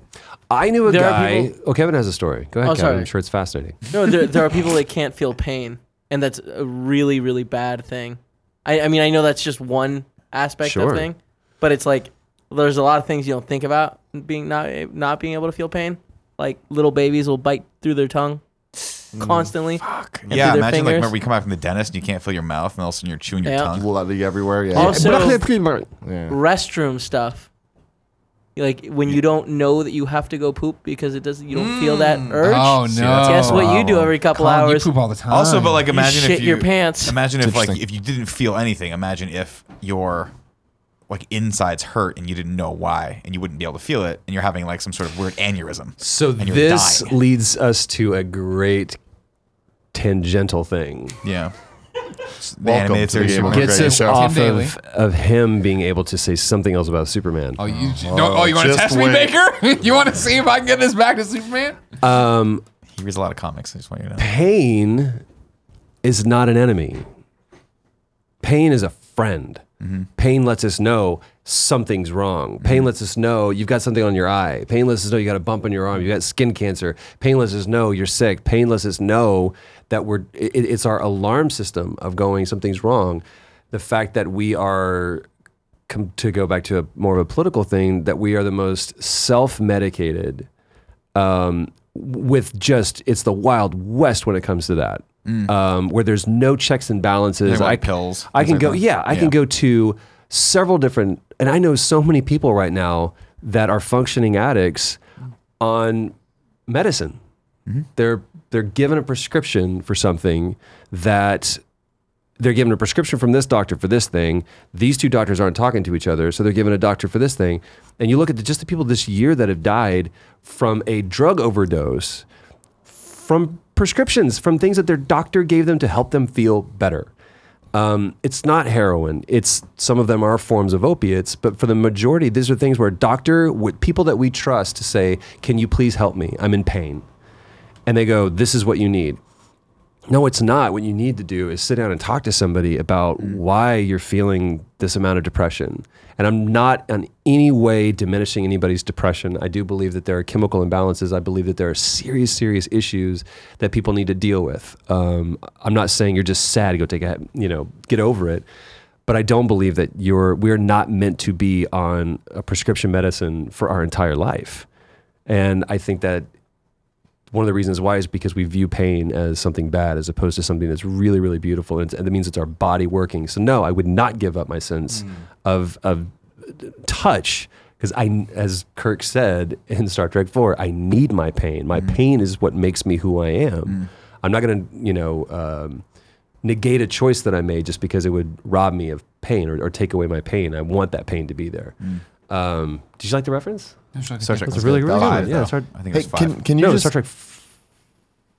Speaker 5: I knew a
Speaker 9: There are
Speaker 5: guy.
Speaker 9: people-
Speaker 5: oh, Kevin has a story. Go ahead,
Speaker 9: Oh,
Speaker 5: Kevin. I'm
Speaker 9: sorry.
Speaker 5: sure it's fascinating.
Speaker 9: No, there, there are people that can't feel pain, and that's a really, really bad thing. I, I mean, I know that's just one aspect
Speaker 5: Sure.
Speaker 9: of thing, but it's like there's a lot of things you don't think about being not not being able to feel pain. Like little babies will bite through their tongue
Speaker 5: Mm.
Speaker 9: constantly. and
Speaker 3: Yeah,
Speaker 9: through their
Speaker 3: imagine like
Speaker 9: fingers.
Speaker 3: remember you come out from the dentist and you can't feel your mouth, and all of a sudden you're chewing your
Speaker 9: Yeah.
Speaker 3: tongue.
Speaker 2: Bloody everywhere. Yeah.
Speaker 9: Also-
Speaker 2: yeah.
Speaker 9: restroom stuff. Like when you don't know that you have to go poop because it doesn't, you don't feel that
Speaker 5: Mm.
Speaker 9: urge.
Speaker 1: Oh, no.
Speaker 9: Guess what you do every couple
Speaker 1: Colin,
Speaker 9: hours?
Speaker 1: You poop all the time.
Speaker 3: Also, but like imagine
Speaker 9: shit
Speaker 3: if you
Speaker 9: your pants.
Speaker 3: Imagine if like
Speaker 2: interesting.
Speaker 3: if you didn't feel anything. Imagine if your like insides hurt and you didn't know why, and you wouldn't be able to feel it, and you're having like some sort of weird aneurysm.
Speaker 5: So
Speaker 3: and you're
Speaker 5: this
Speaker 3: dying.
Speaker 5: leads us to a great tangential thing.
Speaker 3: yeah. The
Speaker 2: Welcome
Speaker 3: animated
Speaker 2: to the
Speaker 3: series
Speaker 2: game.
Speaker 3: Superman.
Speaker 2: Get-
Speaker 5: Gets
Speaker 2: great
Speaker 5: us
Speaker 2: show.
Speaker 5: off
Speaker 1: Tim Daly.
Speaker 5: of, of him being able to say something else about Superman.
Speaker 1: Oh, you, no, oh, you want to
Speaker 2: just
Speaker 1: test me,
Speaker 2: wait.
Speaker 1: Baker? you want to see if I can get this back to Superman?
Speaker 3: He reads a lot of comics. I just want you to know.
Speaker 5: Pain is not an enemy. Pain is a friend. Pain lets us know something's wrong. Pain lets us know you've got something on your eye. Pain lets us know you got a bump on your arm. You got skin cancer. Pain lets us know you're sick. Pain lets us know that we're. It, it's our alarm system of going something's wrong. The fact that we are com- to go back to a more of a political thing that we are the most self-medicated um, with just it's the wild west when it comes to that um, where there's no checks and balances
Speaker 3: Mm. They want
Speaker 5: I,
Speaker 3: pills,
Speaker 5: i
Speaker 3: things
Speaker 5: can
Speaker 3: like
Speaker 5: go
Speaker 3: that.
Speaker 5: yeah i
Speaker 3: Yeah.
Speaker 5: can go to several different and i know so many people right now that are functioning addicts on medicine
Speaker 3: Mm-hmm.
Speaker 5: they're they're given a prescription for something that they're given a prescription from this doctor for this thing. These two doctors aren't talking to each other, so they're given a doctor for this thing. And you look at the, just the people this year that have died from a drug overdose, from prescriptions, from things that their doctor gave them to help them feel better. Um, it's not heroin. It's some of them are forms of opiates, but for the majority, these are things where a doctor, with people that we trust, say, "Can you please help me? I'm in pain," and they go, "This is what you need." No, it's not. What you need to do is sit down and talk to somebody about why you're feeling this amount of depression. And I'm not in any way diminishing anybody's depression. I do believe that there are chemical imbalances. I believe that there are serious, serious issues that people need to deal with. Um, I'm not saying you're just sad. Go take a, you know, get over it. But I don't believe that you're. We're not meant to be on a prescription medicine for our entire life. And I think that one of the reasons why is because we view pain as something bad as opposed to something that's really really beautiful and, it's, and that means it's our body working so no i would not give up my sense
Speaker 2: Mm.
Speaker 5: of of touch because i as kirk said in star trek 4 i need my pain
Speaker 2: Mm.
Speaker 5: my pain is what makes me who i am i'm not going to you know um, negate a choice that i made just because it would rob me of pain or, or take away my pain i want that pain to be there
Speaker 2: Mm.
Speaker 5: um, did you like the reference
Speaker 3: Star Trek
Speaker 5: That's
Speaker 3: was
Speaker 5: really,
Speaker 3: good.
Speaker 5: really
Speaker 3: Five,
Speaker 5: good. Yeah,
Speaker 3: though.
Speaker 5: it's hard-
Speaker 3: I think it
Speaker 2: Hey,
Speaker 3: was five.
Speaker 2: can, can you
Speaker 5: no
Speaker 2: just
Speaker 5: star trek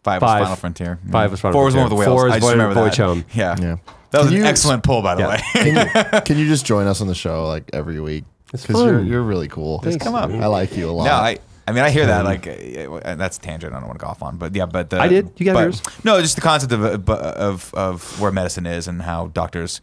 Speaker 3: five,
Speaker 5: five.
Speaker 3: was Final Frontier. Yeah.
Speaker 5: Five was Final
Speaker 3: Four was one with the
Speaker 5: Frontier.
Speaker 3: whales.
Speaker 5: Four is
Speaker 3: I just
Speaker 5: one
Speaker 3: remember
Speaker 5: with
Speaker 3: that.
Speaker 5: Boy Chum.
Speaker 3: Yeah.
Speaker 2: Yeah.
Speaker 3: That was
Speaker 2: Can
Speaker 3: an
Speaker 2: you-
Speaker 3: excellent pull, by the
Speaker 5: Yeah.
Speaker 3: way.
Speaker 2: can you, can you just join us on the show like every week?
Speaker 5: It's
Speaker 2: Because you're,
Speaker 5: fun.
Speaker 2: you're really cool.
Speaker 5: Thanks,
Speaker 2: Come up.
Speaker 5: man.
Speaker 2: I like you a lot.
Speaker 3: No, I. I mean, I hear
Speaker 8: Hmm.
Speaker 3: that. Like, uh, uh, that's a tangent. I don't want to go off on, but yeah, but the,
Speaker 5: I did. You got
Speaker 3: but-
Speaker 5: yours.
Speaker 3: No, just the concept of, uh, bu- of of where medicine is and how doctors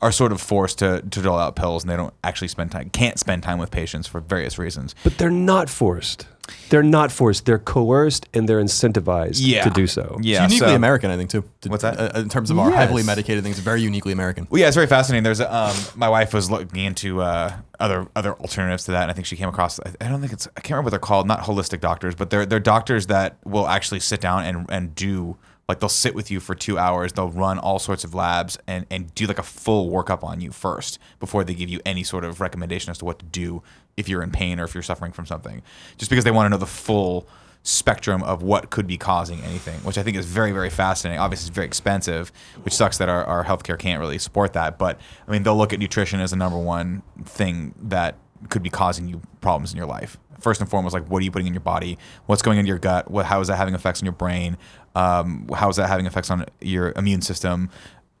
Speaker 3: are sort of forced to to dole out pills, and they don't actually spend time, can't spend time with patients for various reasons.
Speaker 5: But they're not forced. They're not forced. They're coerced and they're incentivized
Speaker 3: Yeah,
Speaker 5: to do so.
Speaker 3: Yeah,
Speaker 8: it's uniquely
Speaker 3: so-
Speaker 8: American, I think, too. To-
Speaker 3: What's that?
Speaker 8: uh, in terms of our
Speaker 5: Yes.
Speaker 8: heavily medicated things, very uniquely American.
Speaker 3: Well, yeah, it's very fascinating. There's a, um, my wife was looking into uh, other other alternatives to that, and I think she came across. I- I don't think it's I can't remember what they're called. Not holistic doctors, but they're they're doctors that will actually sit down and and do like they'll sit with you for two hours. They'll run all sorts of labs and and do like a full workup on you first before they give you any sort of recommendation as to what to do if you're in pain or if you're suffering from something, just because they want to know the full spectrum of what could be causing anything, which I think is very, very fascinating. Obviously, it's very expensive, which sucks that our, our healthcare can't really support that. But I mean, they'll look at nutrition as the number one thing that could be causing you problems in your life. First and foremost, like what are you putting in your body? What's going into your gut? What, how is that having effects on your brain? Um, how is that having effects on your immune system?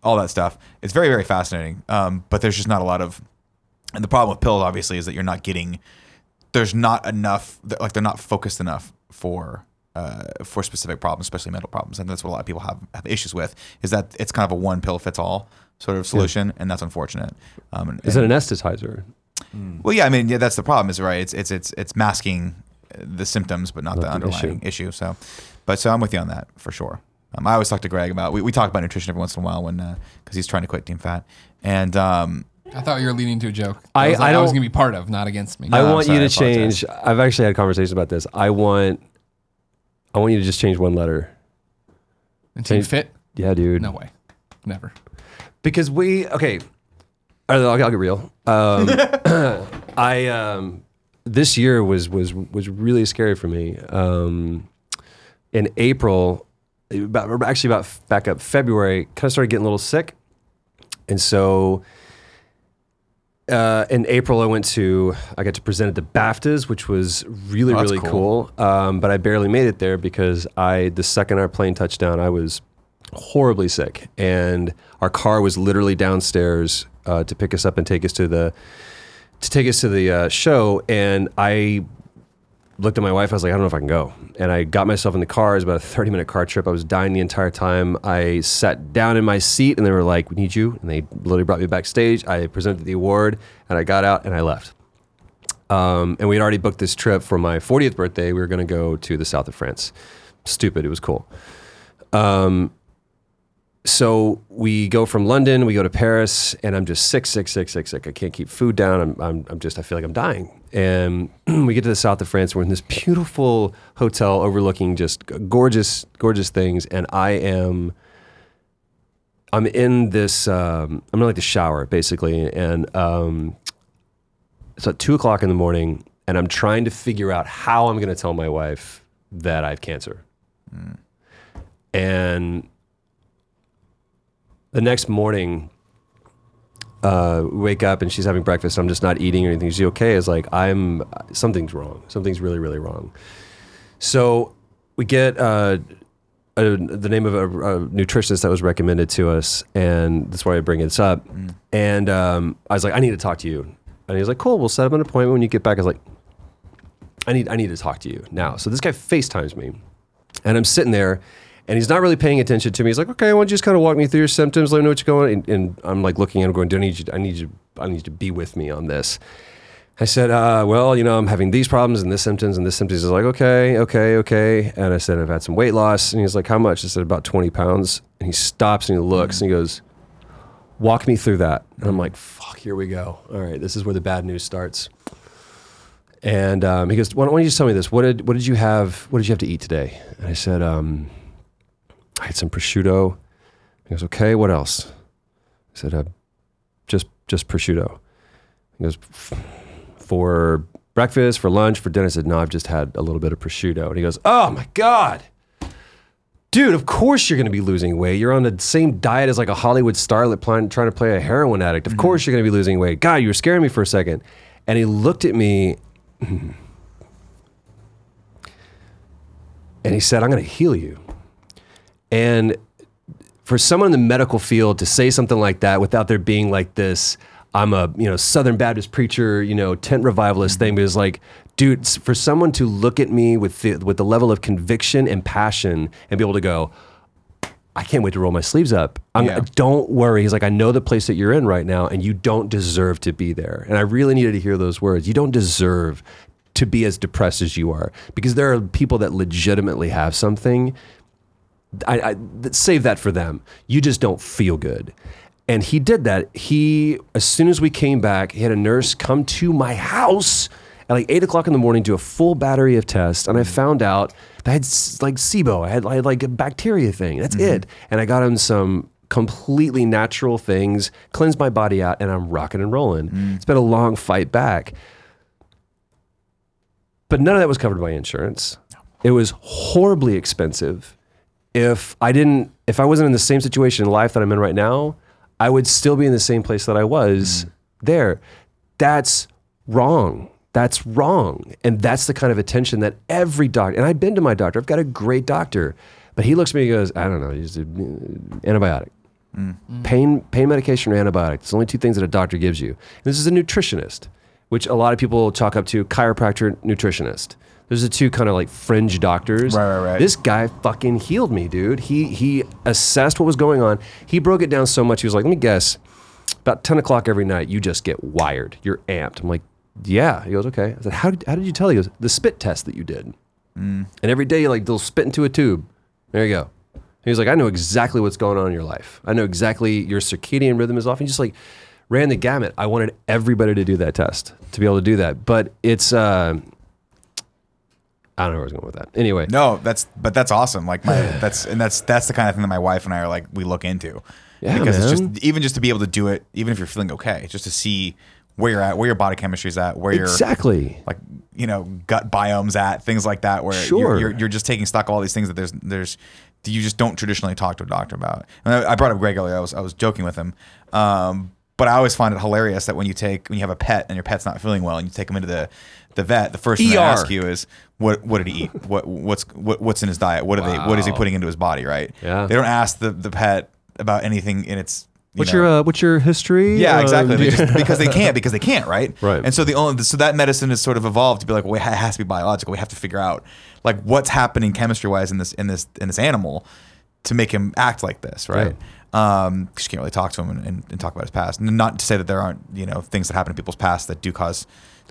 Speaker 3: All that stuff. It's very, very fascinating. Um, but there's just not a lot of and the problem with pills, obviously, is that you're not getting. There's not enough. th- Like they're not focused enough for uh, for specific problems, especially mental problems, and that's what a lot of people have, have issues with. Is that it's kind of a one pill fits all sort of solution, and that's unfortunate. Um, and-
Speaker 5: Is it an anesthetizer?
Speaker 3: well, yeah, I mean, yeah, that's the problem, is right. It's it's it's it's masking uh, the symptoms, but not, the underlying issue. So, but so I'm with you on that for sure. Um, I always talk to Greg about we, we talk about nutrition every once in a while when because he's trying to quit team fat, and um,
Speaker 1: I thought you were leading to a joke.
Speaker 5: I-
Speaker 1: I, was, like,
Speaker 5: I
Speaker 1: I was
Speaker 5: don't-
Speaker 1: gonna be part of, not against me.
Speaker 5: I
Speaker 3: I'm
Speaker 5: want
Speaker 3: sorry, I
Speaker 5: you to
Speaker 3: apologize.
Speaker 5: change. I've actually had conversations about this. I want, I want you to just change one letter.
Speaker 1: Until you fit?
Speaker 5: Yeah, dude.
Speaker 1: No way. Never.
Speaker 5: Because we okay. All right, I'll, I'll get real. Um, I um, this year was was was really scary for me. Um, in April, about, actually about back up February, kind of started getting a little sick, and so uh, in April, I went to I got to present at the BAFTAs, which was really
Speaker 3: Oh, that's
Speaker 5: really cool. Um, but I barely made it there because I the second our plane touched down, I was horribly sick, and our car was literally downstairs uh, to pick us up and take us to the to take us to the uh, show, and I looked at my wife. I was like, I don't know if I can go. And I got myself in the car. It was about a 30 minute car trip. I was dying the entire time. I sat down in my seat and they were like, We need you. And they literally brought me backstage. I presented the award and I got out and I left. Um, and we had already booked this trip for my 40th birthday. We were going to go to the south of France. Stupid. It was cool. Um, so we go from London, we go to Paris, and I'm just sick, sick, sick, sick, sick. I can't keep food down. I'm, I'm, I'm just, I feel like I'm dying. And we get to the south of France. We're in this beautiful hotel overlooking just gorgeous, gorgeous things. And I am. I'm in this. Um, I'm in like the shower basically, and um, it's at two o'clock in the morning, and I'm trying to figure out how I'm going to tell my wife that I have cancer. And the next morning, uh, wake up and she's having breakfast. I'm just not eating or anything. She's okay. Is like I'm something's wrong. Something's really really wrong. So we get uh, a, the name of a, a nutritionist that was recommended to us, and that's why I bring this up. And um, I was like, I need to talk to you. And he's like, Cool, we'll set up an appointment when you get back. I was like, I need I need to talk to you now. So this guy FaceTimes me, and I'm sitting there, and he's not really paying attention to me. He's like, Okay, why don't you just kind of walk me through your symptoms? Let me know what you're going. And, and I'm like looking at him, going, Do I need you? I need you. I need you to be with me on this. I said, uh, well, you know, I'm having these problems and this symptoms and this symptoms. He's like, okay, okay, okay. And I said, I've had some weight loss. And he's like, how much? I said, about 20 pounds. And he stops and he looks and he goes, walk me through that. And I'm like, fuck, here we go. All right, this is where the bad news starts. And um, he goes, why don't, why don't you just tell me this? What did, what did you have? What did you have to eat today? And I said, um, I had some prosciutto. He goes, okay, what else? I said, uh, just, just prosciutto. He goes, for breakfast, for lunch, for dinner. I said, No, I've just had a little bit of prosciutto. And he goes, Oh my God. Dude, of course you're going to be losing weight. You're on the same diet as like a Hollywood starlet plan- trying to play a heroin addict. Of course you're going to be losing weight. God, you were scaring me for a second. And he looked at me and he said, I'm going to heal you. And for someone in the medical field to say something like that without there being like this, I'm a you know Southern Baptist preacher, you know tent revivalist thing, but it's like, dude, s- for someone to look at me with the, with the level of conviction and passion and be able to go, I can't wait to roll my sleeves up. I'm,
Speaker 8: Yeah.
Speaker 5: Don't worry. He's like, I know the place that you're in right now, and you don't deserve to be there. And I really needed to hear those words. You don't deserve to be as depressed as you are because there are people that legitimately have something I, I th- save that for them. You just don't feel good. And he did that. He, as soon as we came back, he had a nurse come to my house at like eight o'clock in the morning, do a full battery of tests. And I found out that I had s- like SIBO. I had, I had like a bacteria thing. That's it. And I got him some completely natural things, cleansed my body out, and I'm rocking and rolling. It's been a long fight back. But none of that was covered by insurance. It was horribly expensive. If I didn't, if I wasn't in the same situation in life that I'm in right now, I would still be in the same place that I was there. That's wrong. That's wrong. And that's the kind of attention that every doctor, and I've been to my doctor, I've got a great doctor, but he looks at me and goes, I don't know, he's a- antibiotic pain pain medication or antibiotic. It's the only two things that a doctor gives you. And this is a nutritionist, which a lot of people chalk up to chiropractor nutritionist. Those are two kind of like fringe doctors.
Speaker 3: Right, right, right.
Speaker 5: This guy fucking healed me, dude. He he assessed what was going on. He broke it down so much. He was like, let me guess, about ten o'clock every night, you just get wired. You're amped. I'm like, yeah. He goes, okay. I said, how did how did you tell? He goes, the spit test that you did. And every day, like they'll spit into a tube. There you go. And he's like, I know exactly what's going on in your life. I know exactly your circadian rhythm is off. And just like ran the gamut. I wanted everybody to do that test to be able to do that. But it's uh, I don't know where I was going with that. Anyway,
Speaker 3: No, that's but that's awesome. Like my that's and that's that's the kind of thing that my wife and I are like we look into.
Speaker 5: Yeah,
Speaker 3: because it's
Speaker 5: man.
Speaker 3: just even just to be able to do it, even if you're feeling okay, just to see where you're at, where your body chemistry's at, where your
Speaker 5: exactly.
Speaker 3: like you know gut biomes at things like that where
Speaker 5: Sure.
Speaker 3: you're, you're, you're just taking stock of all these things that there's there's that you just don't traditionally talk to a doctor about and i, I brought up greg earlier i was, I was joking with him um, but i always find it hilarious that when you take when you have a pet and your pet's not feeling well and you take him into the the vet the first thing they
Speaker 5: ER.
Speaker 3: ask you is what what did he eat what what's what, what's in his diet what are they what is he putting into his body right
Speaker 5: Yeah.
Speaker 3: they don't ask the the pet about anything in its
Speaker 5: What's
Speaker 3: know.
Speaker 5: your uh, what's your history?
Speaker 3: Yeah,
Speaker 5: Uh,
Speaker 3: exactly. They just- because they can't, because they can't, right?
Speaker 5: Right.
Speaker 3: And so the only so that medicine has sort of evolved to be like, well, it has to be biological. We have to figure out like what's happening chemistry wise in this in this in this animal to make him act like this, right? Um, 'cause you can't really talk to him and, and, and talk about his past. And not to say that there aren't you know things that happen in people's past that do cause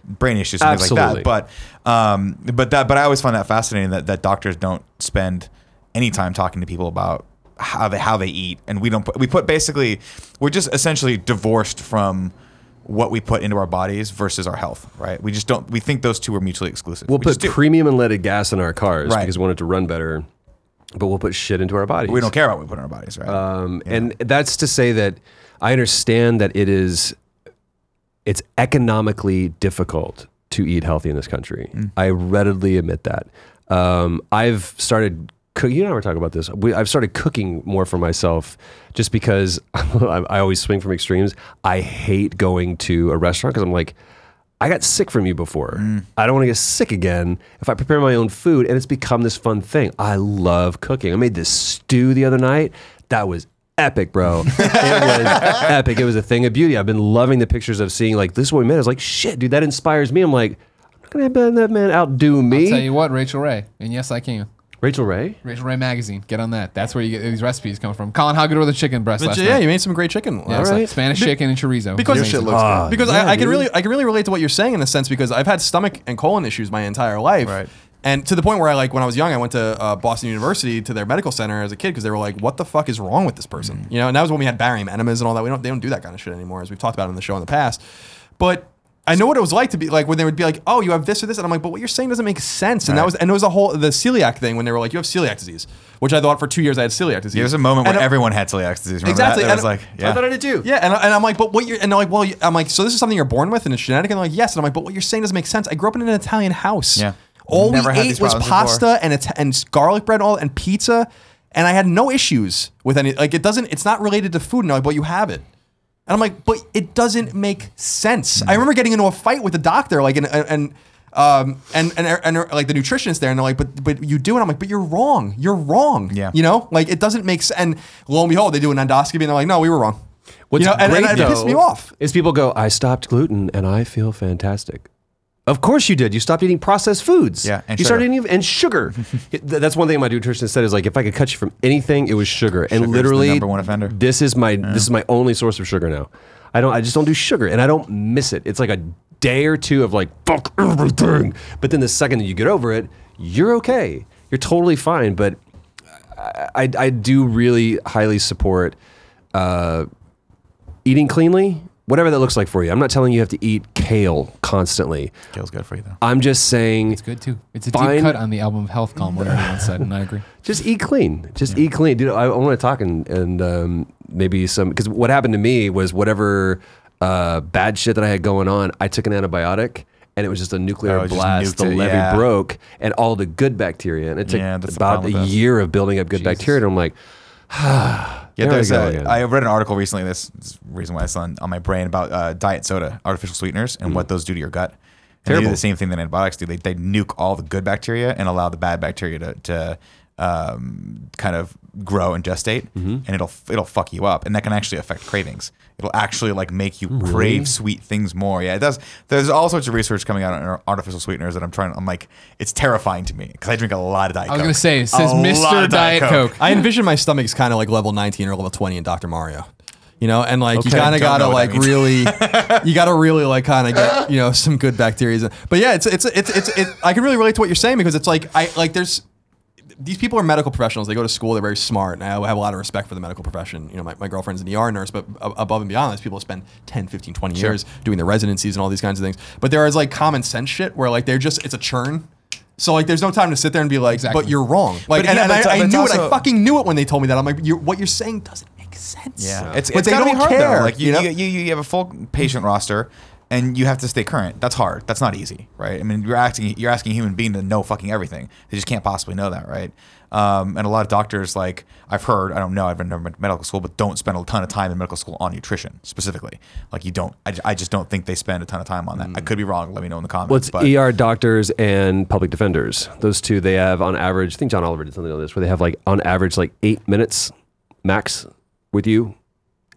Speaker 3: brain issues and
Speaker 5: Absolutely.
Speaker 3: things like that. But um, but that but I always find that fascinating that that doctors don't spend any time talking to people about how they how they eat, and we don't put we put basically we're just essentially divorced from what we put into our bodies versus our health, right? We just don't we think those two are mutually exclusive.
Speaker 5: We'll
Speaker 3: we
Speaker 5: put
Speaker 3: just do.
Speaker 5: premium unleaded gas in our cars
Speaker 3: Right.
Speaker 5: because we want it to run better, but we'll put shit into our bodies.
Speaker 3: we don't care about what we put in our bodies, right?
Speaker 5: Um, And that's to say that I understand that it is it's economically difficult to eat healthy in this country. I readily admit that. Um, I've started. Cook, you and I were talking about this. We, I've started cooking more for myself just because I, I always swing from extremes. I hate going to a restaurant because I'm like, I got sick from you before. I don't want to get sick again if I prepare my own food. And it's become this fun thing. I love cooking. I made this stew the other night. That was epic, bro. it was epic. It was a thing of beauty. I've been loving the pictures of seeing like this is what we made. I was like, shit, dude, that inspires me. I'm like, I'm not gonna have that man outdo me.
Speaker 1: Tell you what, Rachel Ray, and yes, I can.
Speaker 5: Rachel Ray.
Speaker 1: Rachel Ray magazine, get on that. That's where you get these recipes come from. Colin, how good were the chicken breasts last
Speaker 8: uh, yeah,
Speaker 1: night?
Speaker 8: you made some great chicken.
Speaker 1: Yeah, it's
Speaker 8: last
Speaker 1: like
Speaker 8: night.
Speaker 1: Spanish chicken and chorizo.
Speaker 8: because
Speaker 2: Your shit looks
Speaker 5: Ah,
Speaker 8: because
Speaker 5: yeah,
Speaker 8: I, I can
Speaker 5: dude.
Speaker 8: really I can really relate to what you're saying in a sense because I've had stomach and colon issues my entire life.
Speaker 3: Right.
Speaker 8: And to the point where I like when I was young, I went to uh, Boston University to their medical center as a kid because they were like, "What the fuck is wrong with this person?" You know, and that was when we had barium enemas and all that. We don't they don't do that kind of shit anymore, as we've talked about in the show in the past. But I know what it was like to be like when they would be like, "Oh, you have this or this," and I'm like, "But what you're saying doesn't make sense." And that was and it was a whole the celiac thing when they were like, "You have celiac disease," which I thought for two years I had celiac disease.
Speaker 3: there was a moment
Speaker 8: And uh,
Speaker 3: when
Speaker 8: I-
Speaker 3: everyone had celiac disease. Remember
Speaker 8: Exactly,
Speaker 3: That? It
Speaker 8: and-
Speaker 3: was like, yeah.
Speaker 5: I thought I did too.
Speaker 8: Yeah, and, I- and I'm like, but what you're, and they're like, well, you- I'm like, so this is something you're born with and it's genetic? And they're like, yes. And I'm like, but what you're saying doesn't make sense. I grew up in an Italian house.
Speaker 3: Yeah.
Speaker 8: All
Speaker 3: Never
Speaker 8: we
Speaker 3: had these
Speaker 8: ate was
Speaker 3: problems
Speaker 8: pasta and it's and garlic bread and all and pizza, and I had no issues with any. Like it doesn't. It's not related to food. And they're like, but you have it. And I'm like, but it doesn't make sense.
Speaker 3: Mm.
Speaker 8: I remember getting into a fight with the doctor, like, and and um, and, and and like the nutritionist there, and they're like, but but you do, and I'm like, but you're wrong. You're wrong.
Speaker 3: Yeah.
Speaker 8: You know, like it doesn't make sense. And lo and behold, they do an endoscopy, and they're like, no, we were wrong.
Speaker 5: What's
Speaker 8: You know, and-
Speaker 5: great
Speaker 8: and it
Speaker 5: though,
Speaker 8: pissed me off.
Speaker 5: is people go, I stopped gluten and I feel fantastic. Of course you did. You stopped eating processed foods.
Speaker 3: Yeah, and
Speaker 5: you
Speaker 3: sugar.
Speaker 5: started eating and sugar. Th- That's one thing my nutritionist said is like if I could cut you from anything, it was sugar. And
Speaker 3: the
Speaker 5: literally,
Speaker 3: number one offender.
Speaker 5: This is my this is my only source of sugar now. I don't. I just don't do sugar, and I don't miss it. It's like a day or two of like fuck everything, but then the second that you get over it, you're okay. You're totally fine. But I, I do really highly support uh, eating cleanly, whatever that looks like for you. I'm not telling you you have to eat kale constantly.
Speaker 3: Kale's good for you though.
Speaker 5: I'm just saying,
Speaker 1: Good too. It's a
Speaker 5: Fine.
Speaker 1: deep cut on the album of Health Calm, what everyone said, and I agree.
Speaker 5: just eat clean. Just eat clean, dude. I, I want to talk and and um, maybe some because what happened to me was whatever uh, bad shit that I had going on, I took an antibiotic. And it was just a nuclear
Speaker 3: Oh, it just
Speaker 5: blast.
Speaker 3: nuked
Speaker 5: The
Speaker 3: it,
Speaker 5: levee
Speaker 3: yeah.
Speaker 5: broke, and all the good bacteria. And it took
Speaker 3: Yeah, that's the
Speaker 5: about a
Speaker 3: problem with us.
Speaker 5: year of building up good bacteria. And I'm like,
Speaker 3: Yeah,
Speaker 5: There we
Speaker 3: there's
Speaker 5: go
Speaker 3: a-
Speaker 5: again.
Speaker 3: I read an article recently. This is the reason why it's on, on my brain about uh, diet soda, artificial sweeteners, and what those do to your gut. And they do
Speaker 5: Mm. Terrible.
Speaker 3: the same thing that antibiotics do. They, they nuke all the good bacteria and allow the bad bacteria to, to um, kind of grow and gestate,
Speaker 5: Mm-hmm.
Speaker 3: and it'll it'll fuck you up, and that can actually affect cravings. It'll actually like make you crave sweet things more. Yeah, it does. There's all sorts of research coming out on ar- artificial sweeteners that I'm trying. I'm like, it's terrifying to me because I drink a lot of diet.
Speaker 1: I was
Speaker 3: Coke.
Speaker 1: gonna say, it
Speaker 3: A
Speaker 1: says
Speaker 3: lot
Speaker 1: Mr.
Speaker 3: of
Speaker 1: Diet Coke.
Speaker 8: I envision my stomach's kind of like level 19 or level 20 in Dr. Mario. You know, and like you
Speaker 5: Okay.
Speaker 8: kind
Speaker 3: Don't
Speaker 8: of gotta
Speaker 3: know what
Speaker 8: like
Speaker 3: that means.
Speaker 8: really, you gotta really like kind of get you know some good bacteria. But yeah, it's it's it's it's it, I can really relate to what you're saying because it's like I like there's these people are medical professionals. They go to school. They're very smart. And I have a lot of respect for the medical profession. You know, my, my girlfriend's an ER nurse, but a- above and beyond this, people spend 10, 15, 20 years doing their residencies and all these kinds of things. But there is like common sense shit where like they're just, it's a churn. So like, there's no time to sit there and be like,
Speaker 1: Exactly.
Speaker 8: but you're wrong. Like,
Speaker 3: But
Speaker 8: and,
Speaker 3: yeah,
Speaker 8: and
Speaker 3: but it's-
Speaker 8: I, I
Speaker 3: but it's
Speaker 8: knew it. I
Speaker 3: also-
Speaker 8: fucking knew it when they told me that. I'm like, you're, what you're saying doesn't make sense.
Speaker 3: Yeah, it's,
Speaker 8: but
Speaker 3: it's
Speaker 8: they
Speaker 3: gotta
Speaker 8: don't
Speaker 3: be hard
Speaker 8: care.
Speaker 3: though. Like you,
Speaker 8: you know?
Speaker 3: you, you, you have a full patient roster, and you have to stay current. That's hard. That's not easy, right? I mean, you're asking you're asking a human being to know fucking everything. They just can't possibly know that, right? Um, and a lot of doctors, like I've heard, I don't know, I've never been to medical school, but don't spend a ton of time in medical school on nutrition specifically. Like you don't, I, ju- I just don't think they spend a ton of time on that. I could be wrong. Let me know in the comments.
Speaker 5: Well, it's
Speaker 3: but
Speaker 5: ER doctors and public defenders. Those two, they have on average. I think John Oliver did something on this, where they have like on average like eight minutes max with you.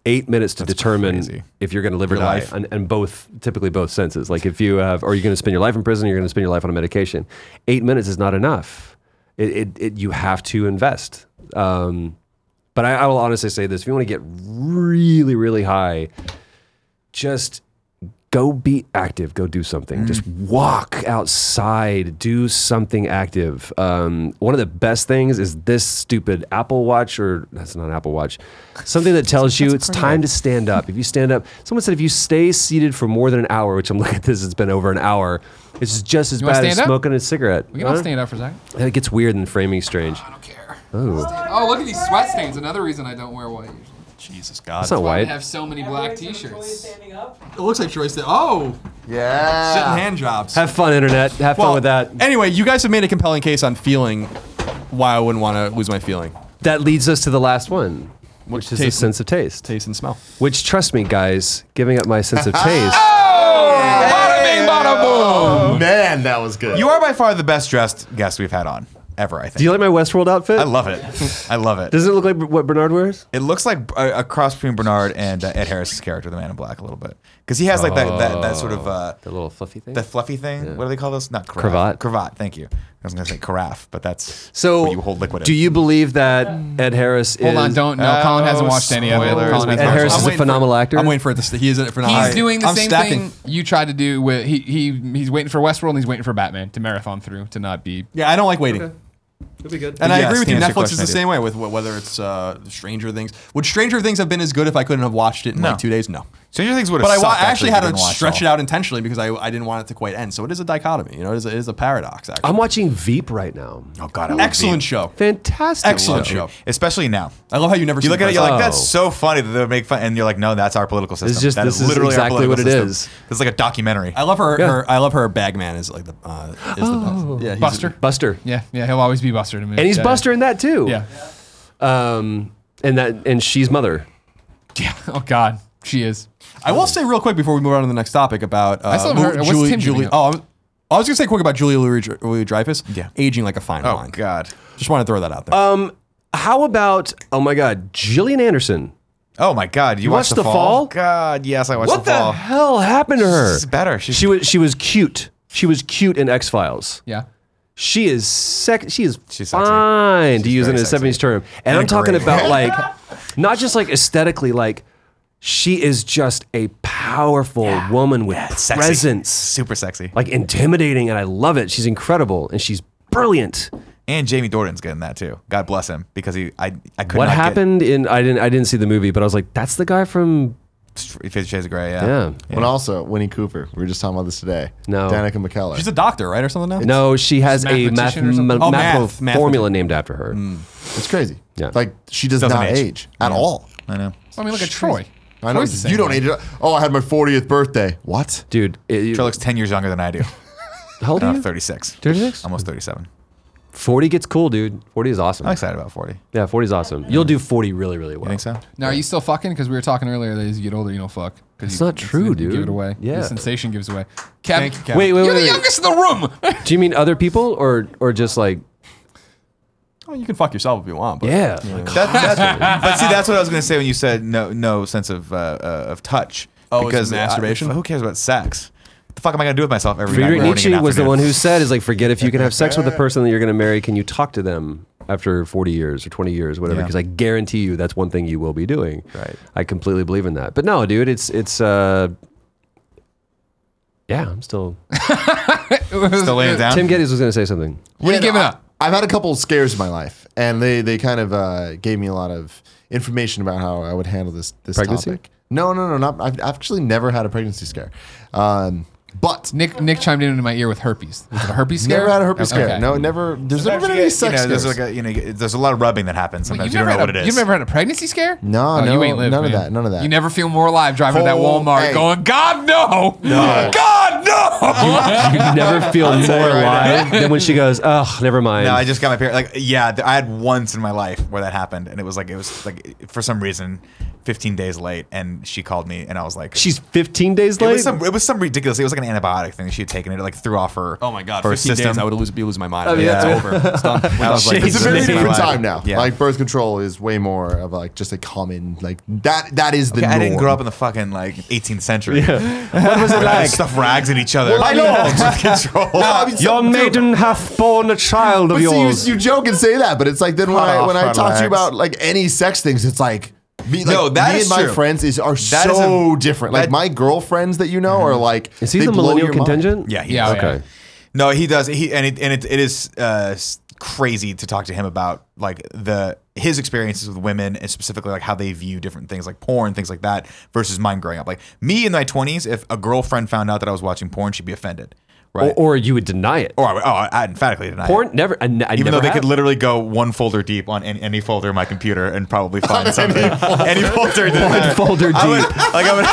Speaker 5: eight minutes to determine
Speaker 3: crazy.
Speaker 5: if you're going to live or die,
Speaker 3: life.
Speaker 5: And, and both typically both senses. Like if you have, or you're going to spend your life in prison, you're going to spend your life on a medication. Eight minutes is not enough. It, it, it you have to invest. Um, but I, I will honestly say this: if you want to get really, really high, just go be active go do
Speaker 1: Mm.
Speaker 5: something just walk outside do something active um, one of the best things is this stupid apple watch or that's not an apple watch something that tells you it's time to stand up if you stand up someone said if you stay seated for more than an hour which i'm looking at this it's been over an hour it's just as
Speaker 1: You wanna
Speaker 5: bad as
Speaker 1: stand up?
Speaker 5: smoking a cigarette
Speaker 1: We can all
Speaker 5: Huh?
Speaker 1: stand up for a second.
Speaker 5: it gets weird and framing strange
Speaker 1: I don't care.
Speaker 5: oh
Speaker 1: Oh, look at these sweat stains. Another reason I don't wear white. usually.
Speaker 8: Jesus God.
Speaker 5: that's not
Speaker 1: Why I
Speaker 5: white
Speaker 1: have so many black T-shirts.
Speaker 8: It looks like Troy's. Oh, shit
Speaker 2: Yeah.
Speaker 8: hand jobs.
Speaker 5: have fun internet have fun
Speaker 8: Well,
Speaker 5: with that
Speaker 8: Anyway, you guys have made a compelling case on feeling why I wouldn't want to lose my feeling.
Speaker 5: that leads us to the last one which is the
Speaker 8: taste-
Speaker 5: sense of taste
Speaker 8: Taste and smell.
Speaker 5: Which, trust me, guys, giving up my sense of taste.
Speaker 1: Bada bing, bada boom.
Speaker 2: Oh, Man, that was good.
Speaker 3: You are by far the best dressed guest we've had on ever. I think.
Speaker 5: Do you like my Westworld outfit?
Speaker 3: I love it. I love it.
Speaker 5: Does it look like what Bernard wears?
Speaker 3: It looks like a, a cross between Bernard and uh, Ed Harris's character, the Man in Black, a little bit, because he has like that, that, that sort of uh,
Speaker 5: The little fluffy thing.
Speaker 3: that fluffy thing. What do they call this? Not carafe.
Speaker 5: Oh. Cravat.
Speaker 3: Cravat. Thank you. I was gonna say carafe, but that's
Speaker 5: so,
Speaker 3: where you hold liquid.
Speaker 5: do
Speaker 3: in.
Speaker 5: you believe that Ed Harris is?
Speaker 1: Hold on, don't. No,
Speaker 3: Oh,
Speaker 1: Colin hasn't watched any of it.
Speaker 3: spoilers,
Speaker 1: Colin
Speaker 3: man.
Speaker 5: Ed Harris
Speaker 8: I'm
Speaker 5: is a
Speaker 8: waiting for-
Speaker 5: phenomenal actor.
Speaker 8: I'm waiting for it to. St- he is in it for now.
Speaker 1: He's
Speaker 8: I-
Speaker 1: doing the
Speaker 8: I'm
Speaker 1: same
Speaker 8: stacking.
Speaker 1: thing you tried to do with he, he he's waiting for Westworld and he's waiting for Batman to marathon through to not be
Speaker 8: Yeah, I don't like waiting.
Speaker 5: It'll be good.
Speaker 8: And I
Speaker 3: Yes,
Speaker 8: agree with
Speaker 3: to
Speaker 8: you.
Speaker 3: answer your
Speaker 8: Netflix is
Speaker 3: question, I
Speaker 8: the
Speaker 3: do.
Speaker 8: same way with wh- whether it's uh, Stranger Things. Would Stranger Things have been as good if I couldn't have watched it in
Speaker 3: No.
Speaker 8: like two days? No.
Speaker 3: Stranger Things would have.
Speaker 8: But I wa-
Speaker 3: sucked,
Speaker 8: actually
Speaker 3: if
Speaker 8: had
Speaker 3: you
Speaker 8: to
Speaker 3: didn't watch
Speaker 8: stretch
Speaker 3: all.
Speaker 8: it out intentionally because I, I didn't want it to quite end. So it is a dichotomy. You know, it is a, it is a paradox. Actually,
Speaker 5: I'm watching Veep right now.
Speaker 3: Oh god, I love
Speaker 8: excellent
Speaker 3: Veep.
Speaker 8: show.
Speaker 5: Fantastic.
Speaker 8: Excellent
Speaker 5: show.
Speaker 8: show.
Speaker 3: Especially now.
Speaker 8: I love how you never.
Speaker 3: You
Speaker 8: see
Speaker 3: look
Speaker 8: the
Speaker 3: at it, you're
Speaker 8: president.
Speaker 3: like,
Speaker 5: Oh.
Speaker 3: that's so funny that they make fun, and you're like, no, that's our political system.
Speaker 5: just-
Speaker 3: That
Speaker 5: this is exactly
Speaker 3: our
Speaker 5: what
Speaker 3: political
Speaker 5: it
Speaker 3: system.
Speaker 5: is.
Speaker 3: This is like a documentary.
Speaker 8: I love her.
Speaker 5: Yeah.
Speaker 8: her I love her. Bagman is like the. Uh, is the
Speaker 1: Oh.
Speaker 8: best. Yeah, he's-
Speaker 1: Buster.
Speaker 5: Buster.
Speaker 1: Yeah, yeah, he'll always be Buster to me.
Speaker 5: And he's
Speaker 1: Yeah,
Speaker 5: Buster in that too.
Speaker 1: Yeah.
Speaker 5: Um, and that and she's mother.
Speaker 1: yeah. Oh God, she is.
Speaker 8: I will say real quick before we move on to the next topic about uh,
Speaker 1: I still haven't
Speaker 8: Lu-
Speaker 1: heard- what's Tim doing
Speaker 8: Julie.
Speaker 1: up?
Speaker 8: Oh, I was, I was gonna say quick about Julia Louis Dreyfus.
Speaker 3: Yeah.
Speaker 8: aging like a fine
Speaker 3: oh
Speaker 8: wine.
Speaker 3: god.
Speaker 8: Just want to throw that out there.
Speaker 5: Um, How about oh my God, Gillian Anderson?
Speaker 3: Oh my god. You,
Speaker 5: watched
Speaker 3: watched
Speaker 5: The Fall?
Speaker 3: God, yes, I watched
Speaker 5: What
Speaker 3: the
Speaker 5: the
Speaker 3: fall.
Speaker 5: hell happened to her?
Speaker 3: She's better. She's-
Speaker 5: she was she was cute. She was cute in X Files.
Speaker 1: Yeah.
Speaker 5: She is sec. She is
Speaker 3: She's sexy.
Speaker 5: fine to use in
Speaker 3: very
Speaker 5: a
Speaker 3: sexy.
Speaker 5: seventies term, and, I'm talking
Speaker 3: great.
Speaker 5: about like not just like aesthetically, like she is just a powerful woman with
Speaker 3: Sexy.
Speaker 5: presence,
Speaker 3: Super sexy.
Speaker 5: like intimidating, and I love it. She's incredible, and she's brilliant.
Speaker 3: And Jamie Dordan's good in that too. God bless him because he I I could
Speaker 5: what
Speaker 3: not
Speaker 5: happened in I didn't I didn't see the movie, but I was like, that's the guy from
Speaker 3: Get Fifty Shades of Grey. Yeah.
Speaker 5: yeah.
Speaker 2: And also, Winnie Cooper. We were just talking about this today.
Speaker 5: No.
Speaker 2: Danica McKellar.
Speaker 8: She's a doctor, right, or something now?
Speaker 5: No, she has a math,
Speaker 1: mathematician or something?
Speaker 5: ma-
Speaker 8: Oh,
Speaker 5: math-
Speaker 8: math, math.
Speaker 5: formula named after her.
Speaker 3: Mm.
Speaker 2: it's crazy.
Speaker 5: Yeah.
Speaker 2: Like, she does
Speaker 3: Doesn't
Speaker 2: not
Speaker 3: age.
Speaker 2: age, at all.
Speaker 3: I know.
Speaker 1: I mean, look at Troy.
Speaker 2: I know.
Speaker 1: Troy's the same
Speaker 2: You don't
Speaker 1: way.
Speaker 2: age at Oh, I had my 40th birthday. What?
Speaker 5: Dude, it,
Speaker 3: Troy looks ten years younger than I do.
Speaker 5: how old
Speaker 3: And
Speaker 5: are
Speaker 3: I'm
Speaker 5: you?
Speaker 3: thirty six.
Speaker 5: 36?
Speaker 3: Almost thirty seven.
Speaker 5: 40 gets cool, dude. 40 is awesome.
Speaker 3: I'm excited about forty.
Speaker 5: Yeah, 40 is awesome. You'll do 40 really, really well.
Speaker 3: You think so?
Speaker 1: Now, are you still fucking? Because we were talking earlier that as you get older, you don't fuck. That's
Speaker 5: not true,
Speaker 1: You give
Speaker 5: dude.
Speaker 1: it away.
Speaker 5: Yeah.
Speaker 1: The sensation gives away. Kev,
Speaker 8: Thank you, Kev.
Speaker 5: Wait, wait,
Speaker 1: you're
Speaker 5: wait.
Speaker 1: the
Speaker 5: wait.
Speaker 1: youngest in the room.
Speaker 5: Do you mean other people or or just like,
Speaker 8: Oh, you can fuck yourself if you want. But
Speaker 5: yeah?
Speaker 3: That, that, but see, that's what I was going to say when you said no, no sense of uh, uh, of touch.
Speaker 8: Oh, it's masturbation?
Speaker 3: I- who cares about sex? What the fuck am I going to do with myself every
Speaker 5: Friedrich
Speaker 3: night, morning
Speaker 5: Nietzsche
Speaker 3: and
Speaker 5: was the
Speaker 3: afternoon?
Speaker 5: one who said, is like, forget if you can have sex with the person that you're going to marry, can you talk to them after 40 years or 20 years, whatever?
Speaker 3: Yeah.
Speaker 5: Because I guarantee you that's one thing you will be doing.
Speaker 3: Right.
Speaker 5: I completely believe in that. But no, dude, it's, it's, uh, yeah, I'm still.
Speaker 3: still laying down.
Speaker 5: Tim Geddes was going to say something.
Speaker 1: What are you
Speaker 2: Yeah, no,
Speaker 1: giving
Speaker 2: I-
Speaker 1: up?
Speaker 2: I've had a couple of scares in my life, and they they kind of uh, gave me a lot of information about how I would handle this this
Speaker 5: Pregnancy?
Speaker 2: topic. No, no, no, not. I've actually never had a pregnancy scare, um, but
Speaker 1: Nick Nick chimed in into my ear with herpes. Was it a herpes scare?
Speaker 2: never had a herpes
Speaker 1: Okay.
Speaker 2: scare. No, never. There's never been
Speaker 3: You
Speaker 2: any
Speaker 3: get-
Speaker 2: sex
Speaker 3: you know, there's
Speaker 2: scares.
Speaker 3: like a, you know, there's a lot of rubbing that happens
Speaker 1: Wait,
Speaker 3: sometimes.
Speaker 1: you've
Speaker 3: You don't
Speaker 1: never
Speaker 3: know
Speaker 1: had
Speaker 3: what
Speaker 1: a,
Speaker 3: it is.
Speaker 1: You've never had a pregnancy scare?
Speaker 2: No,
Speaker 1: Oh,
Speaker 2: no,
Speaker 1: you ain't lived,
Speaker 2: none of
Speaker 1: man.
Speaker 2: that, none of that.
Speaker 1: You never feel more alive driving to that
Speaker 2: Whole-
Speaker 1: Walmart,
Speaker 2: hey.
Speaker 1: going, God no, God no.
Speaker 5: You never feel more alive than when she goes, oh, never mind.
Speaker 3: no, I just got my parents. Like, yeah, th- I had once in my life where that happened, and it was like it was like for some reason, 15 days late, and she called me, and I was like,
Speaker 5: She's 15 days
Speaker 3: It
Speaker 5: late.
Speaker 3: was some. It was some ridiculous. It was like fucking antibiotic thing that she had taken. It like threw off her.
Speaker 8: Oh my god,
Speaker 3: her
Speaker 8: 15
Speaker 3: system.
Speaker 8: days I would lose, be losing my
Speaker 2: Oh,
Speaker 8: mind.
Speaker 5: mean,
Speaker 8: yeah.
Speaker 5: that's-
Speaker 8: it's over. It's done.
Speaker 3: I was like,
Speaker 2: It's a
Speaker 3: this
Speaker 2: very
Speaker 3: is
Speaker 2: different
Speaker 3: antibiotic.
Speaker 2: time now.
Speaker 3: Yeah.
Speaker 2: Like birth control is way more of like just a common like that. That is the.
Speaker 3: Okay, I didn't
Speaker 2: norm.
Speaker 3: grow up in the fucking like 18th century. What was it like? Stuff rags at each other.
Speaker 2: Well, I know. No, I mean,
Speaker 5: Your
Speaker 2: so- dude,
Speaker 5: maiden hath born a child of
Speaker 2: But
Speaker 5: yours.
Speaker 2: see, you, you joke and say that, but it's like then when
Speaker 3: Cut
Speaker 2: I
Speaker 3: off
Speaker 2: when I
Speaker 3: front
Speaker 2: talk to you
Speaker 3: legs.
Speaker 2: about like any sex things, it's like me, like,
Speaker 3: No, that
Speaker 2: me
Speaker 3: is
Speaker 2: and my
Speaker 3: true.
Speaker 2: friends is are
Speaker 3: That is
Speaker 2: so
Speaker 3: a-
Speaker 2: different. Like
Speaker 3: that-
Speaker 2: my girlfriends that you know are like
Speaker 5: Mm-hmm. is he
Speaker 2: they
Speaker 5: the
Speaker 2: blow
Speaker 5: millennial
Speaker 2: your mind.
Speaker 5: contingent?
Speaker 3: Yeah. He
Speaker 1: Yeah.
Speaker 3: Does.
Speaker 5: Okay.
Speaker 3: No, he does. He and it, and it, it is uh, s- crazy to talk to him about like the his experiences with women and specifically like how they view different things like porn, things like that, versus mine growing up. Like me in my twenties, if a girlfriend found out that I was watching porn, she'd be offended, right?
Speaker 5: Or, or you would deny it.
Speaker 3: Or I would, oh, I emphatically deny it.
Speaker 5: Porn never. I, n- I
Speaker 3: Even
Speaker 5: never
Speaker 3: though they
Speaker 5: have.
Speaker 3: could literally go one folder deep on any, any folder in my computer and probably find something. any folder, one
Speaker 5: folder
Speaker 3: I would,
Speaker 5: deep.
Speaker 3: like I would.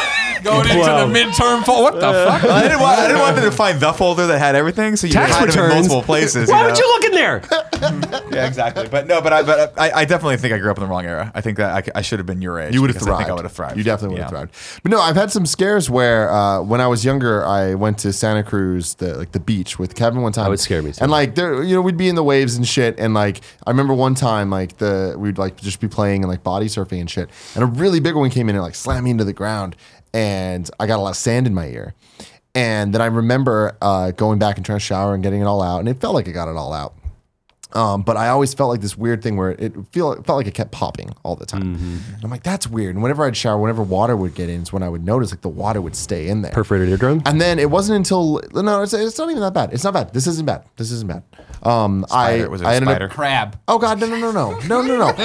Speaker 1: Going into
Speaker 5: Well.
Speaker 1: the midterm fall. What the fuck?
Speaker 3: I didn't, want, I didn't want them to find the folder that had everything, so you
Speaker 5: Tax
Speaker 3: had them in
Speaker 5: returns.
Speaker 3: multiple places.
Speaker 5: Why
Speaker 3: you
Speaker 5: would
Speaker 3: know?
Speaker 5: you look in there?
Speaker 3: Yeah, exactly. But no, but I, but I, I definitely think I grew up in the wrong era. I think that I c- I, should have been your age.
Speaker 2: You would have
Speaker 3: because
Speaker 2: thrived.
Speaker 3: I think I would have thrived.
Speaker 2: You definitely would have
Speaker 3: Yeah.
Speaker 2: thrived. But no, I've had some scares where uh, when I was younger, I went to Santa Cruz, the like the beach with Kevin one time.
Speaker 5: That would scare me too.
Speaker 2: And like there, you know, we'd be in the waves and shit. And like I remember one time, like the we'd like just be playing and like body surfing and shit. And a really big one came in and like slammed me into the ground, and I got a lot of sand in my ear. And then I remember uh, going back and trying to shower and getting it all out, and it felt like I got it all out. Um, but I always felt like this weird thing where it feel it felt like it kept popping all the time.
Speaker 5: Mm-hmm.
Speaker 2: And I'm like, that's weird. And whenever I'd shower, whenever water would get in, is when I would notice like the water would stay in there.
Speaker 5: Perforated eardrum.
Speaker 2: And then it wasn't until no, it's, it's not even that bad. It's not bad. This isn't bad. This isn't bad. Um, I
Speaker 3: Spider, was it a
Speaker 2: I ended
Speaker 3: spider?
Speaker 2: up.
Speaker 1: Crab.
Speaker 2: Oh God, no, no, no, no, no, no, no, no, Josh.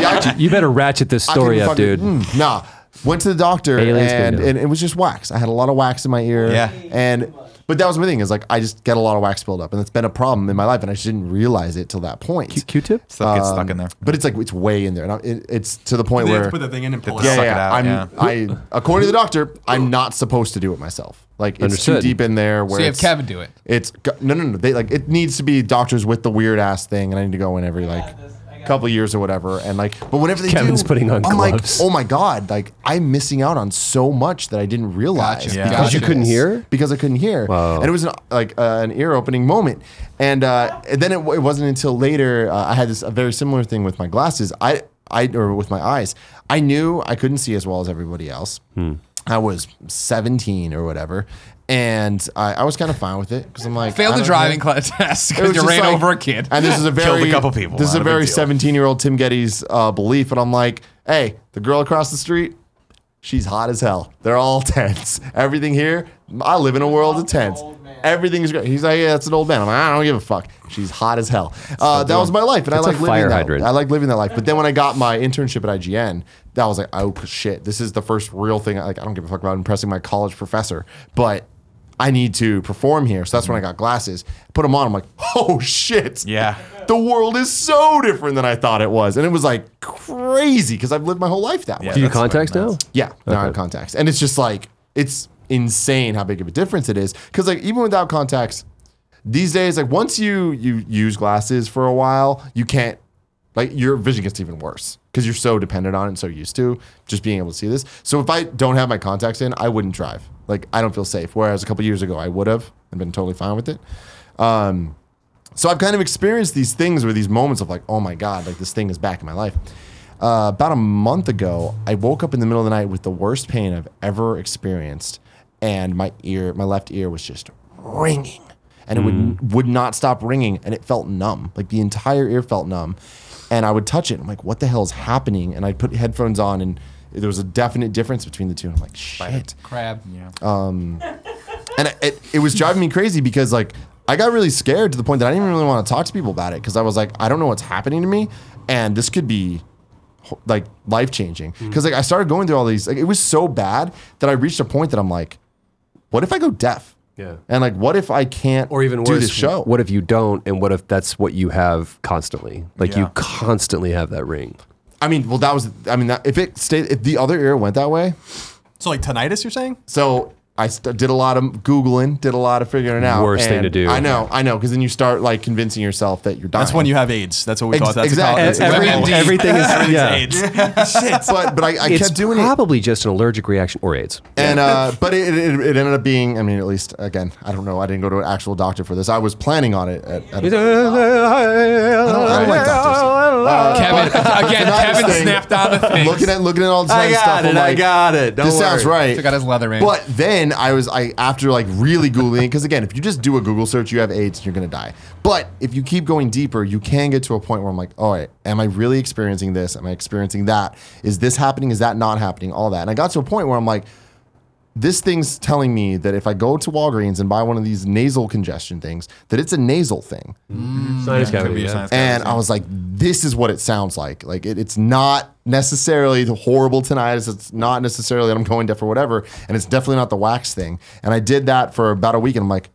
Speaker 2: Yeah, I-
Speaker 5: You better ratchet this
Speaker 2: I
Speaker 5: story
Speaker 2: couldn't
Speaker 5: up, dude.
Speaker 2: fucking- mm, nah. Went to the doctor
Speaker 5: Aliens
Speaker 2: and,
Speaker 5: couldn't do it.
Speaker 2: and it was just wax. I had a lot of wax in my ear.
Speaker 3: Yeah.
Speaker 2: And but that was my thing, is like I just get a lot of wax buildup. And it's been a problem in my life, and I just didn't realize it till that point.
Speaker 5: Q-tip.
Speaker 3: Stuff gets stuck in there.
Speaker 2: But it's like it's way in there. And I, it, it's to the point
Speaker 8: They have
Speaker 2: where
Speaker 8: to put the thing in and pull it
Speaker 3: Yeah,
Speaker 8: out.
Speaker 3: suck it out,
Speaker 2: I'm,
Speaker 3: yeah.
Speaker 2: I according to the doctor, I'm not supposed to do it myself. Like it's too
Speaker 5: Understood.
Speaker 2: deep in there. Where
Speaker 1: So you have
Speaker 2: it's-
Speaker 1: Kevin do it.
Speaker 2: It's go- no, no, no. They like it needs to be doctors with the weird ass thing, and I need to go in every like couple years or whatever. And like, but whenever they
Speaker 5: Kevin's
Speaker 2: do,
Speaker 5: putting on
Speaker 2: I'm
Speaker 5: gloves.
Speaker 2: like, oh my god, like I'm missing out on so much that I didn't realize
Speaker 1: Gotcha. Yeah.
Speaker 2: because
Speaker 1: Because you
Speaker 2: of
Speaker 5: couldn't
Speaker 2: this.
Speaker 5: hear?
Speaker 2: Because I couldn't hear, and it was an, like uh, an ear opening moment. And, uh, and then it, w- it wasn't until later uh, I had this a very similar thing with my glasses. I I or with my eyes, I knew I couldn't see as well as everybody else. I was 17 or whatever, and I, I was kind of fine with it because I'm like I
Speaker 1: Failed the
Speaker 2: don't
Speaker 1: driving
Speaker 2: care.
Speaker 1: class test
Speaker 2: It was
Speaker 1: because you
Speaker 2: just
Speaker 1: ran
Speaker 2: like-
Speaker 1: over a kid.
Speaker 2: And this is a very
Speaker 3: Killed a couple people,
Speaker 2: This is
Speaker 3: not
Speaker 2: a
Speaker 3: a big
Speaker 2: very
Speaker 3: deal.
Speaker 2: 17 year old Tim Getty's uh, belief, and I'm like, hey, the girl across the street, she's hot as hell. They're all tense. Everything here, I live in a world of tense. Everything's great. He's like, yeah, that's an old man. I'm like, I don't give a fuck. She's hot as hell. Uh, that was my life, and I
Speaker 5: It's a
Speaker 2: like living
Speaker 5: fire
Speaker 2: that.
Speaker 5: hydrant.
Speaker 2: I like living that life. But then when I got my internship at IGN, that was like, oh shit, this is the first real thing. Like, I don't give a fuck about impressing my college professor, but I need to perform here. So that's when I got glasses. Put them on. I'm like, oh shit.
Speaker 3: Yeah.
Speaker 2: The world is so different than I thought it was, and it was like crazy because I've lived my whole life that way.
Speaker 5: Do you
Speaker 3: that's what
Speaker 5: contacts
Speaker 3: it
Speaker 5: now?
Speaker 3: means.
Speaker 2: Yeah, now I have contacts. And it's just like, it's insane how big of a difference it is. Cause like even without contacts, these days, like once you you use glasses for a while, you can't like your vision gets even worse because you're so dependent on it and so used to just being able to see this. So if I don't have my contacts in, I wouldn't drive. Like I don't feel safe. Whereas a couple years ago I would have and been totally fine with it. Um so I've kind of experienced these things where these moments of like, oh my God, like this thing is back in my life. Uh, about a month ago, I woke up in the middle of the night with the worst pain I've ever experienced. And my ear, my left ear was just ringing and it would, would not stop ringing. And it felt numb. Like the entire ear felt numb. And I would touch it. I'm like, what the hell is happening? And I'd put headphones on and there was a definite difference between the two. And I'm like, shit
Speaker 1: Crab. Yeah.
Speaker 2: and it, it was driving me crazy because like I got really scared to the point that I didn't really want to talk to people about it because I was like, I don't know what's happening to me, and this could be ho- like life changing.
Speaker 5: Mm.
Speaker 2: Because like I started going through all these, like it was so bad that I reached a point that I'm like, what if I go deaf?
Speaker 5: Yeah.
Speaker 2: And like, what if I can't
Speaker 5: Or even worse,
Speaker 2: do the show?
Speaker 5: what if you don't? And what if that's what you have constantly? Like
Speaker 3: Yeah.
Speaker 5: you constantly have that ring.
Speaker 2: I mean, well, that was I mean, that, if it stayed, if the other ear went that way,
Speaker 8: So like tinnitus, you're saying?
Speaker 2: so I st- did a lot of googling, did a lot of figuring out.
Speaker 5: Worst thing to
Speaker 2: and
Speaker 5: do.
Speaker 2: I know, I know, because then you start like convincing yourself that you're dying.
Speaker 8: That's when you have AIDS. That's what we
Speaker 2: Ex-
Speaker 8: thought. That's
Speaker 2: exactly.
Speaker 8: A, that's a
Speaker 5: Every-
Speaker 8: level.
Speaker 3: MD.
Speaker 5: everything is
Speaker 3: Everything's
Speaker 5: yeah.
Speaker 3: AIDS.
Speaker 2: but but I, I
Speaker 5: It's
Speaker 2: kept doing it.
Speaker 5: probably just an allergic reaction or AIDS.
Speaker 2: And uh, but it, it, it ended up being. I mean, at least again, I don't know. I didn't go to an actual doctor for this. I was planning on it. At, at I don't like doctors. Uh,
Speaker 1: Kevin again.
Speaker 2: Another
Speaker 1: Kevin
Speaker 2: thing.
Speaker 1: snapped on the thing.
Speaker 2: looking at looking at all this other stuff. I'm like,
Speaker 5: it.
Speaker 2: this sounds right.
Speaker 1: Took out his leather man.
Speaker 2: But then I was I after like really googling because again, if you just do a Google search, you have AIDS, and you're gonna die. But if you keep going deeper, you can get to a point where I'm like, all right, am I really experiencing this? Am I experiencing that? Is this happening? Is that not happening? All that. And I got to a point where I'm like, this thing's telling me that if I go to Walgreens and buy one of these nasal congestion things, that it's a nasal thing.
Speaker 5: Sinus cavity.
Speaker 3: Yeah.
Speaker 5: yeah.
Speaker 2: And I was like, this is what it sounds like. Like, it, it's not necessarily the horrible tinnitus. It's not necessarily that I'm going deaf or whatever. And it's definitely not the wax thing. And I did that for about a week and I'm like,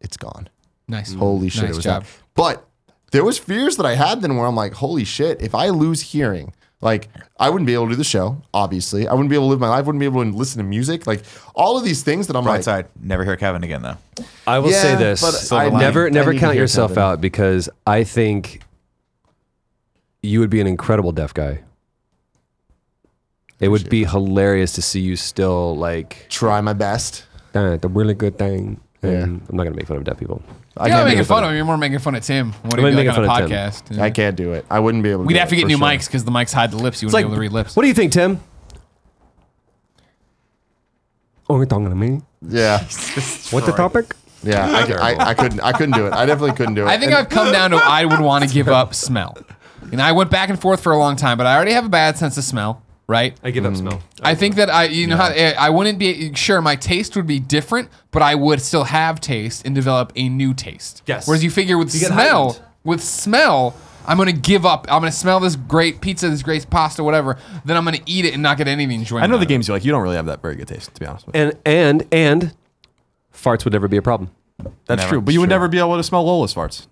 Speaker 2: it's gone.
Speaker 1: nice.
Speaker 2: Holy shit.
Speaker 1: Mm, Nice
Speaker 2: it was
Speaker 1: job.
Speaker 2: not. But there was fears that I had then where I'm like, holy shit, if I lose hearing, like I wouldn't be able to do the show, obviously. I wouldn't be able to live my life, wouldn't be able to listen to music. Like all of these things that I'm
Speaker 3: Right
Speaker 2: like,
Speaker 3: side. Never hear Kevin again though.
Speaker 5: I will
Speaker 2: Yeah,
Speaker 5: say this:
Speaker 2: but
Speaker 3: I-
Speaker 5: I never
Speaker 2: I
Speaker 5: never
Speaker 2: need to
Speaker 5: count
Speaker 2: hear
Speaker 5: yourself
Speaker 2: something.
Speaker 5: out because I think you would be an incredible deaf guy. It would be hilarious to see you still like
Speaker 2: try my best.
Speaker 5: "Nah, the really good thing. And
Speaker 2: Yeah.
Speaker 5: I'm not gonna make fun of deaf people.
Speaker 2: I
Speaker 1: You're not
Speaker 2: can't, do
Speaker 1: making
Speaker 2: it,
Speaker 1: fun of him. You're more making fun of Tim. What do you
Speaker 5: I'm
Speaker 1: do like
Speaker 5: making
Speaker 1: on a
Speaker 5: fun of Tim.
Speaker 1: podcast?
Speaker 2: I can't do it. I wouldn't be able to
Speaker 1: We'd
Speaker 2: do
Speaker 1: have to
Speaker 2: it,
Speaker 1: get
Speaker 2: for
Speaker 1: new
Speaker 2: sure.
Speaker 1: mics because the mics hide the lips. You wouldn't
Speaker 5: like-
Speaker 1: be able to read lips.
Speaker 5: What do you think, Tim? Oh, you're talking to me.
Speaker 2: Yeah.
Speaker 5: What the topic?
Speaker 2: Yeah, I, I, I couldn't. I couldn't do it. I definitely couldn't do it.
Speaker 1: I think
Speaker 2: And
Speaker 1: I've come down to I would want to give up smell. And I went back and forth for a long time, but I already have a bad sense of smell, right?
Speaker 5: I give up smell.
Speaker 1: I think that I, you know, how eh, I wouldn't be sure my taste would be different, but I would still have taste and develop a new taste.
Speaker 5: Yes.
Speaker 1: Whereas you figure with
Speaker 5: You get
Speaker 1: smell,
Speaker 5: heightened.
Speaker 1: with smell, I'm gonna give up. I'm gonna smell this great pizza, this great pasta, whatever. Then I'm gonna eat it and not get any enjoyment.
Speaker 8: I know
Speaker 1: out
Speaker 8: the
Speaker 1: of it.
Speaker 8: games you like. You don't really have that very good taste, to be honest with you.
Speaker 5: And and and farts would never be a problem.
Speaker 8: That's
Speaker 3: Never.
Speaker 8: true. But you would
Speaker 3: Sure.
Speaker 8: never be able to smell Lola's farts.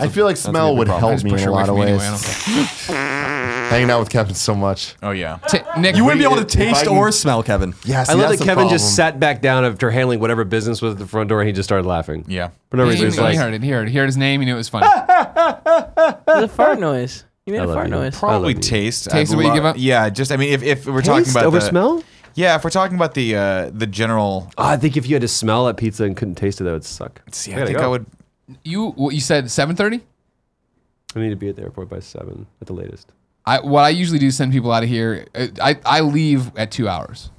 Speaker 2: I feel like smell would
Speaker 8: problem.
Speaker 2: help me in
Speaker 1: Push her
Speaker 2: a
Speaker 1: away
Speaker 2: lot
Speaker 1: from
Speaker 2: of
Speaker 1: me
Speaker 2: ways.
Speaker 1: anyway, I don't care.
Speaker 2: Hanging out with Kevin so much.
Speaker 3: Oh yeah.
Speaker 1: T- Nick,
Speaker 8: You wouldn't be able to
Speaker 2: If I
Speaker 8: taste
Speaker 2: can-
Speaker 8: or smell, Kevin.
Speaker 2: Yes,
Speaker 5: I love that Kevin just sat back down after handling whatever business was at the front door and he just started laughing.
Speaker 3: Yeah.
Speaker 5: For no
Speaker 1: He,
Speaker 5: reason.
Speaker 1: he,
Speaker 5: He's like, "Ah!"
Speaker 1: heard it. He heard it. He heard his name. He knew it was funny.
Speaker 9: There's a fart noise. You made
Speaker 5: I
Speaker 9: a
Speaker 5: love
Speaker 9: fart
Speaker 5: you.
Speaker 9: noise.
Speaker 5: I love
Speaker 3: Probably
Speaker 5: you.
Speaker 3: taste.
Speaker 1: Taste
Speaker 3: I'd
Speaker 1: is what you
Speaker 3: lo-
Speaker 1: give up?
Speaker 3: Yeah, just I mean, if, if we're talking
Speaker 5: Taste
Speaker 3: about
Speaker 5: over
Speaker 3: the-
Speaker 5: smell?
Speaker 3: Yeah, if we're talking about the uh, the general,
Speaker 5: Oh, I think if you had to smell that pizza and couldn't taste it, that would suck.
Speaker 3: see, I
Speaker 5: gotta
Speaker 3: think
Speaker 5: go.
Speaker 3: I would.
Speaker 1: You what you said 7:30?
Speaker 5: I need to be at the airport by seven at the latest.
Speaker 1: I what I usually do is send people out of here. uh, I I leave at 2 hours.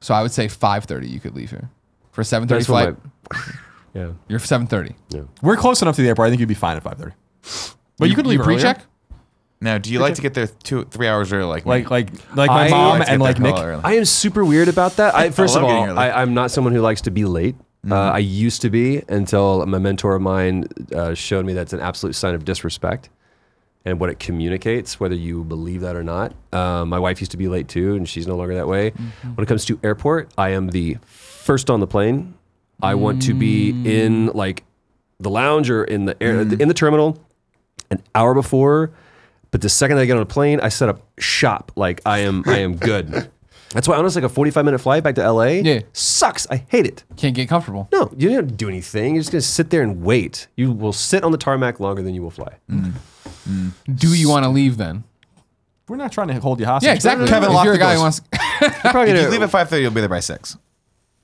Speaker 1: So I would say 5:30 you could leave here. For a 7:30
Speaker 5: That's what
Speaker 1: flight,
Speaker 5: my- yeah.
Speaker 1: you're 7:30.
Speaker 8: We're close enough to the airport. I think you'd be fine at 5:30. But you, could leave earlier.
Speaker 1: pre-check?
Speaker 3: Now, do you like to get there two, three hours early? Like,
Speaker 8: Like
Speaker 3: me?
Speaker 8: like like my
Speaker 5: I-
Speaker 8: mom
Speaker 5: I
Speaker 3: like to get
Speaker 8: and like
Speaker 3: there
Speaker 8: Nick.
Speaker 3: hell early.
Speaker 5: I am super weird about that. I, first
Speaker 3: love
Speaker 5: of
Speaker 3: getting
Speaker 5: all,
Speaker 3: early.
Speaker 5: I, I'm not someone who likes to be late. Uh, I used to be until my mentor of mine uh, showed me that's an absolute sign of disrespect and what it communicates, whether you believe that or not. Um, my wife used to be late too, and she's no longer that way. When it comes to airport, I am the first on the plane. I want to be in like the lounge or in the air in the terminal an hour before. But the second I get on a plane, I set up shop. Like I am, I am good. That's why honestly, like a forty-five minute flight back to LA
Speaker 1: Yeah.
Speaker 5: sucks. I hate it.
Speaker 1: Can't get comfortable.
Speaker 5: No, you don't have to do anything. You're just gonna sit there and wait. You will sit on the tarmac longer than you will fly.
Speaker 1: Do you want to leave then?
Speaker 8: We're not trying to hold you hostage.
Speaker 1: Yeah, exactly.
Speaker 8: Kevin,
Speaker 1: if
Speaker 8: lock
Speaker 1: you're
Speaker 8: the
Speaker 1: a guy who
Speaker 8: doors.
Speaker 1: wants
Speaker 5: Probably
Speaker 3: if
Speaker 5: gonna-
Speaker 3: you leave at five thirty, you'll be there by six.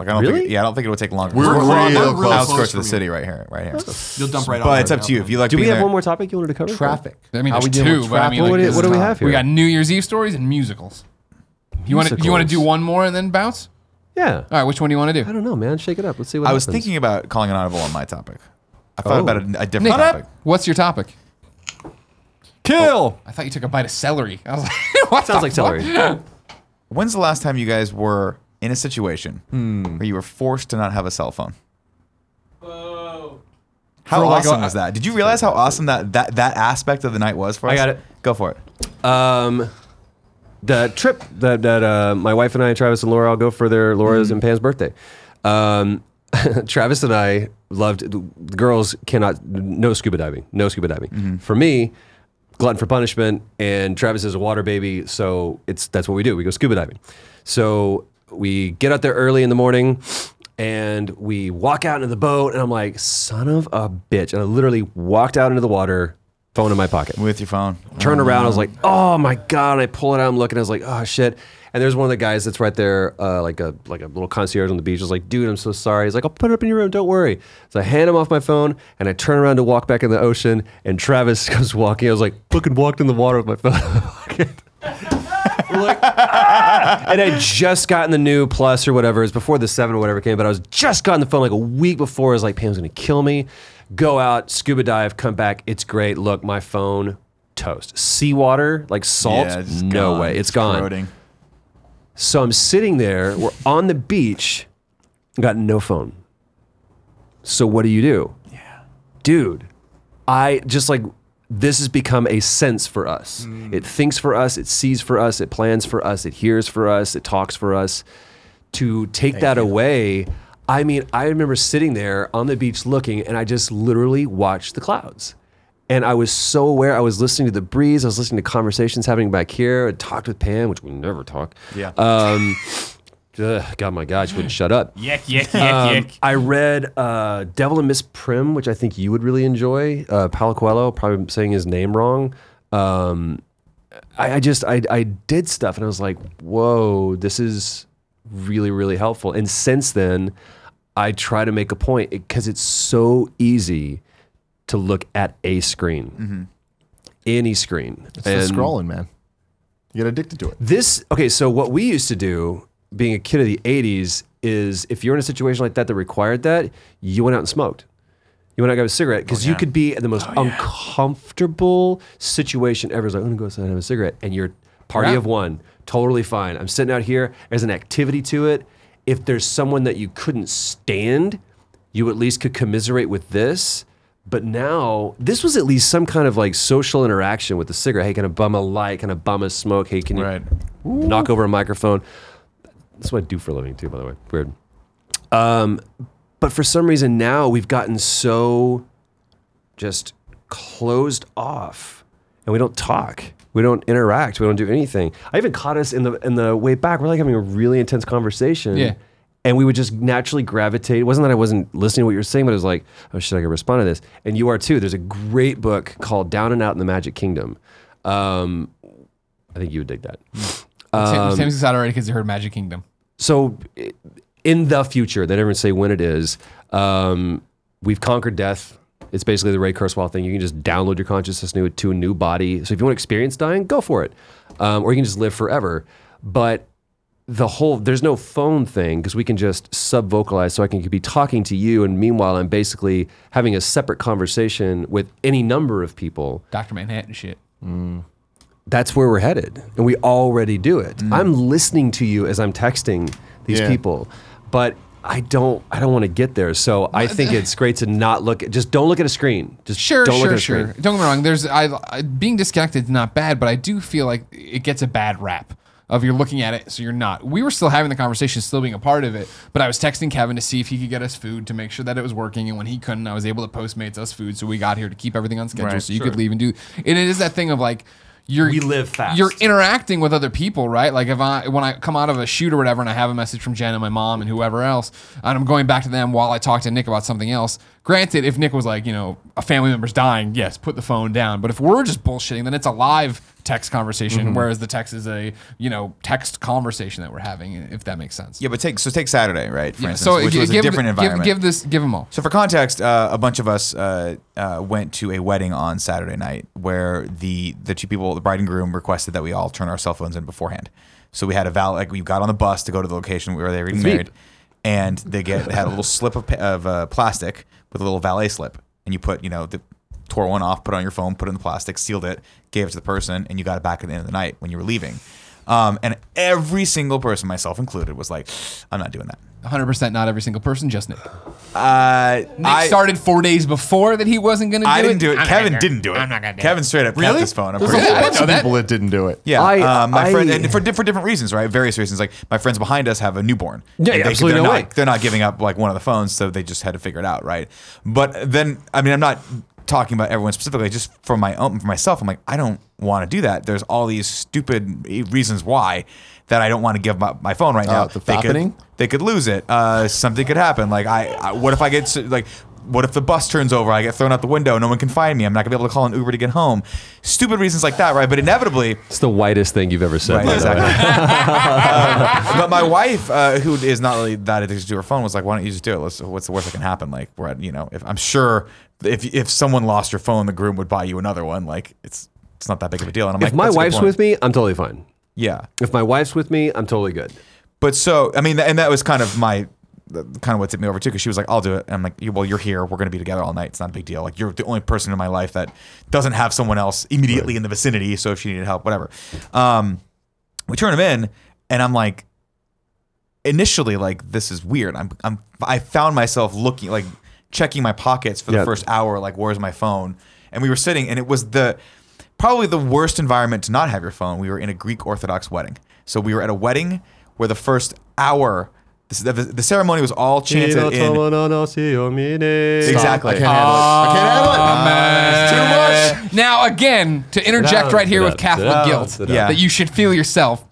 Speaker 3: Like, I don't think.
Speaker 5: Really?
Speaker 3: Yeah, I don't think it will take longer.
Speaker 2: We're
Speaker 3: We're, on
Speaker 2: real
Speaker 3: the
Speaker 2: close.
Speaker 3: outskirts of the city, right here, right here.
Speaker 8: You'll dump right Oh,
Speaker 3: But it's up to you. If you like,
Speaker 5: do we
Speaker 3: being
Speaker 5: have
Speaker 3: there-
Speaker 5: one more topic you wanted to cover?
Speaker 2: traffic.
Speaker 1: I mean,
Speaker 2: How
Speaker 1: there's
Speaker 2: we dealing
Speaker 1: two,
Speaker 2: with
Speaker 1: but I
Speaker 2: traffic?
Speaker 1: mean, like, What do-
Speaker 2: this
Speaker 5: what do
Speaker 2: is
Speaker 5: we
Speaker 2: hot.
Speaker 5: have here?
Speaker 1: we got New Year's Eve stories and musicals. You want to you want to do
Speaker 5: Musicals.
Speaker 1: one more and then bounce?
Speaker 5: Yeah.
Speaker 1: All right, which one do you want to
Speaker 5: I
Speaker 1: do?
Speaker 5: don't know, man. Shake it up. Let's see what
Speaker 3: I was
Speaker 5: happens.
Speaker 3: thinking about calling an audible on my topic. I thought
Speaker 5: Oh.
Speaker 3: about a, a different
Speaker 1: Nick,
Speaker 3: topic.
Speaker 1: what's your topic?
Speaker 8: Kill.
Speaker 1: I thought you took a bite of celery. I was like, what
Speaker 5: Sounds
Speaker 1: the
Speaker 5: like
Speaker 1: fuck?
Speaker 5: celery.
Speaker 3: When's the last time you guys were in a situation
Speaker 5: Hmm.
Speaker 3: where you were forced to not have a cell phone? How
Speaker 8: For like
Speaker 3: awesome
Speaker 8: a-
Speaker 3: was that? Did you realize how awesome that, that that aspect of the night was for us?
Speaker 5: I got it.
Speaker 3: Go for it.
Speaker 5: Um, the trip that, that uh, my wife and I, Travis and Laura, I'll go for their Laura's and Pan's birthday. Um, Travis and I loved the girls cannot no scuba diving, no scuba diving. For me, glutton for punishment, and Travis is a water baby, so it's that's what we do. We go scuba diving. So we get out there early in the morning and we walk out into the boat and I'm like, son of a bitch. And I literally walked out into the water, phone in my pocket.
Speaker 3: with your phone.
Speaker 5: Turn around. I was like, oh my god! And I pull it out. I'm looking. I was like, oh shit! And there's one of the guys that's right there, uh, like a like a little concierge on the beach. I was like, dude, I'm so sorry. He's like, I'll put it up in your room. Don't worry. So I hand him off my phone, and I turn around to walk back in the ocean, and Travis comes walking. I was like, fucking walked in the water with my phone. in my pocket. Like, ah! and I just gotten the new plus or whatever. It was before the seven or whatever came, but I was just gotten the phone like a week before. I was like, Pam's gonna kill me. Go out, scuba dive, come back. It's great. Look, my phone, toast. Seawater, like salt,
Speaker 3: Yeah, it's
Speaker 5: no
Speaker 3: gone.
Speaker 5: way. It's gone.
Speaker 3: corroding.
Speaker 5: So I'm sitting there, we're on the beach, got no phone. So what do you do? Yeah. Dude, I just like this has become a sense for us. It thinks for us, it sees for us, it plans for us, it hears for us, it talks for us. To take that away, I mean, I remember sitting there on the beach looking and I just literally watched the clouds. And I was so aware. I was listening to the breeze. I was listening to conversations happening back here. I talked with Pam, which we never talk.
Speaker 3: Yeah.
Speaker 5: Um, ugh, God, my God, she wouldn't shut up.
Speaker 1: Yik, yik, yik,
Speaker 5: Um, I read uh, Devil and Miss Prim, which I think you would really enjoy. Uh, Paulo Coelho, probably saying his name wrong. Um, I, I just I, I did stuff and I was like, whoa, this is really really helpful. And since then, I try to make a point because it's so easy to look at a screen, any screen.
Speaker 2: It's the scrolling, man. You get addicted to it.
Speaker 5: This okay, so what we used to do being a kid of the 80s is if you're in a situation like that that required that, you went out and smoked. You went out and got a cigarette because you could be in the most uncomfortable situation ever. It's like, I'm gonna go outside and have a cigarette. And you're party
Speaker 1: Yeah.
Speaker 5: of one, totally fine. I'm sitting out here. There's an activity to it. If there's someone that you couldn't stand, you at least could commiserate with this. But now, this was at least some kind of like social interaction with the cigarette. Hey, can I bum a light? Can I bum a smoke? Hey, can you
Speaker 3: Right.
Speaker 5: knock over a microphone? That's what I do for a living, too, by the way. Weird. Um, but for some reason now we've gotten so just closed off and we don't talk. We don't interact. We don't do anything. I even caught us in the in the way back. We're like having a really intense conversation.
Speaker 1: Yeah.
Speaker 5: And we would just naturally gravitate. It wasn't that I wasn't listening to what you were saying, but it was like, oh shit, I can respond to this. And you are too. There's a great book called Down and Out in the Magic Kingdom. Um, I think you would dig that. Um,
Speaker 1: Sam- Sam's excited already because he heard Magic Kingdom.
Speaker 5: so i- in the future, they never say when it is. Um, we've conquered death. It's basically the Ray Kurzweil thing. You can just download your consciousness new- to a new body. So if you want to experience dying, go for it, um, or you can just live forever. But the whole there's no phone thing because we can just sub vocalize so I can be talking to you and meanwhile I'm basically having a separate conversation with any number of people
Speaker 1: Dr. Manhattan shit.
Speaker 5: that's where we're headed and we already do it i'm listening to you as i'm texting these
Speaker 2: Yeah.
Speaker 5: people but i don't i don't want to get there so i think it's great to not look at just don't look at a screen just
Speaker 1: Sure,
Speaker 5: don't look
Speaker 1: sure,
Speaker 5: at a
Speaker 1: sure.
Speaker 5: screen
Speaker 1: Don't get me wrong. There's I, I being disconnected is not bad, but I do feel like it gets a bad rap of you're looking at it, so you're not. We were still having the conversation, still being a part of it, but I was texting Kevin to see if he could get us food to make sure that it was working, and when he couldn't, I was able to postmates us food, so we got here to keep everything on schedule, so you could leave and do. And it is that thing of like. You're,
Speaker 5: We live fast.
Speaker 1: You're interacting with other people, right? Like if I when I come out of a shoot or whatever, and I have a message from Jen and my mom and whoever else, and I'm going back to them while I talk to Nick about something else. Granted, if Nick was like, you know, a family member's dying, yes, put the phone down. But if we're just bullshitting, then it's a live text conversation,
Speaker 3: Mm-hmm.
Speaker 1: whereas the text is a you know text conversation that we're having. If that makes sense.
Speaker 3: Yeah, but take so take Saturday, right? For instance,
Speaker 1: so
Speaker 3: which
Speaker 1: gi-
Speaker 3: was
Speaker 1: give,
Speaker 3: a different
Speaker 1: give-
Speaker 3: environment.
Speaker 1: Give, this. Give them all.
Speaker 3: So for context, uh, a bunch of us uh, uh, went to a wedding on Saturday night where the the two people, the bride and groom, requested that we all turn our cell phones in beforehand. So we had a valid, like we got on the bus to go to the location where they were getting married, and they get they had a little slip of, pa- of uh, plastic with a little valet slip, and you put you know the tore one off, put it on your phone, put it in the plastic, sealed it, gave it to the person, and you got it back at the end of the night when you were leaving. Um, and every single person, myself included, was like, "I'm not doing that."
Speaker 1: 100 percent not every single person, just Nick. Nick
Speaker 3: Uh, I-
Speaker 1: started four days before that he wasn't going to.
Speaker 3: I
Speaker 1: do
Speaker 3: didn't
Speaker 1: it.
Speaker 3: do it. Kevin didn't do it. I'm not gonna do Kevin straight up really? his phone. I'm
Speaker 2: There's
Speaker 3: pretty
Speaker 2: a
Speaker 3: sure.
Speaker 2: whole
Speaker 1: I
Speaker 2: bunch
Speaker 1: didn't
Speaker 2: of
Speaker 1: know that.
Speaker 2: people that didn't do it.
Speaker 3: Yeah,
Speaker 5: I-
Speaker 3: uh, my friend,
Speaker 5: I-
Speaker 3: and for, di- for different reasons, right? Various reasons. Like my friend's behind us have a newborn.
Speaker 5: Yeah,
Speaker 3: And
Speaker 5: yeah,
Speaker 3: they-
Speaker 5: absolutely
Speaker 3: They're
Speaker 5: no
Speaker 3: not,
Speaker 5: way.
Speaker 3: They're not giving up like one of the phones, so they just had to figure it out, right? But then, I mean, I'm not talking about everyone specifically, just for my own, for myself, I'm like, I don't want to do that. There's all these stupid e, reasons why that I don't want to give my, my phone
Speaker 5: Uh,
Speaker 3: right now.
Speaker 2: the
Speaker 3: They could-
Speaker 2: fappening?
Speaker 3: they could lose it. Uh, something could happen. Like I, I, what if I get s- like, what if the bus turns over? I get thrown out the window. No one can find me. I'm not gonna be able to call an Uber to get home. Stupid reasons like that, right? But inevitably,
Speaker 5: It's the whitest thing you've ever said.
Speaker 3: Right,
Speaker 5: by the
Speaker 3: exactly.
Speaker 5: way.
Speaker 3: Um, but my wife, uh, who is not really that addicted to her phone, was like, "Why don't you just do it? Let's, what's the worst that can happen? Like, we're at, you know, if I'm sure if if someone lost your phone, the groom would buy you another one. Like, it's it's not that big of a deal." And I'm
Speaker 5: If
Speaker 3: like,
Speaker 5: my
Speaker 3: "That's a good
Speaker 5: wife's
Speaker 3: point."
Speaker 5: with me, I'm totally fine.
Speaker 3: yeah,
Speaker 5: If my wife's with me, I'm totally good.
Speaker 3: but so I mean, and that was kind of my kind of what tipped me over too, because she was like, "I'll do it," and I'm like, "You- "Well, you're here. We're gonna be together all night. It's not a big deal. Like, you're the only person in my life that doesn't have someone else immediately in the vicinity. So if she needed help, whatever." Um, we turn him in, and I'm like, initially, like, this is weird. I'm, I'm, I found myself looking like checking my pockets for the
Speaker 5: Yeah.
Speaker 3: first hour, like, where's my phone? And we were sitting, and it was the probably the worst environment to not have your phone. We were in a Greek Orthodox wedding, so we were at a wedding where the first hour. this- The, the ceremony was all chanted in
Speaker 2: I
Speaker 3: exactly.
Speaker 2: can't handle it. I can't handle it.
Speaker 1: man. Now, again, to interject
Speaker 5: down,
Speaker 1: right here
Speaker 5: sit
Speaker 1: with
Speaker 5: down,
Speaker 1: Catholic
Speaker 5: sit down,
Speaker 1: guilt,
Speaker 5: sit
Speaker 3: down. Yeah.
Speaker 1: that you should feel yourself.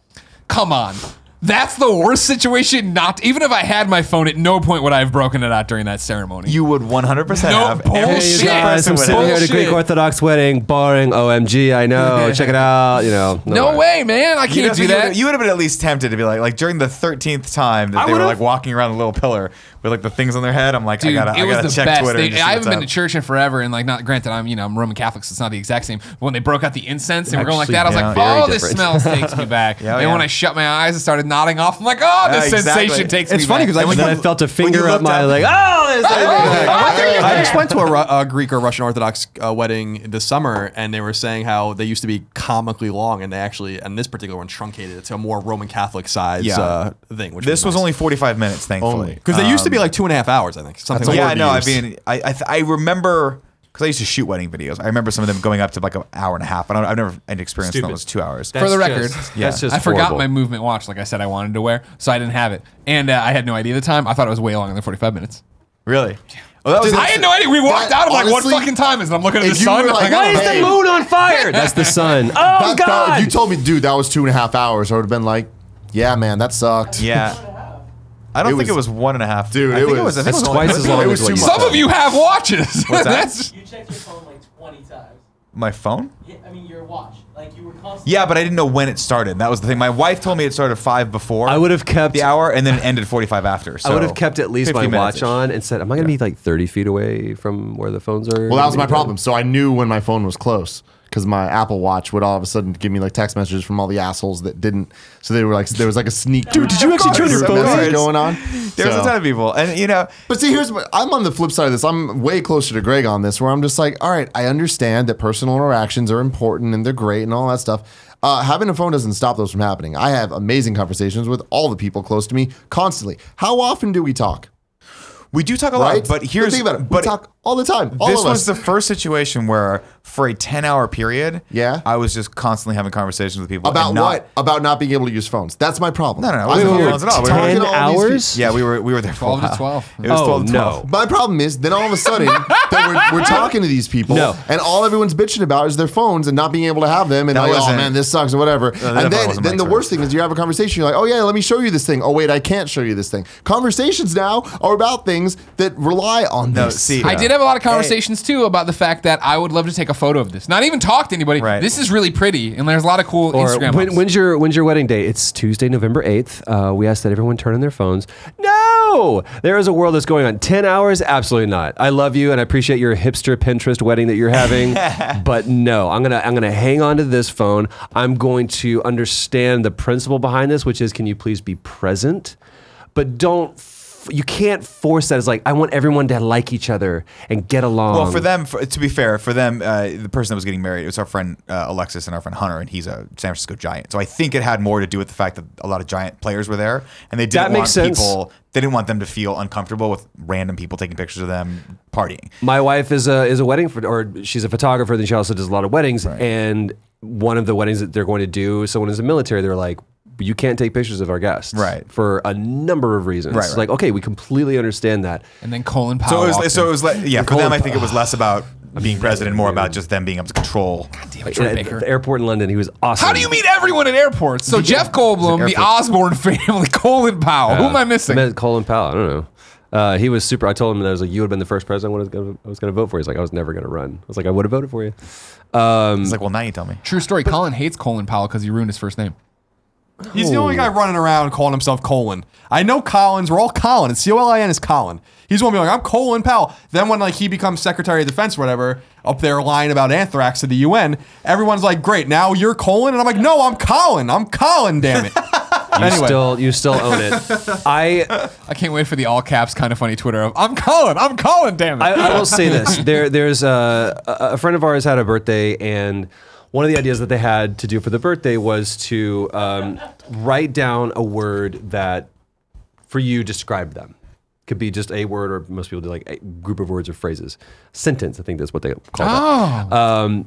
Speaker 1: Come on. That's the worst situation. Not even if I had my phone, at no point would I have broken it out during that ceremony.
Speaker 3: You would 100%
Speaker 1: No
Speaker 3: have every
Speaker 1: bullshit.
Speaker 3: single
Speaker 1: Hey, you
Speaker 5: Guys,
Speaker 3: person
Speaker 5: I'm
Speaker 3: with it.
Speaker 5: sitting here at a Greek
Speaker 1: Bullshit.
Speaker 5: Orthodox wedding, boring. OMG, I know. Check it out. You know.
Speaker 1: no way, man. I
Speaker 3: You
Speaker 1: can't do
Speaker 3: definitely- you
Speaker 1: that.
Speaker 3: would've- You would have been at least tempted to be like, like during the thirteenth time that they were like walking around the little pillar with like the things on their head. I'm like,
Speaker 1: Dude,
Speaker 3: I gotta,
Speaker 1: it
Speaker 3: I
Speaker 1: was
Speaker 3: gotta
Speaker 1: the
Speaker 3: check
Speaker 1: best.
Speaker 3: Twitter.
Speaker 1: They-
Speaker 3: and see
Speaker 1: I
Speaker 3: what's
Speaker 1: haven't been
Speaker 3: up.
Speaker 1: to church in forever, and like, not granted, I'm you know I'm Roman Catholic, so it's not the exact same. But when they broke out the incense and were going like
Speaker 5: Actually,
Speaker 1: that, I was
Speaker 5: yeah,
Speaker 1: like,
Speaker 5: very
Speaker 1: oh, this
Speaker 5: different.
Speaker 1: smells takes me back.
Speaker 3: Yeah,
Speaker 1: and
Speaker 3: yeah.
Speaker 1: when I shut my eyes and started nodding off, I'm like, oh, this
Speaker 3: Yeah, exactly.
Speaker 1: sensation takes
Speaker 8: It's
Speaker 1: me
Speaker 8: funny
Speaker 1: back.
Speaker 8: because I,
Speaker 5: And
Speaker 8: just
Speaker 5: then I
Speaker 8: went-
Speaker 5: felt a finger up
Speaker 3: looked
Speaker 5: my
Speaker 3: up-
Speaker 5: like, oh, there's
Speaker 8: I just went to a, Ru- a Greek or Russian Orthodox uh, wedding this summer, and they were saying how they used to be comically long, and they actually, and this particular one truncated it to a more Roman Catholic size
Speaker 3: Yeah.
Speaker 8: uh, thing. Which
Speaker 3: This was only 45 minutes, thankfully. Um,
Speaker 2: Only.
Speaker 8: because they used to be like two and um, a half hours, I think. Something like
Speaker 3: yeah,
Speaker 8: that.
Speaker 3: no, I mean, I, I, th- I remember because I used to shoot wedding videos. I remember some of them going up to like an hour and a half. I don't, I've never had experienced that
Speaker 5: Stupid.
Speaker 3: was two hours.
Speaker 1: For the record,
Speaker 3: Yeah.
Speaker 5: that's just
Speaker 1: I forgot
Speaker 5: horrible.
Speaker 1: my movement watch, like I said, I wanted to wear, so I didn't have it, and uh, I had no idea the time. I thought it was way longer than 45 minutes.
Speaker 3: really? Well, that was
Speaker 1: I had no idea. We walked
Speaker 2: that-
Speaker 1: out. I'm like, what
Speaker 2: honestly,
Speaker 1: fucking time is it? I'm looking at
Speaker 2: if
Speaker 1: the
Speaker 2: you
Speaker 1: sun.
Speaker 2: were
Speaker 1: like,
Speaker 2: like,
Speaker 1: I don't
Speaker 5: Why
Speaker 1: know.
Speaker 5: is the moon on fire? That's the sun. Oh
Speaker 2: That felt-
Speaker 5: God!
Speaker 2: if you told me, dude, that was two and a half hours, I would have been like, yeah, man, that sucked.
Speaker 3: Yeah. I don't
Speaker 2: It
Speaker 3: think it
Speaker 2: was-
Speaker 3: was one and a half.
Speaker 2: Dude,
Speaker 3: I
Speaker 2: it
Speaker 3: think
Speaker 2: was-
Speaker 3: I think
Speaker 5: That's
Speaker 3: it was only-
Speaker 5: twice as long
Speaker 2: It
Speaker 5: as
Speaker 2: was
Speaker 5: what
Speaker 2: too
Speaker 5: you
Speaker 2: much.
Speaker 5: said.
Speaker 1: Some of you have watches.
Speaker 3: What's that?
Speaker 1: That's-
Speaker 9: You checked your phone like 20 times.
Speaker 3: My phone?
Speaker 9: Yeah, I mean your watch. Like you were constantly.
Speaker 3: Yeah, but I didn't know when it started. That was the thing. My wife told me it started five before.
Speaker 5: I would have kept.
Speaker 3: the hour and then it ended 45 after. So
Speaker 5: I would have kept at least my
Speaker 3: 50 minutes-ish.
Speaker 5: watch on and said, "Am I going to be like 30 feet away from where the phones are?"
Speaker 2: Well, that was my problem. So I knew when my phone was close because my Apple Watch would all of a sudden give me like text messages from all the assholes that didn't. So they were like, there was like a sneak. Dude,
Speaker 5: did you actually turn your
Speaker 3: Of
Speaker 5: phone on?
Speaker 3: course.
Speaker 2: going on?
Speaker 3: There was a
Speaker 2: So-
Speaker 3: ton of people, and you know,
Speaker 2: But see, here's what I'm on the flip side of this. I'm way closer to Greg on this, where I'm just like, all right, I understand that personal interactions are important and they're great and all that stuff. Uh, having a phone doesn't stop those from happening. I have amazing conversations with all the people close to me constantly. How often do we talk?
Speaker 3: we do talk a
Speaker 2: Right?
Speaker 3: lot. But here's,
Speaker 2: think about it.
Speaker 3: but
Speaker 2: we talk all the time. All
Speaker 3: this
Speaker 2: of
Speaker 3: was
Speaker 2: us.
Speaker 3: the first situation where, for a 10 hour period,
Speaker 2: Yeah.
Speaker 3: I was just constantly having conversations with people and
Speaker 2: about
Speaker 3: not-
Speaker 2: what? About not being able to use phones. That's my problem.
Speaker 3: No, no, no, it
Speaker 2: I'm
Speaker 3: wasn't
Speaker 2: here
Speaker 3: phones at all. We were-
Speaker 2: talking
Speaker 5: 10
Speaker 2: to all these
Speaker 5: hours?
Speaker 3: Yeah, we were we were there for a
Speaker 1: 12 to
Speaker 3: while.
Speaker 1: 12.
Speaker 3: It was
Speaker 5: Oh,
Speaker 3: 12 to 12.
Speaker 5: no.
Speaker 2: My problem is then all of a sudden that we're, we're talking to these people
Speaker 5: No.
Speaker 2: and all everyone's bitching about is their phones and not being able to have them and
Speaker 3: That
Speaker 2: like, oh
Speaker 3: wasn't-
Speaker 2: man, this sucks or whatever.
Speaker 3: definitely
Speaker 2: and then
Speaker 3: wasn't
Speaker 2: then
Speaker 3: my
Speaker 2: the
Speaker 3: choice.
Speaker 2: worst thing is you have a conversation, you're like, oh yeah, let me show you this thing. Oh wait, I can't show you this thing. Conversations now are about things that rely on
Speaker 3: No,
Speaker 2: this.
Speaker 3: see,
Speaker 1: I did have a lot of conversations too about the fact that I would love to take a photo of this. Not even talk to anybody.
Speaker 3: Right.
Speaker 1: This is really pretty, and there's a lot of cool
Speaker 5: Or
Speaker 1: Instagram.
Speaker 5: when,
Speaker 1: ones.
Speaker 5: when's your when's your wedding day? It's Tuesday, November eighth. Uh, we asked that everyone turn on their phones. No, there is a world that's going on. Ten hours? Absolutely not. I love you and I appreciate your hipster Pinterest wedding that you're having, but no, I'm gonna I'm gonna hang on to this phone. I'm going to understand the principle behind this, which is can you please be present, but don't. f- You can't force that. It's like I want everyone to like each other and get along.
Speaker 3: Well, for them, for, to be fair, for them, uh, the person that was getting married, it was our friend uh, Alexis and our friend Hunter, and he's a San Francisco Giant. So I think it had more to do with the fact that a lot of Giant players were there, and they didn't
Speaker 5: That
Speaker 3: want
Speaker 5: makes sense.
Speaker 3: people. They didn't want them to feel uncomfortable with random people taking pictures of them partying.
Speaker 5: my wife is a is a wedding pho- or she's a photographer. Then she also does a lot of weddings. And one of the weddings that they're going to do, someone is in the military. They're like, you can't take pictures of our guests,
Speaker 3: Right.
Speaker 5: For a number of reasons.
Speaker 3: Right,
Speaker 5: It's
Speaker 3: right.
Speaker 5: Like, okay, we completely understand that.
Speaker 1: and then Colin Powell.
Speaker 3: So it was,
Speaker 1: walked
Speaker 3: so
Speaker 1: in.
Speaker 3: it was like, yeah, for them, I think it was less about being president, more about just them being able to control.
Speaker 5: At the airport in London, he was awesome.
Speaker 1: How do you meet everyone at airports? So Jeff Goldblum, the Osborne family, Colin Powell. Who am I missing?
Speaker 5: Uh, I met Colin Powell. I don't know. Uh, he was super. I told him that I was like, you would have been the first president I was gonna- I was going to vote for. He's like, I was never going to run. I was like, I would have voted for you. Um,
Speaker 3: It's like, well, now you tell me.
Speaker 1: True story. Colin hates Colin Powell because he ruined his first name.
Speaker 8: He's the only guy running around calling himself Colin. I know Collins. We're all Colin. It's C O L I N is Colin. He's going to be like, I'm Colin Powell. Then when like he becomes Secretary of Defense, or whatever, up there lying about anthrax to the UN, everyone's like, great, now you're Colin, and I'm like, no, I'm Colin. I'm Colin. Damn it.
Speaker 5: you
Speaker 8: anyway.
Speaker 5: still you still own it. I
Speaker 1: I can't wait for the all caps kind of funny Twitter of I'm Colin. I'm Colin. Damn it.
Speaker 5: I, I will say this: there, there's uh, a, a friend of ours had a birthday, and one of the ideas that they had to do for the birthday was to um, write down a word that, for you, described them. Could be just a word, or most people do like a group of words or phrases. Sentence, I think that's what they call it.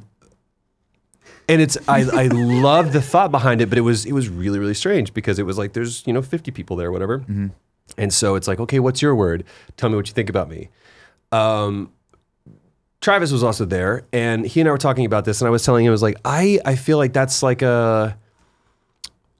Speaker 5: and it's I, I love the thought behind it, but it was it was really really strange because it was like there's you know 50 people there, whatever, and so it's like okay, what's your word? Tell me what you think about me. Um, Travis was also there, and he and I were talking about this, and I was telling him I was like I I feel like that's like a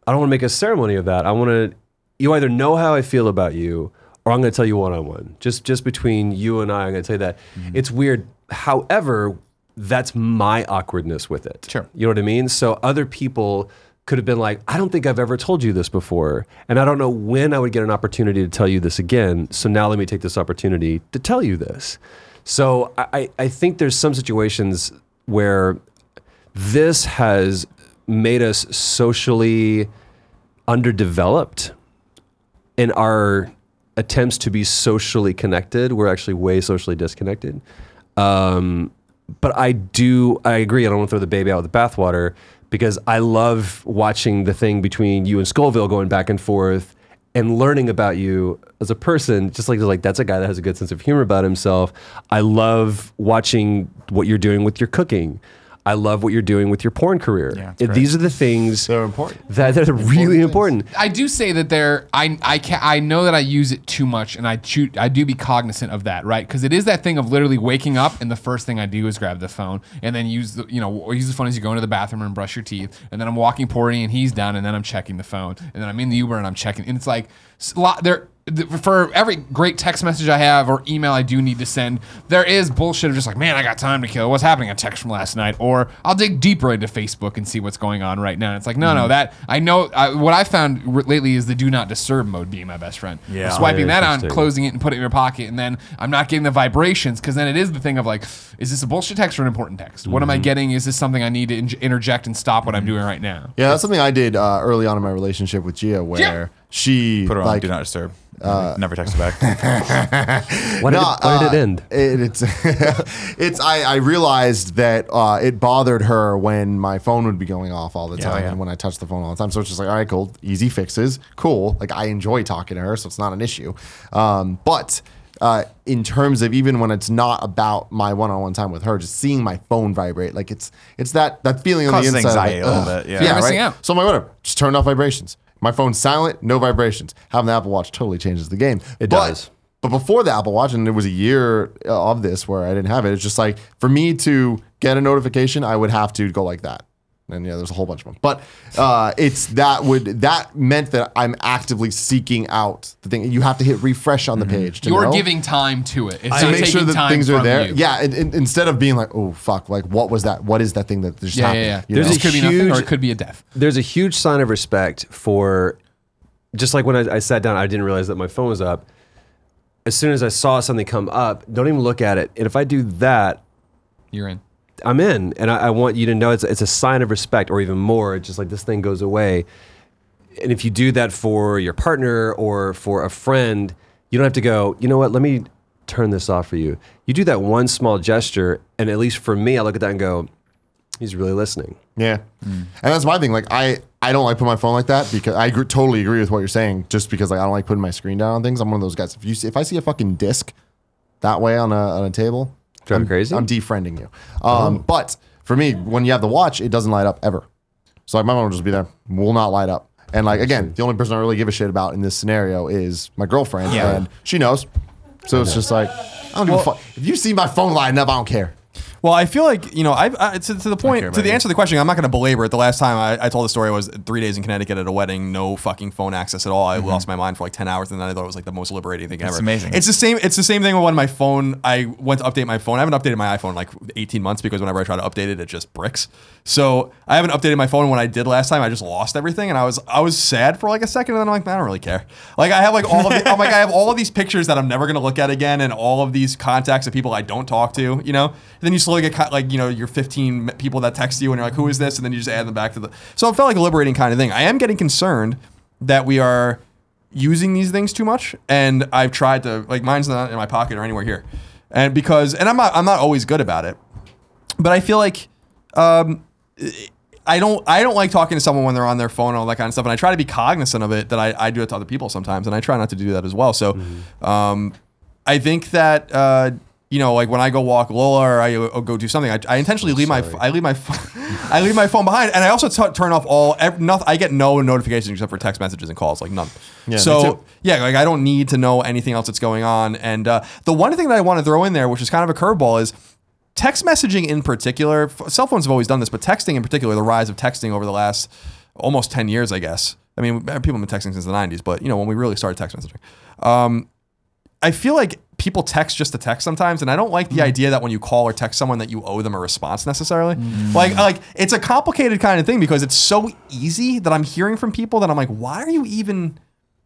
Speaker 5: I don't want to make a ceremony of that. I want to you either know how I feel about you, or I'm going to tell you one on one, just just between you and I. I'm going to tell you that it's weird. However, that's my awkwardness with it. Sure. You know what I mean? So other people could have been like, I don't think I've ever told you this before. And I don't know when I would get an opportunity to tell you this again. So now let me take this opportunity to tell you this. So I, I I think there's some situations where this has made us socially underdeveloped in our attempts to be socially connected, we're actually way socially disconnected. Um, but I do, I agree. I don't want to throw the baby out with the bathwater because I love watching the thing between you and Scoville going back and forth and learning about you as a person. Just like, like that's a guy that has a good sense of humor about himself. I love watching what you're doing with your cooking. I love what you're doing with your porn career. These are the things
Speaker 2: They're important.
Speaker 5: that, that are really important.
Speaker 1: I do say that there. I I can I know that I use it too much, and I choo- I do be cognizant of that, right? Because it is that thing of literally waking up, and the first thing I do is grab the phone, and then use the you know or use the phone as you go into the bathroom and brush your teeth, and then I'm walking Porty, and he's done, and then I'm checking the phone, and then I'm in the Uber, and I'm checking, and it's like s- lot there. th- For every great text message I have or email I do need to send, there is bullshit of just like, man, I got time to kill. What's happening? A text from last night, or I'll dig deeper into Facebook and see what's going on right now. It's like, no,
Speaker 2: Mm-hmm.
Speaker 1: no, that I know. I, what I found r- lately is the do not disturb mode being my best friend. Yeah, swiping
Speaker 5: Yeah,
Speaker 1: that on,
Speaker 5: interesting.
Speaker 1: closing it, and put it in your pocket, and then I'm not getting the vibrations because then it is the thing of like, is this a bullshit text or an important text? What am
Speaker 2: Mm-hmm.
Speaker 1: I getting? Is this something I need to in- interject and stop what I'm doing right now?
Speaker 2: Yeah, that's something I did uh, early on in my relationship with Gia, where
Speaker 1: Gia!
Speaker 2: she
Speaker 3: Put her on
Speaker 2: like,
Speaker 3: Do Not Disturb. Never text her back.
Speaker 5: Why did, it, why did it
Speaker 2: uh,
Speaker 5: end?
Speaker 2: it- it's it's I, I realized that uh, it bothered her when my phone would be going off all the time
Speaker 3: yeah.
Speaker 2: and when I touched the phone all the time. So it's just like, all right, cool, easy fixes, cool. Like I enjoy talking to her, so it's not an issue. Um, but uh, in terms of even when it's not about my one-on-one time with her, just seeing my phone vibrate, like it's it's that that feeling on the
Speaker 3: Causes
Speaker 2: inside,
Speaker 3: anxiety
Speaker 2: like,
Speaker 3: a little
Speaker 2: ugh.
Speaker 3: bit, yeah. You're
Speaker 1: missing out.
Speaker 2: So I'm like, whatever, just turn off vibrations. My phone's silent, no vibrations. Having the Apple Watch totally changes the game. It
Speaker 5: does.
Speaker 2: but before the Apple Watch, and there was a year uh, of this where I didn't have it, it's just like for me to get a notification, I would have to go like that. And yeah, there's a whole bunch of them. But uh, it's that would that meant that I'm actively seeking out the thing. You have to hit refresh on the
Speaker 5: Mm-hmm.
Speaker 2: page. To
Speaker 1: You're
Speaker 2: know.
Speaker 1: giving time to it. It's
Speaker 2: to
Speaker 1: not
Speaker 2: make sure
Speaker 1: taking
Speaker 2: that
Speaker 1: time
Speaker 2: things are
Speaker 1: from
Speaker 2: there.
Speaker 1: you.
Speaker 2: Yeah, and, and instead of being like, oh fuck, like what was that? What is that thing that just
Speaker 1: Yeah, yeah,
Speaker 2: happened?
Speaker 1: yeah.
Speaker 2: You
Speaker 5: There's
Speaker 2: know?
Speaker 5: a
Speaker 1: This could be nothing, or
Speaker 5: huge-
Speaker 1: it could be a death.
Speaker 5: there's a huge sign of respect for just like when I, I sat down, I didn't realize that my phone was up. As soon as I saw something come up, don't even look at it. And if I do that,
Speaker 1: You're in.
Speaker 5: I'm in. And I, I want you to know it's, it's a sign of respect, or even more, it's just like this thing goes away. And if you do that for your partner or for a friend, you don't have to go, you know what, let me turn this off for you. You do that one small gesture, and at least for me, I look at that and go, he's really listening.
Speaker 2: Yeah, and that's my thing. Like I, I don't like putting my phone like that because I agree, totally agree with what you're saying. Just because like I don't like putting my screen down on things. I'm one of those guys. If you see, if I see a fucking disc that way on a on a table,
Speaker 5: Drive you crazy?
Speaker 2: I'm defriending you. Um, But for me, when you have the watch, it doesn't light up ever. So like my phone will just be there, will not light up. And like again, the only person I really give a shit about in this scenario is my girlfriend,
Speaker 3: Yeah.
Speaker 2: and she knows. So it's just like I don't give a fuck. If you see my phone lighting up, I don't care.
Speaker 8: Well, I feel like you know, I've I, to, to the point to
Speaker 3: about
Speaker 8: the
Speaker 3: you.
Speaker 8: answer to the question. I'm not going to belabor it. The last time I, I told the story was three days in Connecticut at a wedding, no fucking phone access at all. I lost my mind for like ten hours, and then I thought it was like the most liberating thing ever.
Speaker 3: amazing.
Speaker 8: It's the same. It's the same thing with when my phone. I went to update my phone. I haven't updated my iPhone in, like 18 months because whenever I try to update it, it just bricks. So I haven't updated my phone. and When I did last time, I just lost everything, and I was I was sad for like a second, and then I'm like, "Man, I don't really care. Like I have like all of the, I'm like I have all of these pictures that I'm never gonna look at again, and all of these contacts of people I don't talk to. You know, and then you slowly get cut like you know your 15 people that text you, and you're like, who is this? And then you just add them back to the. So it felt like a liberating kind of thing. I am getting concerned that we are using these things too much and I've tried to like mine's not in my pocket or anywhere here. And because and I'm not I'm not always good about it. But I feel like um I don't I don't like talking to someone when they're on their phone and all that kind of stuff. And I try to be cognizant of it that I, I do it to other people sometimes and I try not to do that as well. So
Speaker 2: Mm-hmm.
Speaker 8: um I think that uh you know, like when I go walk Lola or I uh, go do something, I, I intentionally leave my ph- I leave my ph- I leave my phone behind, and I also t- turn off all ev- nothing. I get no notifications except for text messages and calls, like none.
Speaker 2: me too.
Speaker 8: so yeah, like I don't need to know anything else that's going on. And uh, the one thing that I want to throw in there, which is kind of a curveball, is text messaging in particular. f- Cell phones have always done this, but texting in particular, the rise of texting over the last almost 10 years, I guess. I mean, people have been texting since the 90s, but you know, when we really started text messaging. Um, I feel like people text just to text sometimes, and I don't like the
Speaker 5: Mm.
Speaker 8: idea that when you call or text someone that you owe them a response necessarily.
Speaker 5: Mm.
Speaker 8: Like, like it's a complicated kind of thing because it's so easy that I'm hearing from people that I'm like, why are you even?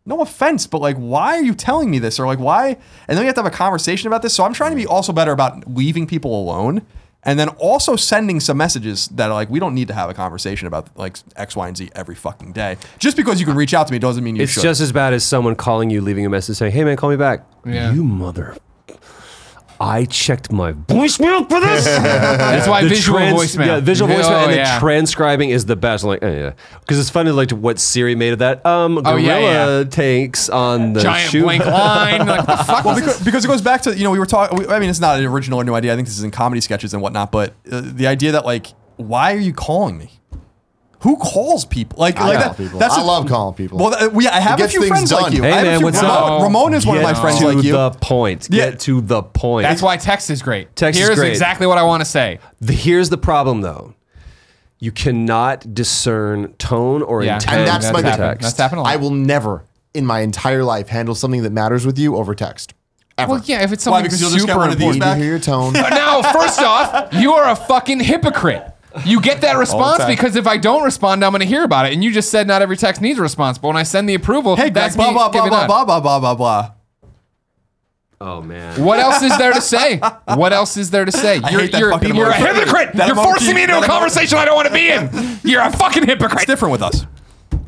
Speaker 8: No offense, but like, why are you telling me this? Or like, why? And then you have to have a conversation about this. So I'm trying to be also better about leaving people alone, and then also sending some messages that are like, we don't need to have a conversation about like X, Y, and Z every fucking day. Just because you can reach out to me doesn't mean you
Speaker 5: It's
Speaker 8: should.
Speaker 5: just as bad as someone calling you, leaving a message saying, "Hey man, call me back."
Speaker 1: Yeah.
Speaker 5: You mother. I checked my voicemail for this.
Speaker 8: Uh,
Speaker 1: That's why
Speaker 5: The
Speaker 1: visual
Speaker 5: trans-
Speaker 1: voicemail.
Speaker 5: Yeah, visual voicemail,
Speaker 1: Oh,
Speaker 5: and then
Speaker 1: yeah.
Speaker 5: transcribing is the best. I'm like, eh, yeah, because it's funny like what Siri made of that. Um, gorilla
Speaker 1: Oh, yeah,
Speaker 5: tanks on the
Speaker 1: giant
Speaker 5: shoe.
Speaker 1: blank line. Like, what the fuck?
Speaker 8: well,
Speaker 1: was
Speaker 8: because, because it goes back to you know we were talking. I mean, it's not an original or new idea. I think this is in comedy sketches and whatnot. But uh, the idea that like, why are you calling me? Who calls people? Like,
Speaker 2: I
Speaker 8: like
Speaker 2: call
Speaker 8: that,
Speaker 2: people.
Speaker 8: that's
Speaker 2: I
Speaker 8: a-
Speaker 2: love calling people.
Speaker 8: Well, that, we, I have a
Speaker 2: gets
Speaker 8: few
Speaker 2: things
Speaker 8: friends like
Speaker 2: done.
Speaker 8: you.
Speaker 5: Hey,
Speaker 8: I have a
Speaker 5: man,
Speaker 8: few
Speaker 5: what's
Speaker 8: Ramon,
Speaker 1: up?
Speaker 8: Ramon is one of my
Speaker 5: Get
Speaker 8: friends
Speaker 5: to
Speaker 8: like you.
Speaker 5: the point. Get
Speaker 8: Yeah.
Speaker 5: to the point.
Speaker 1: That's why text is great.
Speaker 5: Text is
Speaker 1: Here's
Speaker 5: great.
Speaker 1: exactly what I want to say.
Speaker 5: The- here's the problem though. You cannot discern tone or
Speaker 1: Yeah.
Speaker 5: intent.
Speaker 2: And that's
Speaker 5: of
Speaker 2: my-
Speaker 5: the
Speaker 2: happened.
Speaker 5: text.
Speaker 1: That's happened a lot.
Speaker 2: I will never in my entire life handle something that matters with you over text. Ever.
Speaker 1: well, yeah, if it's
Speaker 8: Why,
Speaker 1: something
Speaker 8: because you'll just get
Speaker 1: super
Speaker 8: one of these
Speaker 2: You need to
Speaker 1: important.
Speaker 8: back?
Speaker 2: hear your tone.
Speaker 1: Now, first off, you are a fucking hypocrite. You get that response
Speaker 8: time.
Speaker 1: because if I don't respond, I'm going to hear about it. And you just said not every text needs a response, but when I send the approval,
Speaker 8: Hey, Greg,
Speaker 1: that's
Speaker 8: blah
Speaker 1: me
Speaker 8: blah blah
Speaker 1: giving
Speaker 8: blah
Speaker 1: none.
Speaker 8: blah blah blah blah blah.
Speaker 5: Oh man.
Speaker 1: What else is there to say? What else is there to say? You're,
Speaker 8: hate that
Speaker 1: you're,
Speaker 8: fucking
Speaker 1: you're a
Speaker 8: emoji.
Speaker 1: hypocrite.
Speaker 8: That
Speaker 1: you're
Speaker 8: emoji-
Speaker 1: forcing me into a
Speaker 8: that emoji.
Speaker 1: conversation I don't want to be in. You're a fucking hypocrite.
Speaker 8: It's different with us.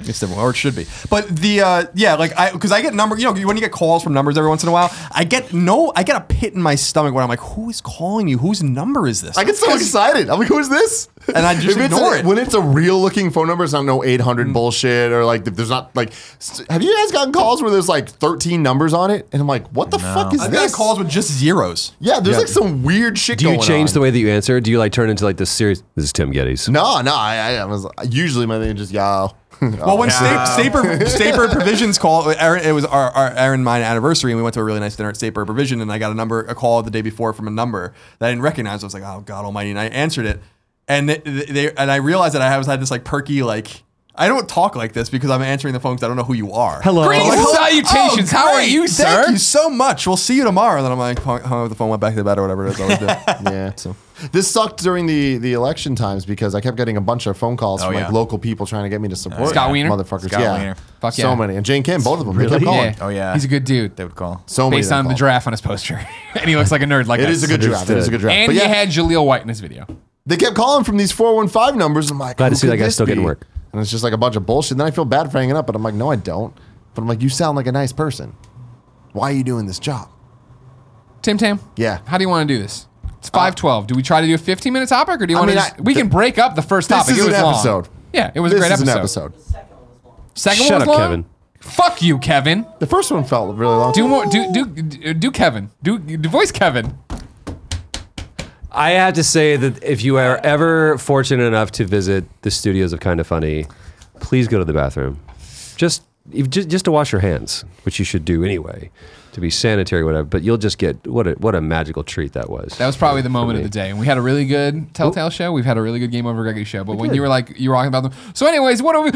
Speaker 8: It's different, or it should be. But the uh, yeah, like I because I get number, you know, when you get calls from numbers every once in a while, I get no, I get a pit in my stomach when I'm like, who is calling you? Whose number is this?
Speaker 2: I get so excited. I'm like, who is this?
Speaker 8: And I just
Speaker 2: If it's
Speaker 8: ignore
Speaker 2: a-
Speaker 8: it.
Speaker 2: When it's a real looking phone number, it's not no 800 bullshit or like if there's not like. s- Have you guys gotten calls where there's like 13 numbers on it? And I'm like, what the fuck is
Speaker 8: I've got
Speaker 2: this?
Speaker 8: calls with just zeros.
Speaker 2: yeah, there's like some weird shit
Speaker 5: Do you
Speaker 2: going
Speaker 5: change
Speaker 2: on.
Speaker 5: the way that you answer? Do you like turn into like this series? This is Tim Geddes.
Speaker 2: No, no. I, I, I was usually my thing is just yeah.
Speaker 8: Well,
Speaker 1: Oh,
Speaker 8: when Sta- Staper, Staper Provisions call, Aaron, it was our, our Aaron and mine anniversary, and we went to a really nice dinner at Staper Provision, and I got a number, a call the day before from a number that I didn't recognize. I was like, oh God Almighty, and I answered it, and they, they and I realized that I was had this like perky like. I don't talk like this because I'm answering the phone because I don't know who you are.
Speaker 5: Hello.
Speaker 2: Oh,
Speaker 8: I'm
Speaker 5: Greetings,
Speaker 8: "Hello."
Speaker 1: salutations. How are
Speaker 8: great.
Speaker 1: you,
Speaker 8: Thank
Speaker 1: sir?"
Speaker 8: you so much. We'll see you tomorrow. And then I'm like, hung hung up the phone, went back to bed or whatever it is. I always do.
Speaker 2: Yeah. So this sucked during the the election times because I kept getting a bunch of phone calls from
Speaker 3: Oh, yeah.
Speaker 2: like local people trying to get me to support
Speaker 1: Scott
Speaker 2: yeah.
Speaker 1: Wiener?
Speaker 2: motherfuckers.
Speaker 3: Scott
Speaker 2: yeah.
Speaker 3: Wiener.
Speaker 1: Fuck
Speaker 2: so
Speaker 1: yeah.
Speaker 2: many and Jane Kim, both of them. They kept calling.
Speaker 1: Yeah.
Speaker 3: Oh, yeah.
Speaker 1: He's a good dude.
Speaker 3: They would call.
Speaker 2: So many.
Speaker 1: Based
Speaker 2: they
Speaker 1: on the
Speaker 2: called.
Speaker 1: giraffe on his poster, and he looks like a nerd. Like
Speaker 2: It
Speaker 1: us.
Speaker 2: is a good draft. It is a good draft.
Speaker 1: And
Speaker 2: But
Speaker 1: he
Speaker 2: yeah,
Speaker 1: had Jaleel White in his video.
Speaker 2: they kept calling from these 415 numbers. I'm like,
Speaker 5: Glad to
Speaker 2: who
Speaker 5: see that
Speaker 2: could
Speaker 5: guy's
Speaker 2: this
Speaker 5: still getting
Speaker 2: be?
Speaker 5: work.
Speaker 2: And it's just like a bunch of bullshit. Then I feel bad for hanging up, but I'm like, no, I don't. But I'm like, you sound like a nice person. Why are you doing this job?
Speaker 1: Tim Tam.
Speaker 2: Yeah. Uh,
Speaker 1: How do you want to do this? It's five twelve. Do we try to do a fifteen minute topic, or do you
Speaker 2: I
Speaker 1: want
Speaker 2: mean,
Speaker 1: to?
Speaker 2: I-
Speaker 1: we can break up the first
Speaker 2: this
Speaker 1: topic.
Speaker 2: is
Speaker 1: it was
Speaker 2: an
Speaker 1: long.
Speaker 2: episode.
Speaker 1: Yeah, it was
Speaker 2: this
Speaker 1: a great
Speaker 2: is
Speaker 1: episode.
Speaker 2: an episode.
Speaker 1: Second
Speaker 5: Shut
Speaker 1: one was
Speaker 5: up,
Speaker 1: long?
Speaker 5: Kevin.
Speaker 1: Fuck you, Kevin.
Speaker 2: The first one felt really long.
Speaker 1: Do more. Do
Speaker 8: Oh.
Speaker 1: do do, do Kevin. Do, do voice Kevin.
Speaker 5: I have to say that if you are ever fortunate enough to visit the studios of Kind of Funny, please go to the bathroom. Just, if- just, just to wash your hands, which you should do anyway. to be sanitary, whatever. But you'll just get what a, what a magical treat that was.
Speaker 1: That was probably the
Speaker 5: for
Speaker 1: moment of
Speaker 5: me.
Speaker 1: the day. And we had a really good Telltale
Speaker 8: Oh.
Speaker 1: show. We've had a really good Game Over Greggy show. But when you were like, you were talking about them. So, anyways, what are we.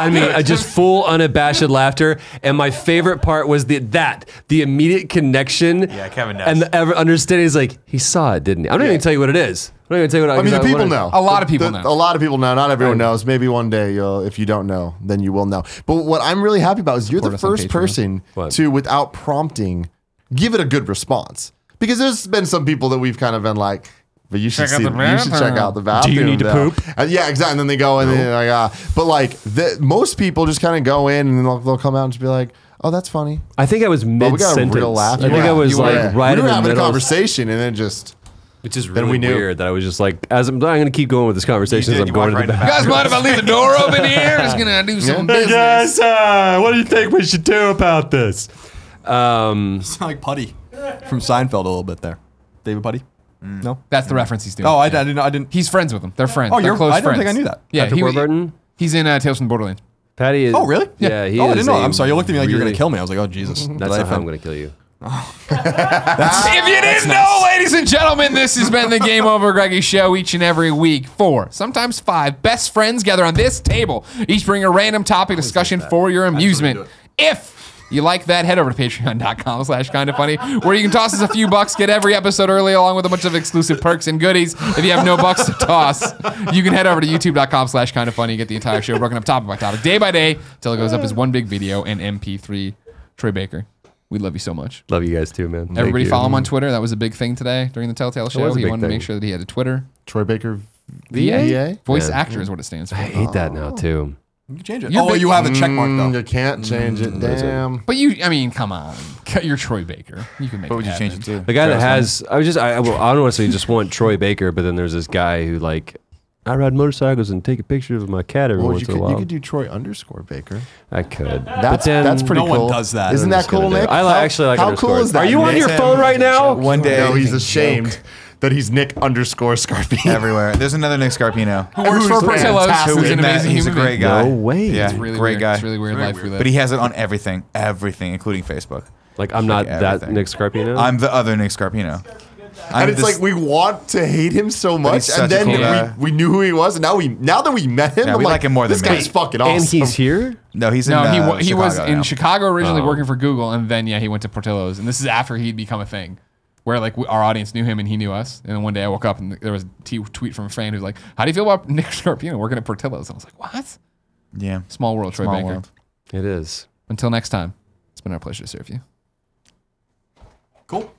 Speaker 5: I mean, I just full unabashed laughter. And my favorite part was the that the immediate connection.
Speaker 3: Yeah, Kevin knows.
Speaker 5: And the ever understanding is like he saw it, didn't he? I'm not even gonna tell you what it is. I'm not even gonna tell you what
Speaker 2: I mean, the
Speaker 5: what
Speaker 2: people
Speaker 5: it-
Speaker 2: know.
Speaker 1: A lot of people
Speaker 2: The-
Speaker 1: know.
Speaker 2: A lot of people know. Not everyone knows. Maybe one day, you'll, if you don't know, then you will know. But what I'm really happy about is you're the
Speaker 1: us on
Speaker 2: first
Speaker 1: Patreon.
Speaker 2: person
Speaker 5: What?
Speaker 2: to, without prompting, give it a good response. Because there's been some people that we've kind of been like, but you should
Speaker 1: Check out
Speaker 2: see,
Speaker 1: the
Speaker 2: you should check
Speaker 1: bathroom.
Speaker 2: out the bathroom. Do you need to poop? And yeah, exactly. And then they go and then like, ah. But like, the, most people just kind of go in and they'll, they'll come out and just be like, oh, that's funny.
Speaker 5: I think I was
Speaker 2: But
Speaker 5: mid
Speaker 2: we got a
Speaker 5: sentence.
Speaker 2: real laugh.
Speaker 5: I think
Speaker 2: Yeah.
Speaker 5: I was
Speaker 2: You
Speaker 5: like
Speaker 2: were-
Speaker 5: right
Speaker 2: we
Speaker 5: in
Speaker 2: were
Speaker 5: the
Speaker 2: having
Speaker 5: middle.
Speaker 2: a conversation and then just.
Speaker 5: Which is really
Speaker 2: Then we knew.
Speaker 5: weird that I was just like, as I'm, I'm going to keep going with this conversation as
Speaker 3: did.
Speaker 5: I'm
Speaker 3: You
Speaker 5: going to
Speaker 3: walked
Speaker 5: the
Speaker 3: right
Speaker 5: back.
Speaker 1: You guys mind if I leave the door open here? It's gonna do some business.
Speaker 5: uh, what do you think we should do about this? Um,
Speaker 8: It's like Putty from Seinfeld a little bit there. David Putty? No?
Speaker 1: That's the reference he's doing.
Speaker 8: Oh, I, I didn't. I didn't.
Speaker 1: he's friends with them. They're friends.
Speaker 8: Oh,
Speaker 1: They're
Speaker 8: you're-
Speaker 1: close
Speaker 8: I didn't
Speaker 1: friends.
Speaker 8: think I knew that.
Speaker 1: Yeah,
Speaker 5: Patrick Warburton?
Speaker 1: He's in uh, Tales from Borderland.
Speaker 5: Patty is.
Speaker 8: Oh, really?
Speaker 5: Yeah. he
Speaker 8: oh, I
Speaker 5: is
Speaker 8: didn't know.
Speaker 5: a
Speaker 8: I'm sorry. You looked at me like you were going
Speaker 5: really-
Speaker 8: to kill me. I was like, oh, Jesus.
Speaker 5: That's
Speaker 8: Did I
Speaker 5: not how I'm
Speaker 8: offend-
Speaker 5: going to kill you.
Speaker 1: if you didn't know, ladies and gentlemen, this has been the Game Over Greggy show each and every week. Four, sometimes five best friends gather on this table, each bring a random topic discussion for your amusement. If you like that, head over to patreon.com slash kind of funny, where you can toss us a few bucks, get every episode early, along with a bunch of exclusive perks and goodies. If you have no bucks to toss, you can head over to youtube.com slash kind of funny and get the entire show broken up topic by topic, day by day, till it goes up as one big video and MP3. Troy Baker, we love you so much.
Speaker 5: Love you guys too, man.
Speaker 1: Everybody
Speaker 5: Thank you.
Speaker 1: follow him on Twitter. That was a big thing today during the Telltale show.
Speaker 5: was a
Speaker 1: He
Speaker 5: big
Speaker 1: wanted to
Speaker 5: thing.
Speaker 1: make sure that he had a Twitter.
Speaker 2: Troy Baker,
Speaker 5: VA?
Speaker 1: Voice
Speaker 5: Yeah.
Speaker 1: actor is what it stands
Speaker 5: I
Speaker 1: for.
Speaker 5: hate that now too.
Speaker 8: You can change it.
Speaker 1: You're
Speaker 8: oh,
Speaker 1: big-
Speaker 8: you have a check mark,
Speaker 2: Mm,
Speaker 8: though.
Speaker 2: you can't change it. Damn.
Speaker 1: But you, I mean, come on. Cut- You're Troy Baker. You can make.
Speaker 3: What would
Speaker 1: it
Speaker 3: you change it
Speaker 1: happen.
Speaker 3: to?
Speaker 5: The guy that has, I was just, I, I well, I don't want to say just want Troy Baker, but then there's this guy who like, I ride motorcycles and take a picture of my cat every
Speaker 2: Well,
Speaker 5: once
Speaker 2: you,
Speaker 5: in a
Speaker 2: could,
Speaker 5: while.
Speaker 2: you could do Troy underscore Baker.
Speaker 5: I could.
Speaker 2: That's
Speaker 5: then-
Speaker 2: that's pretty
Speaker 8: No
Speaker 2: cool.
Speaker 8: one does that.
Speaker 2: Isn't
Speaker 5: I'm
Speaker 2: that
Speaker 5: just gonna
Speaker 2: cool,
Speaker 5: do it.
Speaker 2: Nick?
Speaker 5: I li-
Speaker 2: How-
Speaker 5: actually like
Speaker 2: How
Speaker 5: underscore.
Speaker 2: cool is that?
Speaker 5: Are you on
Speaker 2: Nick?
Speaker 5: your phone right now?
Speaker 3: One day.
Speaker 2: No, he's
Speaker 3: everything's
Speaker 2: ashamed
Speaker 3: joke
Speaker 2: that he's Nick underscore Scarpino.
Speaker 3: Everywhere. There's another Nick Scarpino.
Speaker 1: Works for Portillo's.
Speaker 2: fantastic.
Speaker 1: Who's an
Speaker 3: Who-
Speaker 1: amazing
Speaker 3: He's
Speaker 1: human
Speaker 3: a great
Speaker 1: being.
Speaker 3: guy.
Speaker 5: No way.
Speaker 3: Yeah,
Speaker 1: It's really
Speaker 3: great
Speaker 1: weird.
Speaker 3: guy.
Speaker 1: It's really weird life we live.
Speaker 3: But he has it on everything, everything, including Facebook.
Speaker 5: Like I'm not
Speaker 3: Like
Speaker 5: that
Speaker 3: everything.
Speaker 5: Nick Scarpino.
Speaker 3: I'm the other Nick Scarpino. I'm
Speaker 2: And it's
Speaker 3: this-
Speaker 2: like we want to hate him so much,
Speaker 3: he's such
Speaker 2: and
Speaker 3: a
Speaker 2: then
Speaker 3: cool guy.
Speaker 2: we, we knew who he was, and now we now that we met him,
Speaker 3: Yeah,
Speaker 2: I'm
Speaker 3: we like him more than
Speaker 2: this
Speaker 3: Matt.
Speaker 2: guy's fucking awesome.
Speaker 5: and he's here.
Speaker 3: no, he's in
Speaker 1: No, he
Speaker 3: uh,
Speaker 1: wa- he was
Speaker 3: Chicago
Speaker 1: in
Speaker 3: now.
Speaker 1: Chicago originally
Speaker 5: Oh.
Speaker 1: working for Google, and then yeah, he went to Portillo's, and this is after he'd become a thing, where like we, our audience knew him and he knew us, and then one day I woke up and there was a t- tweet from a friend who's like, "How do you feel about Nick Scarpino working at Portillo's?" And I was like, "What?
Speaker 3: Yeah.
Speaker 1: Small world, Troy
Speaker 3: Small
Speaker 1: Baker."
Speaker 3: world.
Speaker 5: It is.
Speaker 1: Until next time, it's been our pleasure to serve you.
Speaker 8: Cool.